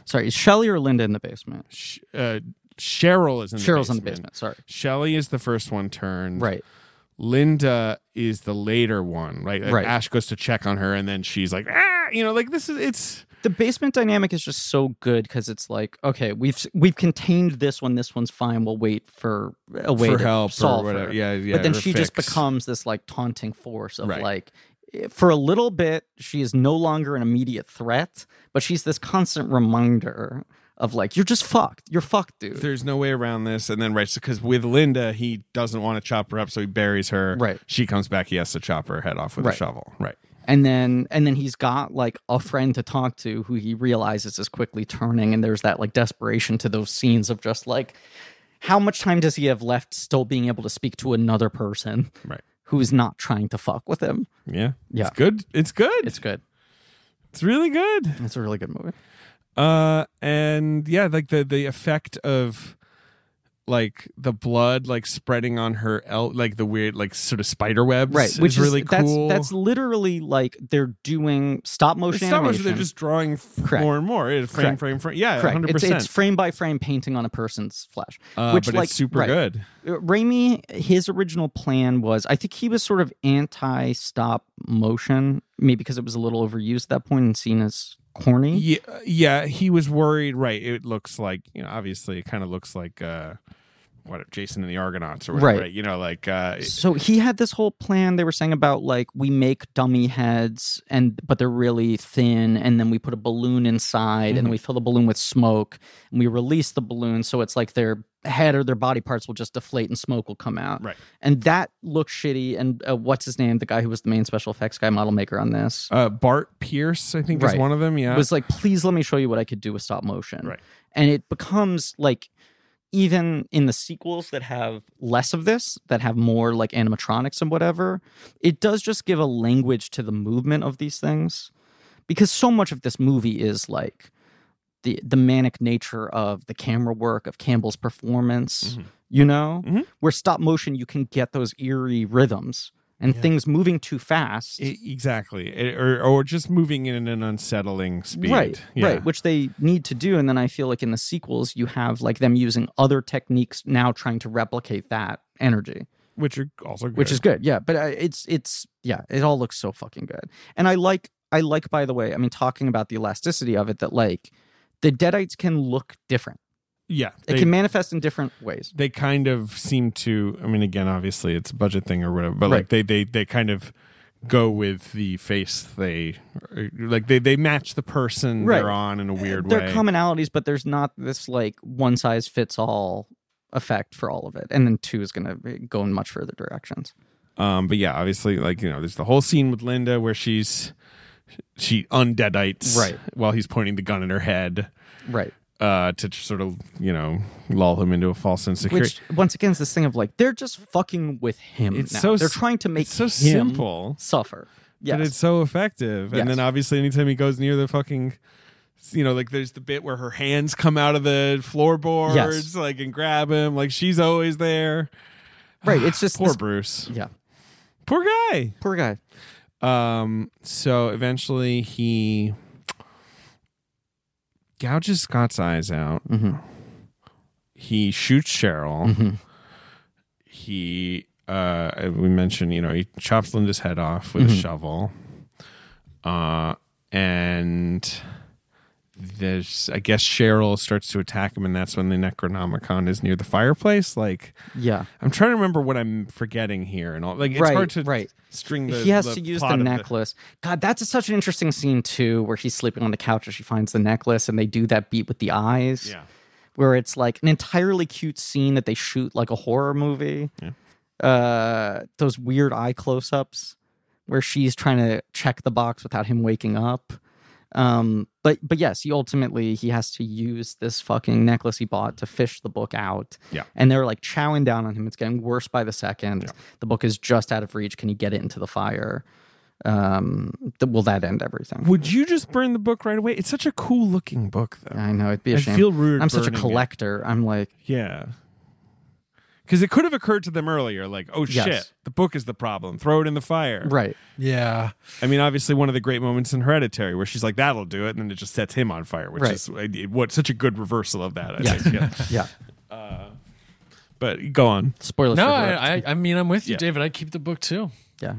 A: Sorry, is Shelly or Linda in the basement?
B: Sh- uh, Cheryl is in
A: Cheryl's
B: the
A: in the
B: basement.
A: basement. Sorry.
B: Shelly is the first one turned.
A: Right.
B: Linda is the later one, right? Like,
A: Right.
B: Ash goes to check on her and then she's like, ah, you know, like this is, it's,
A: The basement dynamic is just so good because it's like, okay, we've we've contained this one. This one's fine. We'll wait for a way
B: For
A: to
B: help or
A: solve her.
B: whatever. Yeah, yeah,
A: But then
B: or
A: she just
B: fix.
A: becomes this like taunting force of
B: Right.
A: like, eh, for a little bit, she is no longer an immediate threat, but she's this constant reminder of like, you're just fucked. You're fucked, dude.
B: there's no way around this. And then, right, because with Linda, he doesn't want to chop her up, so he buries her.
A: Right.
B: She comes back, he has to chop her head off with a
A: Right.
B: shovel. Right.
A: and then and then he's got like a friend to talk to who he realizes is quickly turning and there's that like desperation to those scenes of just like how much time does he have left still being able to speak to another person
B: Right.
A: who's not trying to fuck with him
B: Yeah.
A: Yeah.
B: It's good. It's good.
A: it's good
B: It's really good.
A: It's a really good movie.
B: Uh, and yeah, like the the effect of like the blood like spreading on her el- like the weird like sort of spider webs
A: Right, which
B: is really
A: that's,
B: cool
A: That's literally like they're doing stop motion
B: it's not much
A: animation.
B: they're just drawing f-
A: Correct.
B: more and more It's frame
A: Correct.
B: frame frame yeah
A: Correct.
B: 100%
A: It's, it's frame by frame painting on a person's flesh,
B: uh,
A: which
B: but
A: like
B: it's super
A: right.
B: good
A: Uh, Raimi, his original plan was I think he was sort of anti stop motion, maybe because it was a little overused at that point and seen as corny.
B: yeah yeah he was worried right it looks like you know obviously it kind of looks like uh what jason and the argonauts or whatever
A: Right.
B: you know like uh
A: So he had this whole plan they were saying about like we make dummy heads and but they're really thin and then we put a balloon inside and then we fill the balloon with smoke and we release the balloon so it's like their head or their body parts will just deflate and smoke will come out.
B: Right.
A: And that looked shitty and uh, what's his name the guy who was the main special effects guy model maker on this
B: uh bart pierce i think is
A: Right.
B: one of them yeah
A: was like, please let me show you what I could do with stop motion.
B: Right.
A: And it becomes like even in the sequels that have less of this, that have more like animatronics and whatever, it does just give a language to the movement of these things. Because so much of this movie is like the the manic nature of the camera work of Campbell's performance, you know?
B: Mhm.
A: Where stop motion you can get those eerie rhythms and things moving too fast.
B: I- E, exactly It- or, or just moving in an unsettling speed
A: Right,
B: Yeah.
A: right, which they need to do. And then I feel like in the sequels, you have like them using other techniques now trying to replicate that energy,
B: which are also good.
A: which is good. Yeah, but uh, it's it's yeah, it all looks so fucking good. And I like I like by the way, I mean talking about the elasticity of it that like the deadites can look different.
B: yeah
A: It
B: they-
A: can manifest in different ways.
B: they kind of seem to i mean again obviously it's a budget thing or whatever but like
A: Right.
B: they they they kind of go with the face they like they they match the person
A: Right. Eh,
B: they're on in a weird
A: There
B: way
A: are commonalities, but there's not this like one size fits all effect for all of it. And then two is going to go in much further directions.
B: um but yeah obviously like you know there's the whole scene with linda where she's she undeadites
A: Right.
B: while he's pointing the gun at her head
A: Right.
B: uh to sort of you know lull him into a false insecurity
A: Which once again is this thing of like they're just fucking with him.
B: It's
A: now.
B: so
A: they're
B: s-
A: trying to make
B: it's so
A: him
B: simple
A: suffer. Yes,
B: But it's so effective.
A: Yes.
B: And then obviously, anytime he goes near the fucking, you know, like there's the bit where her hands come out of the floorboards,
A: Yes.
B: like and grab him. Like she's always there.
A: right. It's just
B: Poor
A: this-
B: Bruce.
A: yeah,
B: Poor guy.
A: poor guy.
B: Um. So eventually he gouges Scott's eyes out.
A: Mhm.
B: He shoots Cheryl.
A: Mhm.
B: He. Uh, we mentioned, you know, he chops Linda's head off
A: Mm-hmm.
B: with a shovel. Uh, and there's, I guess, Cheryl starts to attack him, and that's when the Necronomicon is near the fireplace. Like,
A: Yeah,
B: I'm trying to remember what I'm forgetting here, and all. Like, it's
A: Right,
B: hard to
A: right.
B: string. The,
A: he has
B: the
A: to use
B: plot
A: the
B: of
A: necklace. God, that's a- such an interesting scene too, where he's sleeping on the couch and she finds the necklace, and they do that beat with the eyes,
B: Yeah.
A: where it's like an entirely cute scene that they shoot like a horror movie. Uh, those weird eye close-ups where she's trying to check the box without him waking up. Um, but but yes, he ultimately he has to use this fucking necklace he bought to fish the book out.
B: Yeah.
A: And they're like chowing down on him. It's getting worse by the second. The book is just out of reach. Can he get it into the fire? Um, th- will that end everything?
B: Would you just burn the book right away? It's such a cool looking book, though.
A: I know it'd be a
B: I
A: shame.
B: feel rude
A: I'm such a
B: burning it.
A: collector. I'm like,
B: Yeah. Because it could have occurred to them earlier, like, oh
A: Yes.
B: shit, the book is the problem. Throw it in the fire.
A: right.
C: Yeah.
B: I mean, obviously, one of the great moments in Hereditary where she's like, "That'll do it," and then it just sets him on fire, which
A: Right.
B: is uh, it- what such a good reversal of that. I
A: Yes.
B: think. Yeah.
A: Yeah.
B: But go on.
A: Spoilers.
C: No,
A: for Hereditary.
C: I, I, I mean, I'm with you,
B: Yeah.
C: David. I keep the book too.
A: yeah.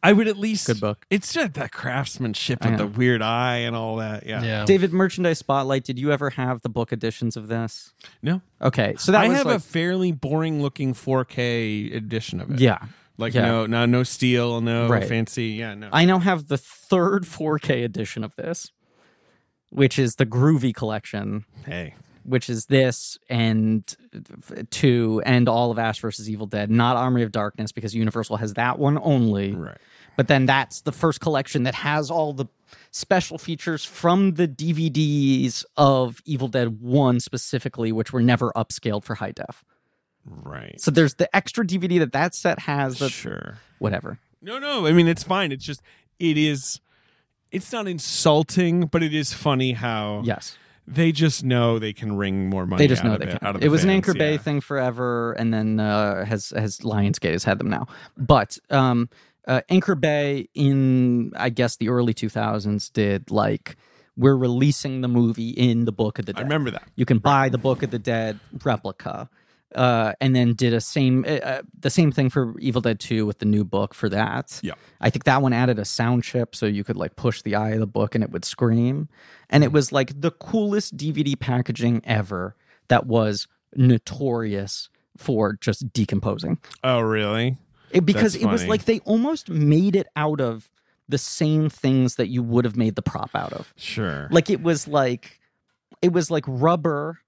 B: I would at least
A: Good book.
B: It's just that craftsmanship
A: I
B: and the
A: know.
B: weird eye and all that. Yeah.
C: Yeah.
A: David, merchandise spotlight. Did you ever have the book editions of this?
B: No.
A: Okay, so that
B: I
A: was
B: have
A: like,
B: a fairly boring looking 4K edition of it.
A: yeah.
B: Like
A: Yeah.
B: no, no, no steel, no
A: Right.
B: fancy. Yeah. No.
A: I now have the third 4K edition of this, which is the Groovy collection,
B: hey.
A: which is this and uh, two and all of Ash versus Evil Dead, not Armory of Darkness because Universal has that one only.
B: Right.
A: But then that's the first collection that has all the special features from the DVDs of Evil Dead 1 specifically, which were never upscaled for high def.
B: Right.
A: So there's the extra DVD that that set has that
B: Sure.
A: whatever.
B: No, no. I mean, it's fine. It's just it is it's not insulting, but it is funny how
A: Yes.
B: they just know they can wring more money.
A: They just
B: out
A: know
B: of
A: they
B: it,
A: can.
B: out of
A: It
B: the
A: was an
B: fans,
A: Anchor Bay
B: yeah.
A: thing forever, and then uh, has has Lionsgate has had them now. But um, uh, Anchor Bay in I guess the early two thousands did like we're releasing the movie in the Book of the Dead.
B: I remember that.
A: you can buy the Book of the Dead replica, uh, and then did a same uh, uh, the same thing for Evil Dead Two with the new book for that.
B: Yeah.
A: I think that one added a sound chip so you could like push the eye of the book and it would scream, and it was like the coolest DVD packaging ever that was notorious for just decomposing
B: Oh, really?
A: it, because
B: That's
A: it was
B: funny.
A: like they almost made it out of the same things that you would have made the prop out of
B: Sure.
A: like it was like it was like rubber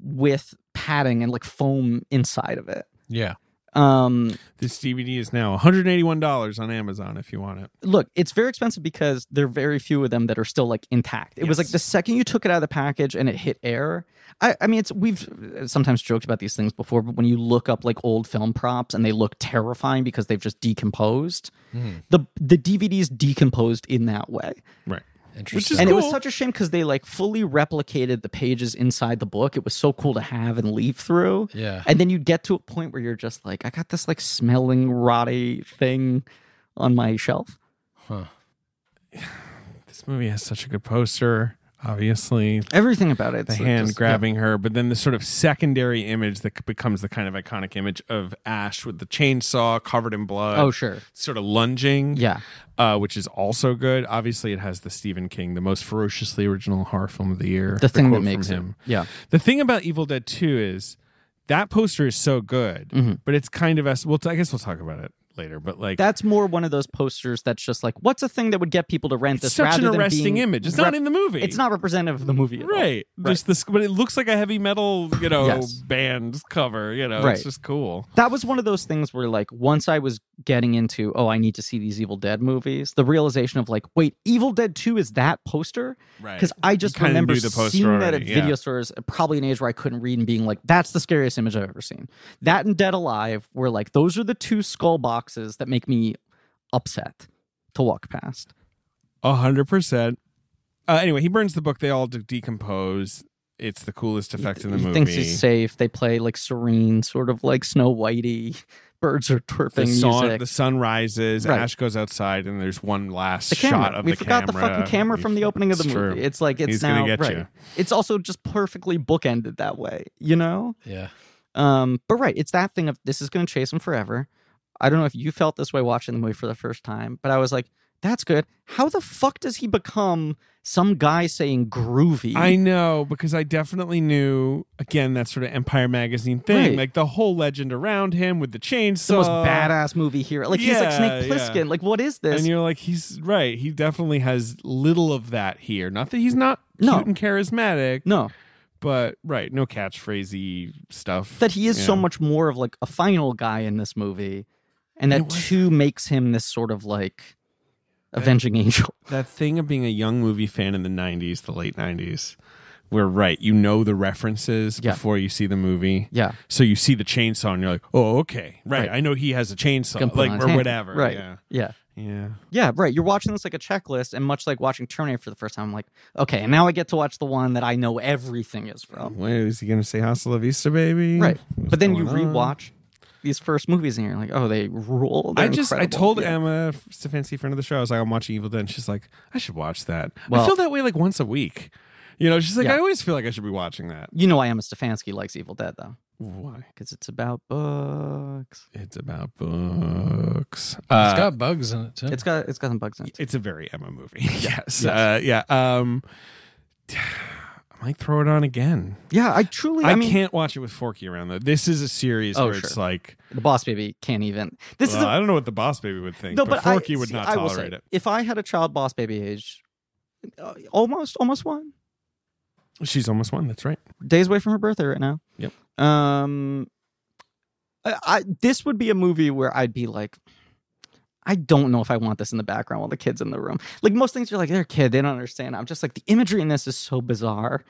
A: with padding and like foam inside of it
C: Yeah.
A: um
B: This DVD is now $181 on Amazon if you want it.
A: look it's very expensive because there are very few of them that are still like intact it was like
B: Yes.
A: the second you took it out of the package and it hit air i i mean it's we've sometimes joked about these things before but when you look up like old film props and they look terrifying because they've just decomposed the the dvds decomposed in that way
B: Right.
C: Interesting.
B: is-
A: and it was
B: cool.
A: such a shame because they like fully replicated the pages inside the book. It was so cool to have and leaf through.
C: Yeah.
A: And then you get to a point where you're just like, I got this like smelling rotty thing on my shelf.
C: Huh.
B: This movie has such a good poster, obviously.
A: Everything about it.
B: the hand grabbing her, but then the sort of secondary image that c- becomes the kind of iconic image of Ash with the chainsaw covered in blood.
A: Oh sure.
B: Sort of lunging,
A: Yeah.
B: uh, which is also good. Obviously, it has the Stephen King, the most ferociously original horror film of the year.
A: The thing
B: quote
A: that
B: from
A: makes it.
B: him.
A: Yeah.
B: The thing about Evil Dead Two is that poster is so good,
A: Mm-hmm.
B: but it's kind of as well. I guess we'll talk about it later. But like
A: That's more one of those posters that's just like, what's a thing that would get people to rent this?
B: such an
A: rather than
B: arresting
A: being
B: image. It's
A: rep-
B: not in the movie.
A: It's not representative of the movie. At all.
B: Right. Just this, but it looks like a heavy metal, you know,
A: Yes.
B: band cover. You know, it's
A: Right.
B: just cool.
A: that was one of those things where like once i was getting into oh i need to see these evil dead movies the realization of like wait evil dead 2 is that poster
B: Right.
A: because i just
B: kinda
A: remember
B: knew the poster
A: seeing that at
B: already, yeah.
A: video stores at probably an age where i couldn't read and being like that's the scariest image i've ever seen that and dead alive were like those are the two skull boxes that make me upset to walk past
B: A hundred percent. Uh, Anyway, he burns the book. They all de- decompose. It's the coolest effect in the
A: he
B: movie.
A: thinks he's safe they play like serene sort of like snow whitey birds are
B: the
A: twerping
B: sun,
A: music
B: the sun rises.
A: Right.
B: Ash goes outside, and there's one last
A: the camera.
B: shot of
A: we
B: the
A: forgot
B: camera.
A: the fucking camera from the opening of the
B: It's
A: movie.
B: true.
A: It's like it's
B: He's gonna
A: now
B: get
A: right.
B: you.
A: It's also just perfectly bookended that way, you know.
C: Yeah.
A: Um, but right, it's that thing of this is going to chase him forever. I don't know if you felt this way watching the movie for the first time, but I was like, "That's good." How the fuck does he become some guy saying groovy?
B: I know because I definitely knew again that sort of Empire magazine thing,
A: Right.
B: like the whole legend around him with the chainsaw.
A: the most badass movie here. Like he's like
B: yeah,
A: Snake
B: yeah.
A: Plissken. Like what is this?
B: And you're like, he's right. He definitely has little of that here. Not that he's not
A: No.
B: cute and charismatic,
A: no,
B: but right, no catchphrasey stuff.
A: that he is
B: Yeah.
A: so much more of like a final guy in this movie, and that two makes him this sort of like avenging angel.
B: that thing of being a young movie fan in the 90s, the late 90s, where right, you know the references
A: Yeah.
B: before you see the movie.
A: Yeah.
B: So you see the chainsaw and you're like, "Oh, okay. Right. I know he has a chainsaw
A: Gonna put
B: Uh, like
A: on his
B: or
A: hand.
B: whatever."
A: Right.
B: Yeah.
A: Yeah.
B: Yeah.
A: Yeah, right. You're watching this like a checklist, and much like watching Terminator for the first time, I'm like, okay, and now I get to watch the one that I know everything is from.
B: Wait, is he going to say Hasta la Vista, baby?
A: Right.
B: Mm-hmm. What's
A: but then you
B: going on?
A: rewatch these first movies, and you're like, oh, they rule.
B: I
A: They're
B: just I
A: incredible.
B: told
A: Yeah.
B: Emma Stefanski, friend of the show, I was like, I'm watching Evil Dead. And she's like, I should watch that. I
A: Well-
B: feel that way like once a week. You know, she's like,
A: Yeah.
B: I always feel like I should be watching that.
A: You know, I am a Stefanski likes Evil Dead though,
B: Why?
A: because it's about books.
B: It's about books.
C: It's
B: Uh,
C: got bugs in it too.
A: It's got it's got some bugs in it.
B: it's a very Emma movie. yes. Uh, yeah. Um, I might throw it on again.
A: Yeah, I truly. I,
B: I
A: mean,
B: can't watch it with Forky around though. This is a series
A: Oh,
B: where
A: sure.
B: it's like
A: the Boss Baby can't even. This
B: well,
A: is a
B: I don't know what the boss baby would think,
A: No,
B: but,
A: but
B: Forky
A: I,
B: would
A: see,
B: not
A: I will
B: tolerate
A: say,
B: it.
A: If I had a child Boss Baby age, uh, almost almost one.
B: She's almost one. That's right.
A: days away from her birthday right now.
B: Yep.
A: Um, I, I this would be a movie where I'd be like, I don't know if I want this in the background while the kids in the room. Like most things, you're like, they're a kid, they don't understand. I'm just like, the imagery in this is so bizarre.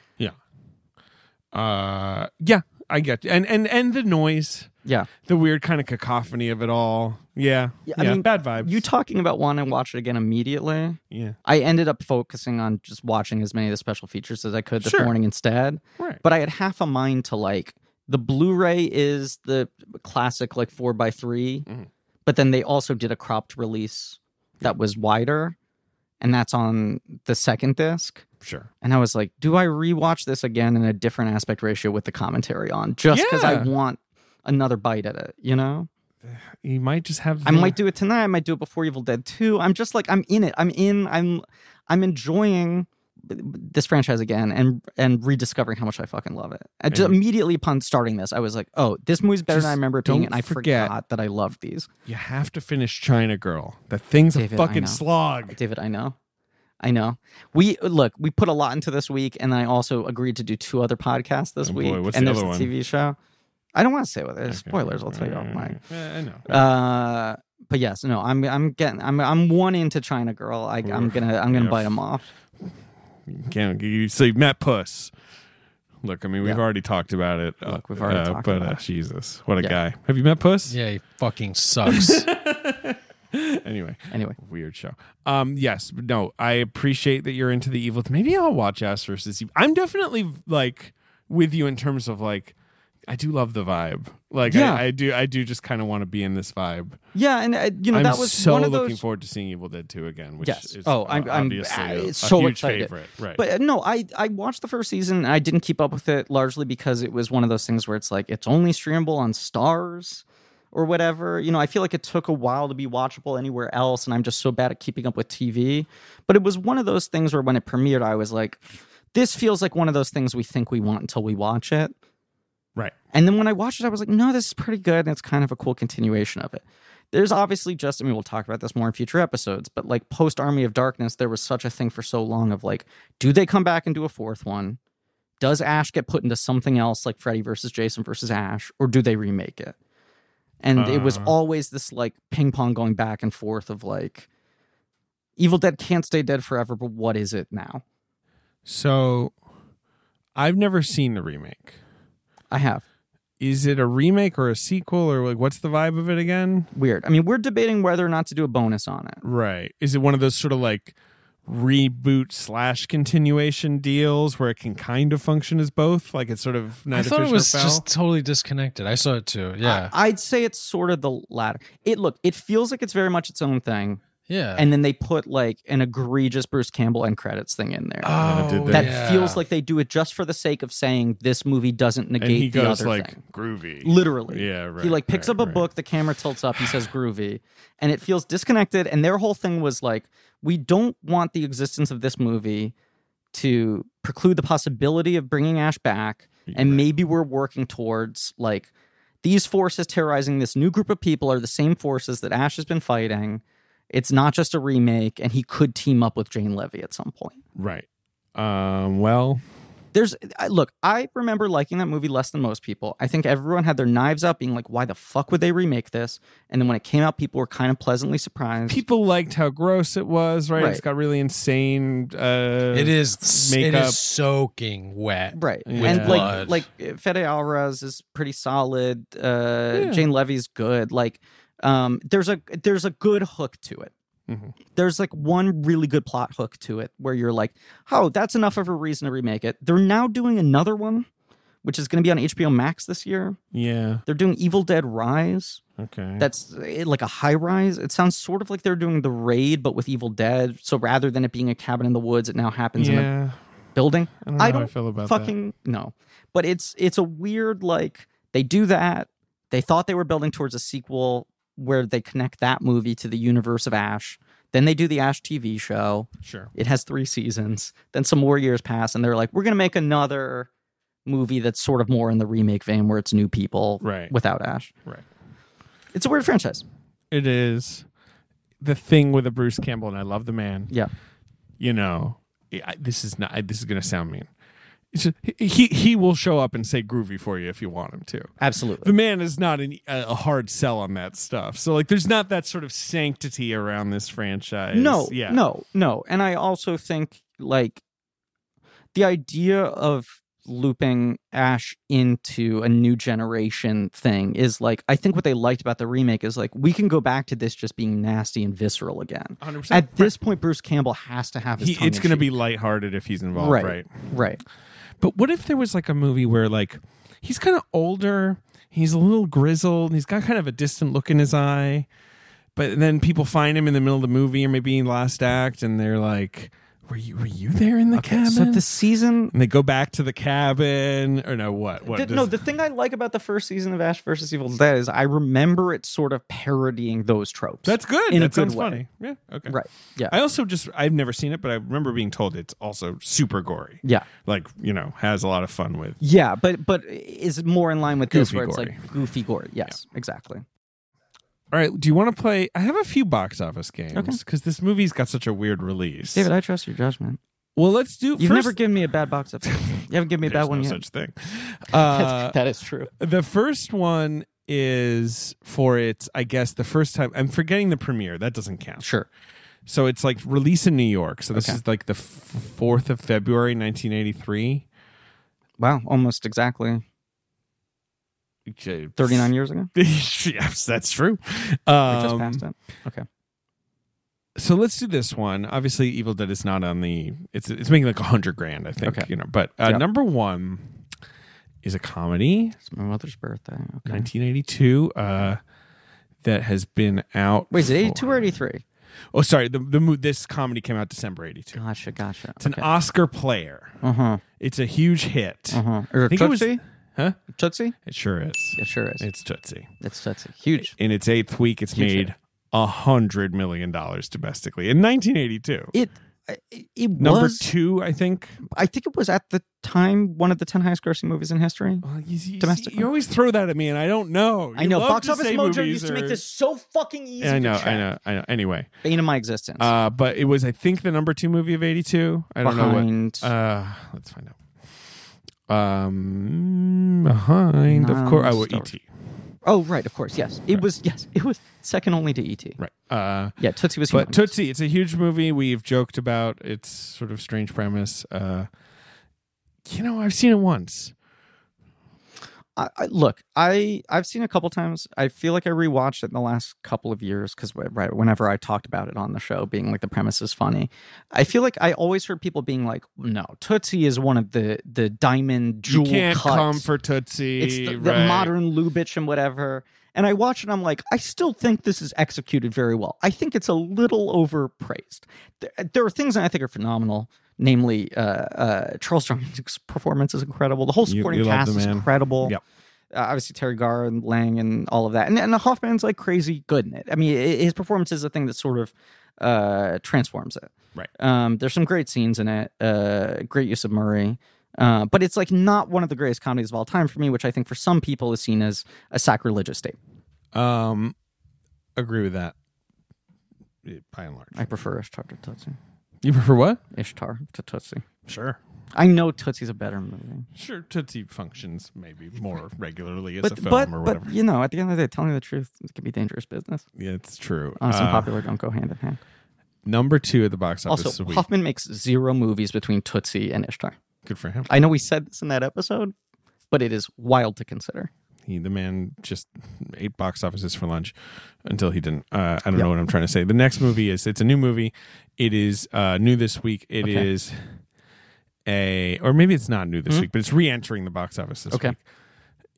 B: Uh, yeah, I get you. and and and the noise,
A: Yeah.
B: the weird kind of cacophony of it all. Yeah, yeah,
A: I mean,
B: bad vibes.
A: You talking about one and watch it again immediately.
B: yeah,
A: I ended up focusing on just watching as many of the special features as I could this
B: Sure.
A: morning instead.
B: right.
A: But I had half a mind to like the Blu-ray is the classic like four by 3
B: Mhm.
A: but then they also did a cropped release that was wider, and that's on the second disc.
B: sure.
A: And I was like, do I rewatch this again in a different aspect ratio with the commentary on just because
B: Yeah.
A: I want another bite at it, you know?
B: You might just have.
A: I
B: the-
A: might do it tonight. I might do it before Evil Dead 2. I'm just like I'm in it. I'm in I'm I'm enjoying this franchise again and and rediscovering how much I fucking love it. I just
B: And-
A: immediately upon starting this, I was like, "Oh, this movie's better than I
B: Just
A: remember it being,"
B: don't
A: and I
B: forget-
A: forgot that I loved these.
B: You have to finish China Girl. That thing's
A: David,
B: a
A: I
B: fucking
A: know.
B: slog.
A: David, I know. I know. We look, we put a lot into this week and I also agreed to do two other podcasts this
B: Oh, boy,
A: week
B: what's
A: and
B: the
A: there's the
B: other one?
A: TV show. I don't want to say what it is.
B: Okay.
A: Spoilers, I'll tell you off mic.
B: Yeah, I know.
A: Uh, but yes, no, I'm I'm getting I'm I'm one into China Girl. I, I'm
B: Oof.
A: gonna I'm gonna
B: Yeah.
A: bite them off.
B: Can't you so you met Puss? Look, I mean, we've
A: Yeah.
B: already talked about it. uh,
A: Look, we've already
B: uh,
A: talked
B: but,
A: about
B: uh,
A: it.
B: Jesus, what a
A: Yeah.
B: guy! Have you met Puss?
C: Yeah, he fucking sucks.
B: Anyway,
A: Anyway,
B: weird show. Um, yes, but no, I appreciate that you're into the evil. Maybe I'll watch Ass versus Evil. I'm definitely like with you in terms of like, I do love the vibe. Like,
A: Yeah.
B: I, I do, I do just kind of want to be in this vibe.
A: yeah, and uh, you know
B: I'm
A: that was
B: so
A: one of
B: looking
A: those.
B: forward to seeing Evil Dead 2 again, which
A: Yes.
B: is
A: Oh,
B: uh,
A: I'm- I'm-
B: obviously
A: I-
B: a,
A: it's
B: a
A: so
B: huge
A: excited.
B: favorite. Right.
A: But uh, no, I I watched the first season. And I didn't keep up with it largely because it was one of those things where it's like it's only streamable on Stars or whatever. You know, I feel like it took a while to be watchable anywhere else, and I'm just so bad at keeping up with TV. But it was one of those things where when it premiered, I was like, this feels like one of those things we think we want until we watch it.
B: right.
A: And then when I watched it, I was like, no, this is pretty good. And it's kind of a cool continuation of it. There's obviously just, I mean, we'll talk about this more in future episodes, but like post Army of Darkness, there was such a thing for so long of like, do they come back and do a fourth one? Does Ash get put into something else like Freddy versus Jason versus Ash, or do they remake it? And it was
B: Uh.
A: always this like ping pong going back and forth of like, Evil Dead can't stay dead forever, but what is it now?
B: So, I've never seen the remake.
A: I have.
B: Is it a remake or a sequel or like what's the vibe of it again?
A: Weird. I mean, we're debating whether or not to do a bonus on it.
B: Right. Is it one of those sort of like reboot slash continuation deals where it can kind of function as both? Like it's sort of
C: I
B: neither
C: thought
B: fish
C: it
B: nor
C: was
B: fowl?
C: just totally disconnected. I saw it too. Yeah,
A: I, would say it's sort of the latter. It look, it feels like it's very much its own thing,
C: yeah.
A: and then they put like an egregious Bruce Campbell end credits thing in there.
C: oh,
B: did
A: that
C: yeah.
A: feels like they do it just for the sake of saying this movie doesn't negate
B: and he
A: the
B: goes
A: other
B: like
A: thing.
B: groovy.
A: Literally,
B: Yeah, right.
A: he like picks
B: right,
A: up a
B: right.
A: book, the camera tilts up, he says groovy, and it feels disconnected. And their whole thing was like, we don't want the existence of this movie to preclude the possibility of bringing Ash back and
B: Right.
A: maybe we're working towards like these forces terrorizing this new group of people are the same forces that Ash has been fighting. It's not just a remake, and he could team up with Jane Levy at some point.
B: Right. Um well,
A: There's I, look, I remember liking that movie less than most people. I think everyone had their knives out, being like, "Why the fuck would they remake this?" And then when it came out, people were kind of pleasantly surprised.
B: people liked how gross it was, right?
A: Right.
B: It's got really insane uh
C: it is. It
B: Makeup.
C: is soaking wet.
A: Right.
B: Yeah.
A: And
C: Blood.
A: like like Fede Alvarez is pretty solid. Uh
B: Yeah.
A: Jane Levy's good. Like um there's a there's a good hook to it.
B: Mhm.
A: There's like one really good plot hook to it where you're like, "Oh, that's enough of a reason to remake it." They're now doing another one which is going to be on HBO Max this year.
B: Yeah.
A: They're doing Evil Dead Rise.
B: Okay.
A: That's eh, like a high rise. It sounds sort of like they're doing The Raid but with Evil Dead. So rather than it being a cabin in the woods, it now happens in a
B: yeah.
A: building
B: I don't know
A: I
B: how I
A: don't
B: feel about that.
A: fucking no but it's it's a weird like they do that they thought they were building towards a sequel where they connect that movie to the universe of ash then they do the ash tv show
B: Sure.
A: it has three seasons then some more years pass and they're like we're gonna make another movie that's sort of more in the remake vein where it's new people
B: Right.
A: without ash
B: Right.
A: it's a weird franchise
B: It is the thing with a Bruce Campbell, and I love the man.
A: yeah
B: You know, I, this is not. I, this is gonna sound mean. It's just, he he will show up and say groovy for you if you want him to.
A: absolutely
B: The man is not an, a a hard sell on that stuff. So like, there's not that sort of sanctity around this franchise.
A: No,
B: yeah,
A: no, no. And I also think like the idea of looping Ash into a new generation thing is like I think what they liked about the remake is like we can go back to this just being nasty and visceral again.
B: 100%.
A: At this point, Bruce Campbell has to have his.
B: He,
A: tongue
B: it's
A: in
B: going to
A: cheek.
B: be lighthearted if he's involved,
A: Right.
B: right.
A: right.
B: But what if there was like a movie where like he's kind of older, he's a little grizzled, and he's got kind of a distant look in his eye, but then people find him in the middle of the movie or maybe in last act, and they're like, "Were you were you there in the
A: Okay,
B: cabin?"
A: so the season
B: and they go back to the cabin, or no, what? What?
A: The-
B: does-
A: no, the thing I like about the first season of Ash versus Evil Dead is I remember it sort of parodying those tropes.
B: that's good.
A: in a good
B: that sounds
A: way.
B: funny. Yeah. Okay.
A: right. Yeah.
B: I also just I've never seen it, but I remember being told it's also super gory.
A: yeah.
B: Like you know, has a lot of fun with.
A: Yeah, but but is it more in line with this
B: Goofy
A: where it's
B: gory.
A: like goofy gore? Yes, exactly.
B: All right. Do you want to play? I have a few box office games because this movie's got such a weird release.
A: David, I trust your judgment.
B: well, let's do.
A: You've
B: first,
A: never given me a bad box office. You haven't given me a
B: there's
A: bad one
B: no
A: yet.
B: such thing. Uh,
A: that is true.
B: the first one is for its, I guess, the first time. I'm forgetting the premiere. That doesn't count.
A: Sure.
B: So it's like release in New York. So this
A: Okay.
B: is like the fourth of February, 1983.
A: Wow, almost exactly
B: Okay.
A: 39 years ago.
B: yes, that's true.
A: We just
B: Um,
A: passed it. Okay.
B: so let's do this one. Obviously, Evil Dead is not on the. It's it's making like a hundred grand, I think.
A: Okay.
B: You know, but uh,
A: Yeah.
B: number one is a comedy,
A: It's my mother's birthday. Okay.
B: nineteen eighty two, uh, that has been out.
A: Wait, is it 82
B: for-
A: or 83?
B: Oh, sorry. The the mo- this comedy came out December eighty two.
A: Gotcha, gotcha.
B: It's an Oscar player.
A: Uh-huh.
B: It's a huge hit.
A: Uh-huh. Or
B: I think it was-
A: Tootsie?
B: Huh?
A: Tootsie?
B: It sure is.
A: It sure is.
B: It's Tootsie.
A: It's Tootsie. Huge.
B: In its eighth week, it's
A: Huge hit.
B: made a hundred million dollars domestically in nineteen eighty two.
A: It it, it
B: Number
A: was
B: two, I think.
A: I think it was at the time one of the 10 highest grossing movies in history.
B: Well, you, you,
A: Domestic
B: see, you always throw that at me, and I don't know. You
A: I know
B: love
A: Box
B: to
A: Office
B: say
A: Mojo
B: movies
A: used to make
B: are-
A: this so fucking easy.
B: I know,
A: to
B: I
A: track.
B: know, I know. Anyway,
A: Bane of my existence.
B: uh, but it was, I think, the number two movie of '82. I don't know
A: Behind
B: what. Uh, let's find out. Um, behind, of course, I will
A: Non-star.
B: ET.
A: Oh right, of course. Yes. It was yes, it was second only to E.T.
B: Right. Uh,
A: Yeah, Tootsie was
B: but
A: humongous.
B: Tootsie, it's a huge movie. We've joked about its sort of strange premise. Uh, you know, I've seen it once.
A: I, I, look, I I've seen it a couple times. I feel like I rewatched it in the last couple of years because right whenever I talked about it on the show, being like the premise is funny, I feel like I always heard people being like, "No, Tootsie is one of the the diamond jewel
B: you can't
A: cuts.
B: come for Tootsie.
A: it's the, the
B: right.
A: modern Lubitsch and whatever." And I watch it, and I'm like, I still think this is executed very well. I think it's a little overpraised. There, there are things that I think are phenomenal. Namely, uh, uh, Charles Darwin's performance is incredible. The whole
B: You-
A: supporting
B: you love
A: cast
B: the
A: is
B: man.
A: incredible
B: Yep.
A: uh, obviously Terry Garr and Lang and all of that, and and Hoffman's like crazy good in it. I mean, i his performance is the thing that sort of uh, transforms it.
B: Right.
A: Um, there's some great scenes in it. Uh, great use of Murray. Uh, but it's like not one of the greatest comedies of all time for me, which I think for some people is seen as a sacrilegious state.
B: Um, agree with that. eh, By and large,
A: I prefer Ishtar to Tootsie.
B: you prefer what?
A: Ishtar to Tootsie.
B: Sure,
A: I know Tootsie's a better movie,
B: sure. Tootsie functions maybe more regularly as a
A: but
B: film
A: but
B: or whatever.
A: but you know, at the end of the day, telling the truth can be dangerous business.
B: yeah, it's true.
A: Honest and
B: Uh,
A: popular don't go hand in hand.
B: number two at the box office.
A: Also,
B: this week.
A: Hoffman makes zero movies between Tootsie and Ishtar.
B: good for him.
A: I know we said this in that episode, but it is wild to consider.
B: He, the man just ate box offices for lunch until he didn't. Uh, I don't know what I'm trying to say. The next movie is it's a new movie. It is uh, new this week. It
A: Okay. Hmm?
B: is a or maybe it's not new this week, but it's re-entering the box office this
A: Okay.
B: week.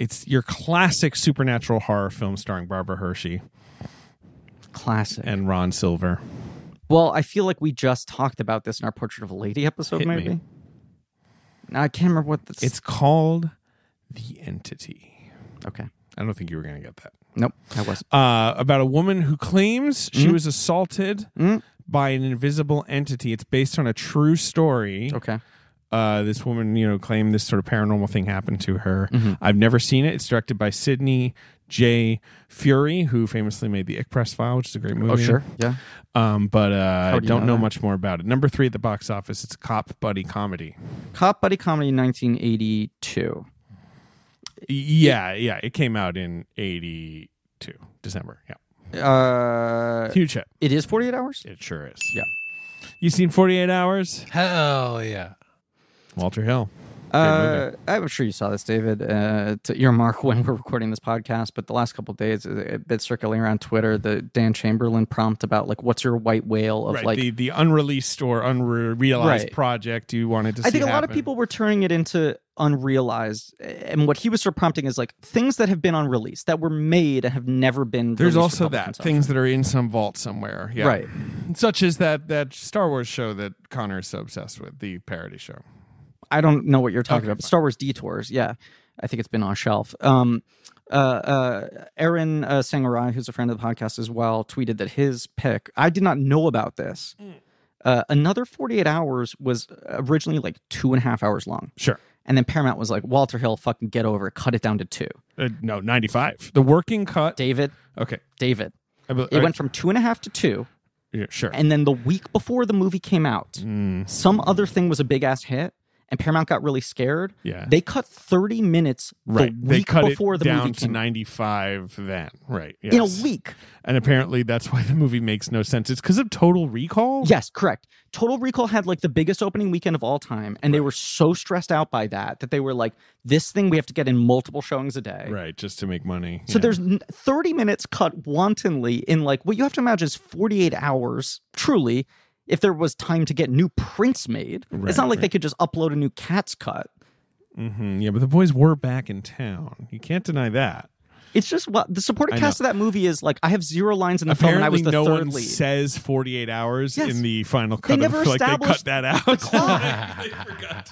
B: It's your classic supernatural horror film starring Barbara Hershey
A: Classic.
B: and Ron Silver.
A: well, I feel like we just talked about this in our Portrait of a Lady episode,
B: Hit me.
A: maybe. No, I can't remember what this.
B: It's called The Entity.
A: okay.
B: I don't think you were going to get that.
A: Nope, I wasn't.
B: Uh, about a woman who claims she was assaulted
A: Mm.
B: by an invisible entity. It's based on a true story.
A: Okay.
B: Uh, this woman, you know, claimed this sort of paranormal thing happened to her.
A: Mm-hmm.
B: I've never seen it. It's directed by Sidney J. Fury, who famously made The Ick Press File, which is a great movie.
A: Oh, sure. Yeah.
B: Um, but uh,
A: How
B: I
A: do you
B: don't
A: know
B: know
A: that?
B: much more about it. Number three at the box office. It's a cop buddy comedy.
A: Cop Buddy Comedy 1982.
B: Yeah, yeah. It came out in '82 December. Yeah,
A: Uh,
B: huge hit.
A: it is 48 hours?
B: It sure is.
A: Yeah.
B: You seen 48 Hours?
C: Hell yeah.
B: Walter Hill.
A: Uh, I'm sure you saw this, David. Uh, to earmark when we're recording this podcast, but the last couple of days, a bit circulating around Twitter, the Dan Chamberlain prompt about like, "What's your white whale of
B: right,
A: like
B: the, the unreleased or unrealized
A: Right.
B: project you wanted to see
A: I think a lot of
B: happen.
A: people were turning it into unrealized, and what he was sort of prompting is like things that have been unreleased that were made and have never been.
B: There's
A: released for
B: also
A: public
B: that
A: consumption.
B: things that are in some vault somewhere, yeah.
A: Right.
B: Such as that that Star Wars show that Connor is so obsessed with, the parody show.
A: I don't know what you're talking about. but Star Wars Detours, yeah, I think it's been on a shelf. Um, uh, uh, Aaron uh, Sangarai, who's a friend of the podcast as well, tweeted that his pick. I did not know about this. Uh, another 48 hours was originally like two and a half hours long,
B: Sure.
A: and then Paramount was like, "Walter Hill, fucking get over it, cut it down to two.
B: Uh, no, 95. The working cut.
A: David,
B: Okay.
A: David,
B: I bel-
A: it
B: I-
A: went from two and a half to two,
B: yeah, sure.
A: and then the week before the movie came out,
B: Hmm.
A: some other thing was a big ass hit, and Paramount got really scared.
B: Yeah.
A: they cut thirty minutes
B: right.
A: the week
B: They cut
A: before
B: it
A: the
B: down
A: movie
B: to
A: came out.
B: 95 then. Right.
A: in a
B: yes.
A: week.
B: And apparently that's why the movie makes no sense. It's because of Total Recall?
A: Yes, correct. Total Recall had like the biggest opening weekend of all time, and they were so stressed out by that that they were like, "This thing we have to get in multiple showings a day."
B: Right, just to make money.
A: So
B: yeah.
A: there's n- 30 minutes cut wantonly in like what you have to imagine is 48 hours. Truly, if there was time to get new prints made,
B: Right,
A: it's not like they could just upload a new cat's cut.
B: Mhm, Yeah, but the boys were back in town. You can't deny that.
A: It's just what the supporting
B: I
A: cast of that movie is like. I have zero lines in the film, and I
B: Apparently,
A: was the
B: no
A: third
B: one
A: lead.
B: says 48 hours
A: Yes.
B: in the final cut.
A: They
B: of-
A: never
B: like they cut
A: established
B: that out.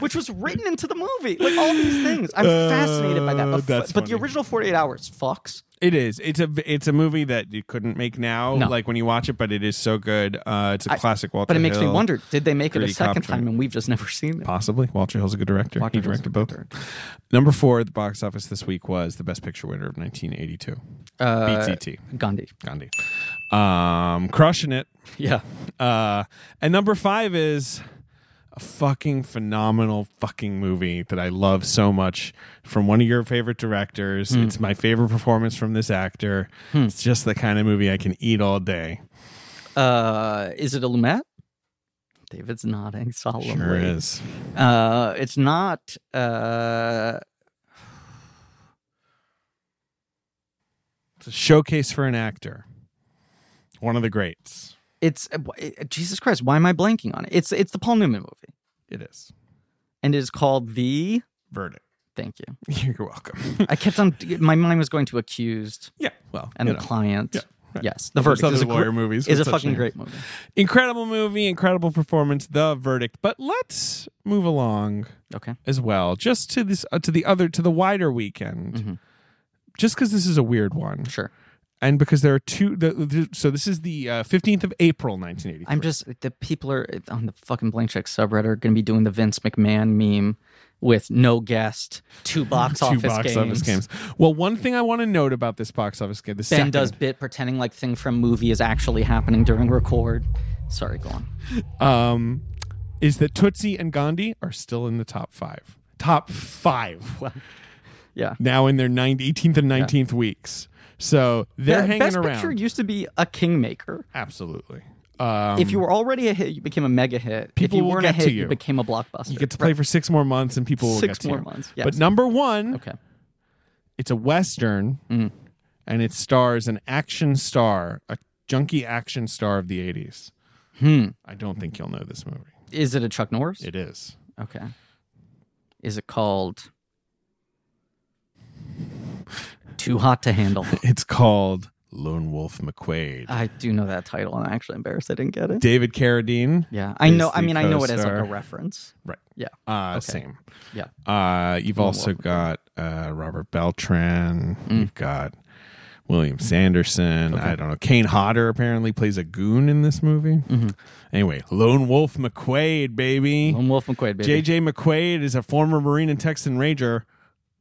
A: which was written into the movie. Like all these things. I'm
B: Uh,
A: fascinated by that. But,
B: that's
A: but the
B: funny.
A: original 48 hours fucks.
B: It is. It's a it's a movie that you couldn't make now,
A: No.
B: like when you watch it, but it is so good. Uh, it's a
A: I-
B: classic Walter.
A: But it makes me
B: Hill.
A: wonder did they make it a
B: Gritty
A: second
B: cop
A: time and we've just never seen it?
B: Possibly, Walter Hill's a good director.
A: Walter
B: he
A: Hill's a
B: directed
A: good
B: both. Number four at the box office this week was the Best Picture winner of 1982,
A: Uh,
B: BTT
A: Gandhi.
B: Gandhi, um, crushing it.
A: Yeah.
B: Uh, and number five is a fucking phenomenal fucking movie that I love so much from one of your favorite directors. It's my favorite performance from this actor. It's just the kind of movie I can eat all day.
A: Uh, is it a Lumet? David's nodding solemnly.
B: Sure is.
A: Uh, it's not. Uh,
B: It's a showcase for an actor. One of the greats.
A: it's uh, Jesus Christ. Why am I blanking on it? It's it's the Paul Newman movie,
B: It is.
A: and it is called the.
B: Verdict.
A: Thank you.
B: You're welcome.
A: I kept on. My mind was going to accused
B: yeah. Well,
A: and
B: you
A: the
B: know.
A: client.
B: Yeah, right.
A: Yes, the
B: There's
A: verdict is
B: other
A: a,
B: lawyer
A: gr-
B: movies
A: is
B: with
A: a
B: such
A: fucking
B: names.
A: great movie.
B: incredible movie, incredible performance, The Verdict. But let's move along.
A: Okay.
B: as well, just to this uh, to the other to the wider weekend. Just because this is a weird one,
A: Mm-hmm. Sure.
B: and because there are two. The, the, so this is the uh, fifteenth of April, nineteen eighty.
A: I'm just the people are on the fucking blank check subreddit are going to be doing the Vince McMahon meme with no guest, two box
B: two
A: office
B: box
A: games.
B: office games. Well, one thing I want to note about this box office game, the
A: Ben
B: second,
A: does bit pretending like thing from movie is actually happening during record. Sorry, go on.
B: um, is that Tootsie and Gandhi are still in the top five. Top five
A: Yeah.
B: now in their 9th, 18th and 19th weeks. So they're
A: Be-
B: hanging
A: Best
B: around.
A: Picture used to be a kingmaker.
B: Absolutely. Um,
A: if you were already a hit, you became a mega hit.
B: People
A: if you
B: will
A: weren't
B: get
A: a
B: to
A: hit,
B: you.
A: became a blockbuster.
B: you get to play for six more months, and people will
A: Six
B: get to
A: more
B: you.
A: months,
B: But
A: yes.
B: number one,
A: Okay.
B: it's a western
A: Mm-hmm.
B: and it stars an action star a junkie action star of the 80s
A: Hmm.
B: i don't think you'll know this movie
A: Is it a Chuck Norris?
B: it is
A: okay. Is it called Too Hot to Handle?
B: it's called lone wolf mcquade
A: I do know that title, and I'm actually embarrassed I didn't get it.
B: david carradine
A: Yeah, I know.
B: is
A: I
B: the
A: mean, I know it as like a
B: co-star.
A: reference.
B: right
A: Yeah,
B: uh
A: Okay.
B: same
A: yeah.
B: uh you've
A: Lone
B: also
A: Wolf Mm. McQuade.
B: got uh robert beltran you've got william sanderson i don't know kane hodder apparently plays a goon in this movie
A: Mm-hmm.
B: anyway lone wolf mcquade baby
A: Lone Wolf McQuaid, baby.
B: JJ McQuaid is a former Marine and Texan Ranger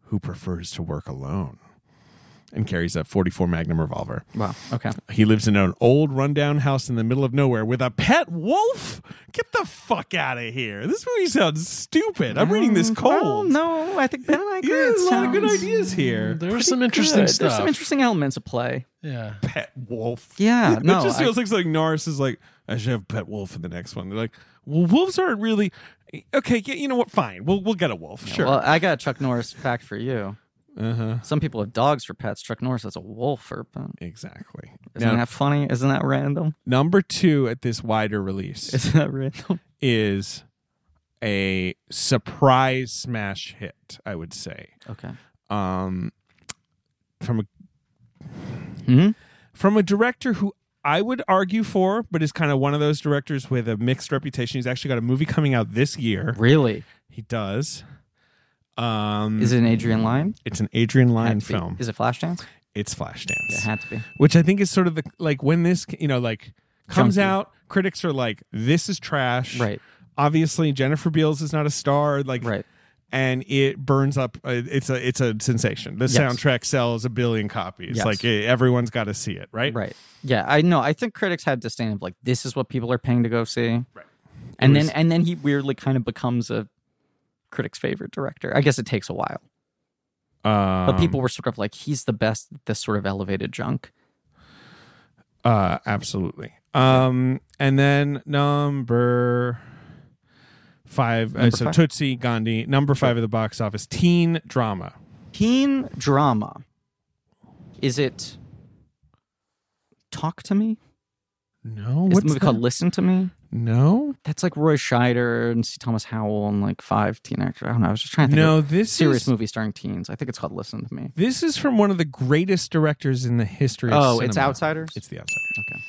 B: who prefers to work alone and carries a 44 Magnum revolver.
A: Wow. Okay.
B: He lives in an old rundown house in the middle of nowhere with a pet wolf. Get the fuck out of here. This movie sounds stupid. I'm reading this cold.
A: Mm, Well, no, I think Ben and I agree.
B: Yeah,
A: it
B: there's a lot of good
A: sounds
B: ideas here.
C: There was some interesting
A: good.
C: stuff.
A: There's some interesting elements at play.
C: yeah.
B: Pet wolf.
A: Yeah,
B: It
A: no,
B: just
A: I-
B: feels like something Norris is like, I should have pet wolf in the next one. They're like, well, wolves aren't really Okay, yeah, you know what? Fine, we'll we'll get a wolf. Sure.
A: Well, I got a Chuck Norris fact for you.
B: uh-huh.
A: Some people have dogs for pets. Chuck Norris has a wolf for a pet.
B: Exactly.
A: Isn't
B: Now,
A: that funny? Isn't that random?
B: number two at this wider release
A: Isn't that random?
B: is a surprise smash hit. I would say.
A: Okay.
B: um, from a
A: Hmm?
B: from a director who I would argue for, but is kind of one of those directors with a mixed reputation. He's actually got a movie coming out this year.
A: Really?
B: He does. Um,
A: Is it an Adrian Lyne?
B: it's an Adrian Lyne
A: Had to be.
B: film.
A: Is it Flashdance?
B: It's Flashdance,
A: Yeah, it had to be.
B: which I think is sort of the like when this you know like comes
A: Junkie.
B: out, critics are like, "This is trash."
A: Right.
B: Obviously, Jennifer Beals is not a star. Like,
A: Right.
B: and it burns up. uh, It's a it's a sensation. The
A: Yes.
B: soundtrack sells a billion copies.
A: Yes.
B: Like eh, everyone's got to see it, right?
A: Right. Yeah, I know. I think critics had disdain of like this is what people are paying to go see.
B: Right.
A: And
B: It
A: then
B: was-
A: and then he weirdly kind of becomes a critic's favorite director. I guess it takes a while. But
B: Um,
A: people were sort of like he's the best at this sort of elevated junk.
B: uh, absolutely. Um, and then number five. uh,
A: Number
B: so
A: five.
B: Tootsie Gandhi, number five of the box office, teen drama.
A: Teen drama. Is it Talk to Me?
B: No,
A: Is
B: what's
A: the movie
B: that?
A: called Listen to Me?
B: No,
A: That's like Roy Scheider and C. Thomas Howell and like five teen actors. I don't know. I was just trying to think of
B: no.
A: a
B: This
A: serious
B: is
A: movie starring teens. I think it's called Listen to Me.
B: this is from one of the greatest directors in the history. of
A: Oh, it's
B: cinema.
A: Outsiders?
B: It's the Outsiders.
A: Okay.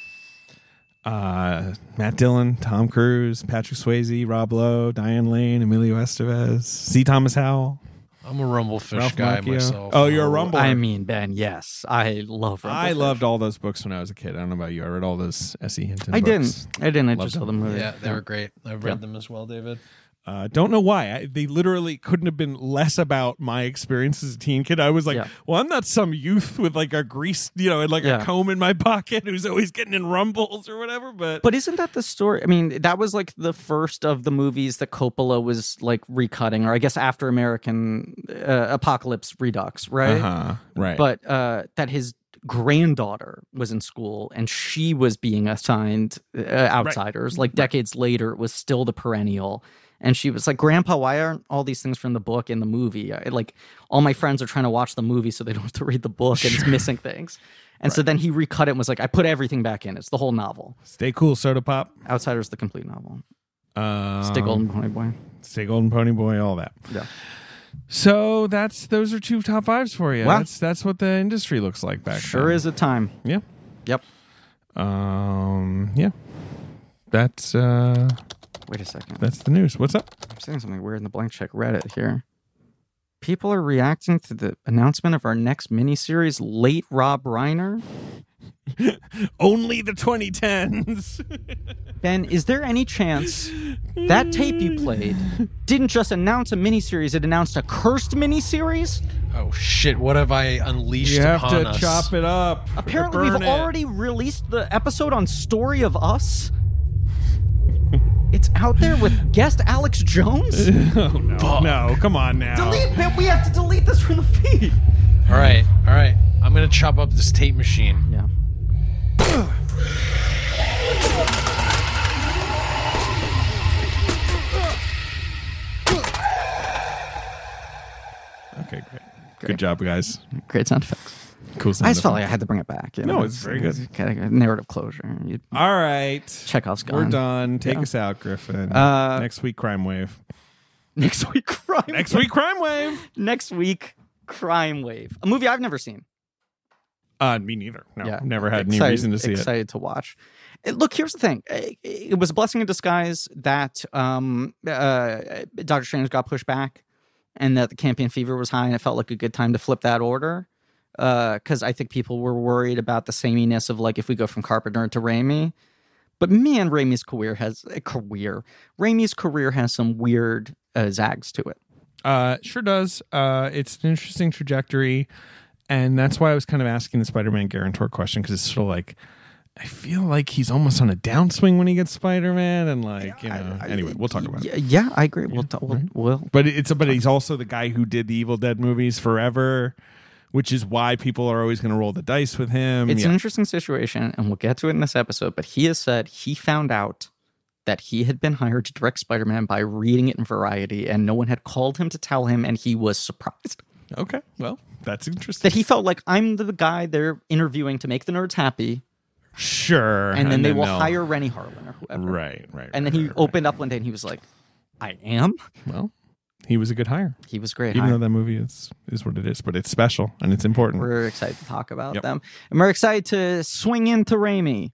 B: uh, Matt Dillon, Tom Cruise, Patrick Swayze, Rob Lowe, Diane Lane, Emilio Estevez, C. Thomas Howell,
C: I'm a Rumblefish
B: Ralph
C: guy
B: Macchio.
C: myself.
B: Oh, you're a Rumbler.
A: I mean, Ben, yes. I love Rumble
B: I
A: Fish.
B: loved all those books when I was a kid. I don't know about you. I read all those S.E. Hinton
A: I
B: books.
A: didn't. I didn't. I
B: Loved
A: just saw the
B: them.
A: movie.
C: Yeah, they were great. I've read them as well, David.
B: Uh, don't know why. I, they literally couldn't have been less about my experience as a teen kid. I was like,
A: Yeah.
B: well, I'm not some youth with like a grease, you know, and like a
A: Yeah.
B: comb in my pocket who's always getting in rumbles or whatever. But,
A: But isn't that the story? I mean, that was like the first of the movies that Coppola was like recutting, or I guess after American uh, Apocalypse Redux, right?
B: uh-huh. right.
A: But uh, that his granddaughter was in school and she was being assigned uh,
B: Mm-hmm.
A: outsiders. Like decades later, it was still the perennial. And she was like, Grandpa, why aren't all these things from the book in the movie? I, like, all my friends are trying to watch the movie so they don't have to read the book and it's missing things. And so then he recut it and was like, I put everything back in. It's the whole novel.
B: Stay cool, soda pop.
A: Outsiders the complete novel.
B: Um,
A: Stick Golden Pony Boy.
B: Stay golden pony boy, all that.
A: Yeah.
B: So that's those are two top fives for you.
A: Wow.
B: That's that's what the industry looks like back
A: Sure
B: then.
A: is a time.
B: Yeah.
A: Yep.
B: Um. Yeah. That's uh.
A: Wait a second.
B: That's the news. What's up?
A: I'm seeing something weird in the blank check Reddit here. People are reacting to the announcement of our next miniseries, Late Rob Reiner.
B: Only the 2010s.
A: Ben, is there any chance that tape you played didn't just announce a miniseries, it announced a cursed miniseries?
C: Oh shit! What have I unleashed
B: you have
C: upon
B: to
C: us?
B: chop it up. or
A: Apparently, we've
B: burn it.
A: already released the episode on Story of Us. It's out there with guest Alex Jones?
B: No, no, come on now.
A: delete, Ben, we have to delete this from the feed.
C: All right, all right. I'm gonna chop up this tape machine.
A: Yeah.
B: Okay, great. Good job, guys.
A: Great sound effects.
B: Cool. Sound
A: I just felt like
B: effect.
A: I had to bring it back. You
B: No,
A: know?
B: it's very good.
A: Kind of narrative closure. You
B: All right.
A: Chekhov's gone.
B: We're done. Take
A: Yeah.
B: us out, Griffin.
A: Uh,
B: next week, crime wave.
A: Next week, crime.
B: Next week, crime wave.
A: Next week, crime wave. A movie I've never seen.
B: Uh, me neither. No, never had any
A: Excited-
B: reason to see it.
A: Excited to watch. Uh, Look, here's the thing. Uh, It was a blessing in disguise that um, uh, Doctor Strange got pushed back, and that the campaign fever was high, and it felt like a good time to flip that order. Because I think people were worried about the sameness of like if we go from Carpenter to Raimi, but man, Raimi's career has a career. Raimi's career has some weird uh, zags to it.
B: Uh, sure does. Uh, it's an interesting trajectory, and that's why I was kind of asking the Spider-Man guarantor question because it's sort of like I feel like he's almost on a downswing when he gets Spider-Man, and like you know. anyway, we'll talk about it.
A: Yeah, yeah I agree. We'll, t- we'll, we'll
B: But it's but he's also the guy who did the Evil Dead movies forever, which is why people are always going to roll the dice with him.
A: It's
B: Yeah.
A: an interesting situation, and we'll get to it in this episode. But he has said he found out that he had been hired to direct Spider Man by reading it in Variety, and no one had called him to tell him, and he was surprised.
B: Okay. Well, that's interesting.
A: That he felt like, I'm the guy they're interviewing to make the nerds happy,
B: Sure.
A: and then they will
B: no.
A: hire Rennie Harlan or whoever.
B: Right, right.
A: And then
B: right,
A: he
B: right, right.
A: opened up one day and he was like, I am?
B: Well, he was a good hire.
A: He was great.
B: Even
A: hire.
B: though that movie is is what it is, but it's special and it's important.
A: We're excited to talk about
B: Yep.
A: them. And we're excited to swing into Raimi.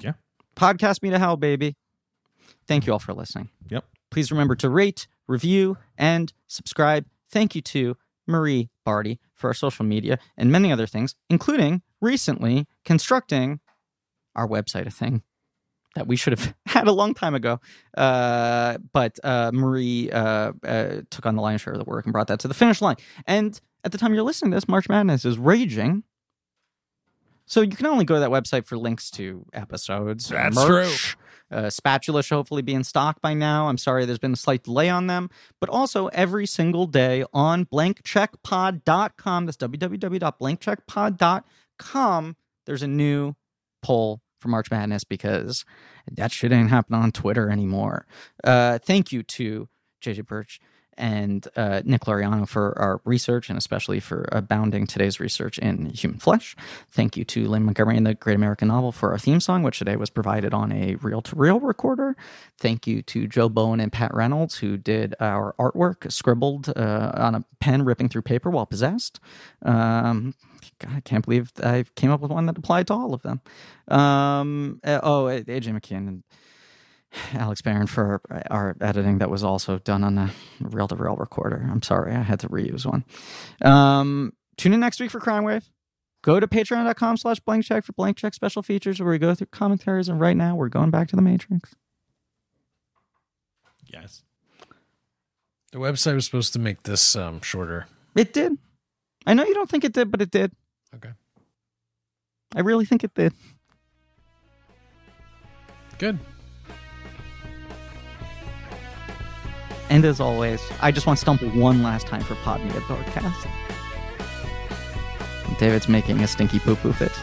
B: Yeah.
A: Podcast me to hell, baby. Thank you all for listening.
B: Yep.
A: Please remember to rate, review, and subscribe. Thank you to Marie Barty for our social media and many other things, including recently constructing our website, a thing that we should have had a long time ago. Uh, but uh, Marie uh, uh, took on the lion's share of the work and brought that to the finish line. And at the time you're listening to this, March Madness is raging. So you can only go to that website for links to episodes.
B: That's
A: merch. Uh, spatula should hopefully be in stock by now. I'm sorry there's been a slight delay on them. But also every single day on blankcheckpod.com. That's www.blankcheckpod.com. There's a new poll for March Madness because that shit ain't happening on Twitter anymore. Uh, thank you to JJ Birch and uh, Nick Loriano for our research and especially for abounding today's research in human flesh. Thank you to Lynn Montgomery and the Great American Novel for our theme song, which today was provided on a reel to reel recorder. Thank you to Joe Bowen and Pat Reynolds, who did our artwork scribbled uh, on a pen ripping through paper while possessed. Um, God, I can't believe I came up with one that applied to all of them. Um, uh, oh, uh, AJ McKeon and Alex Barron for our, our editing that was also done on a reel to reel recorder. I'm sorry, I had to reuse one. Um, tune in next week for Crime Wave. Go to patreon.com slash blank check for blank check special features where we go through commentaries. And right now, we're going back to the Matrix.
B: Yes.
C: The website was supposed to make this um, shorter.
A: It did. I know you don't think it did, but it did.
C: Okay.
A: I really think it did.
C: Good.
A: And as always, I just want to stumble one last time for Pod Media Broadcast. David's making a stinky poo poo fit.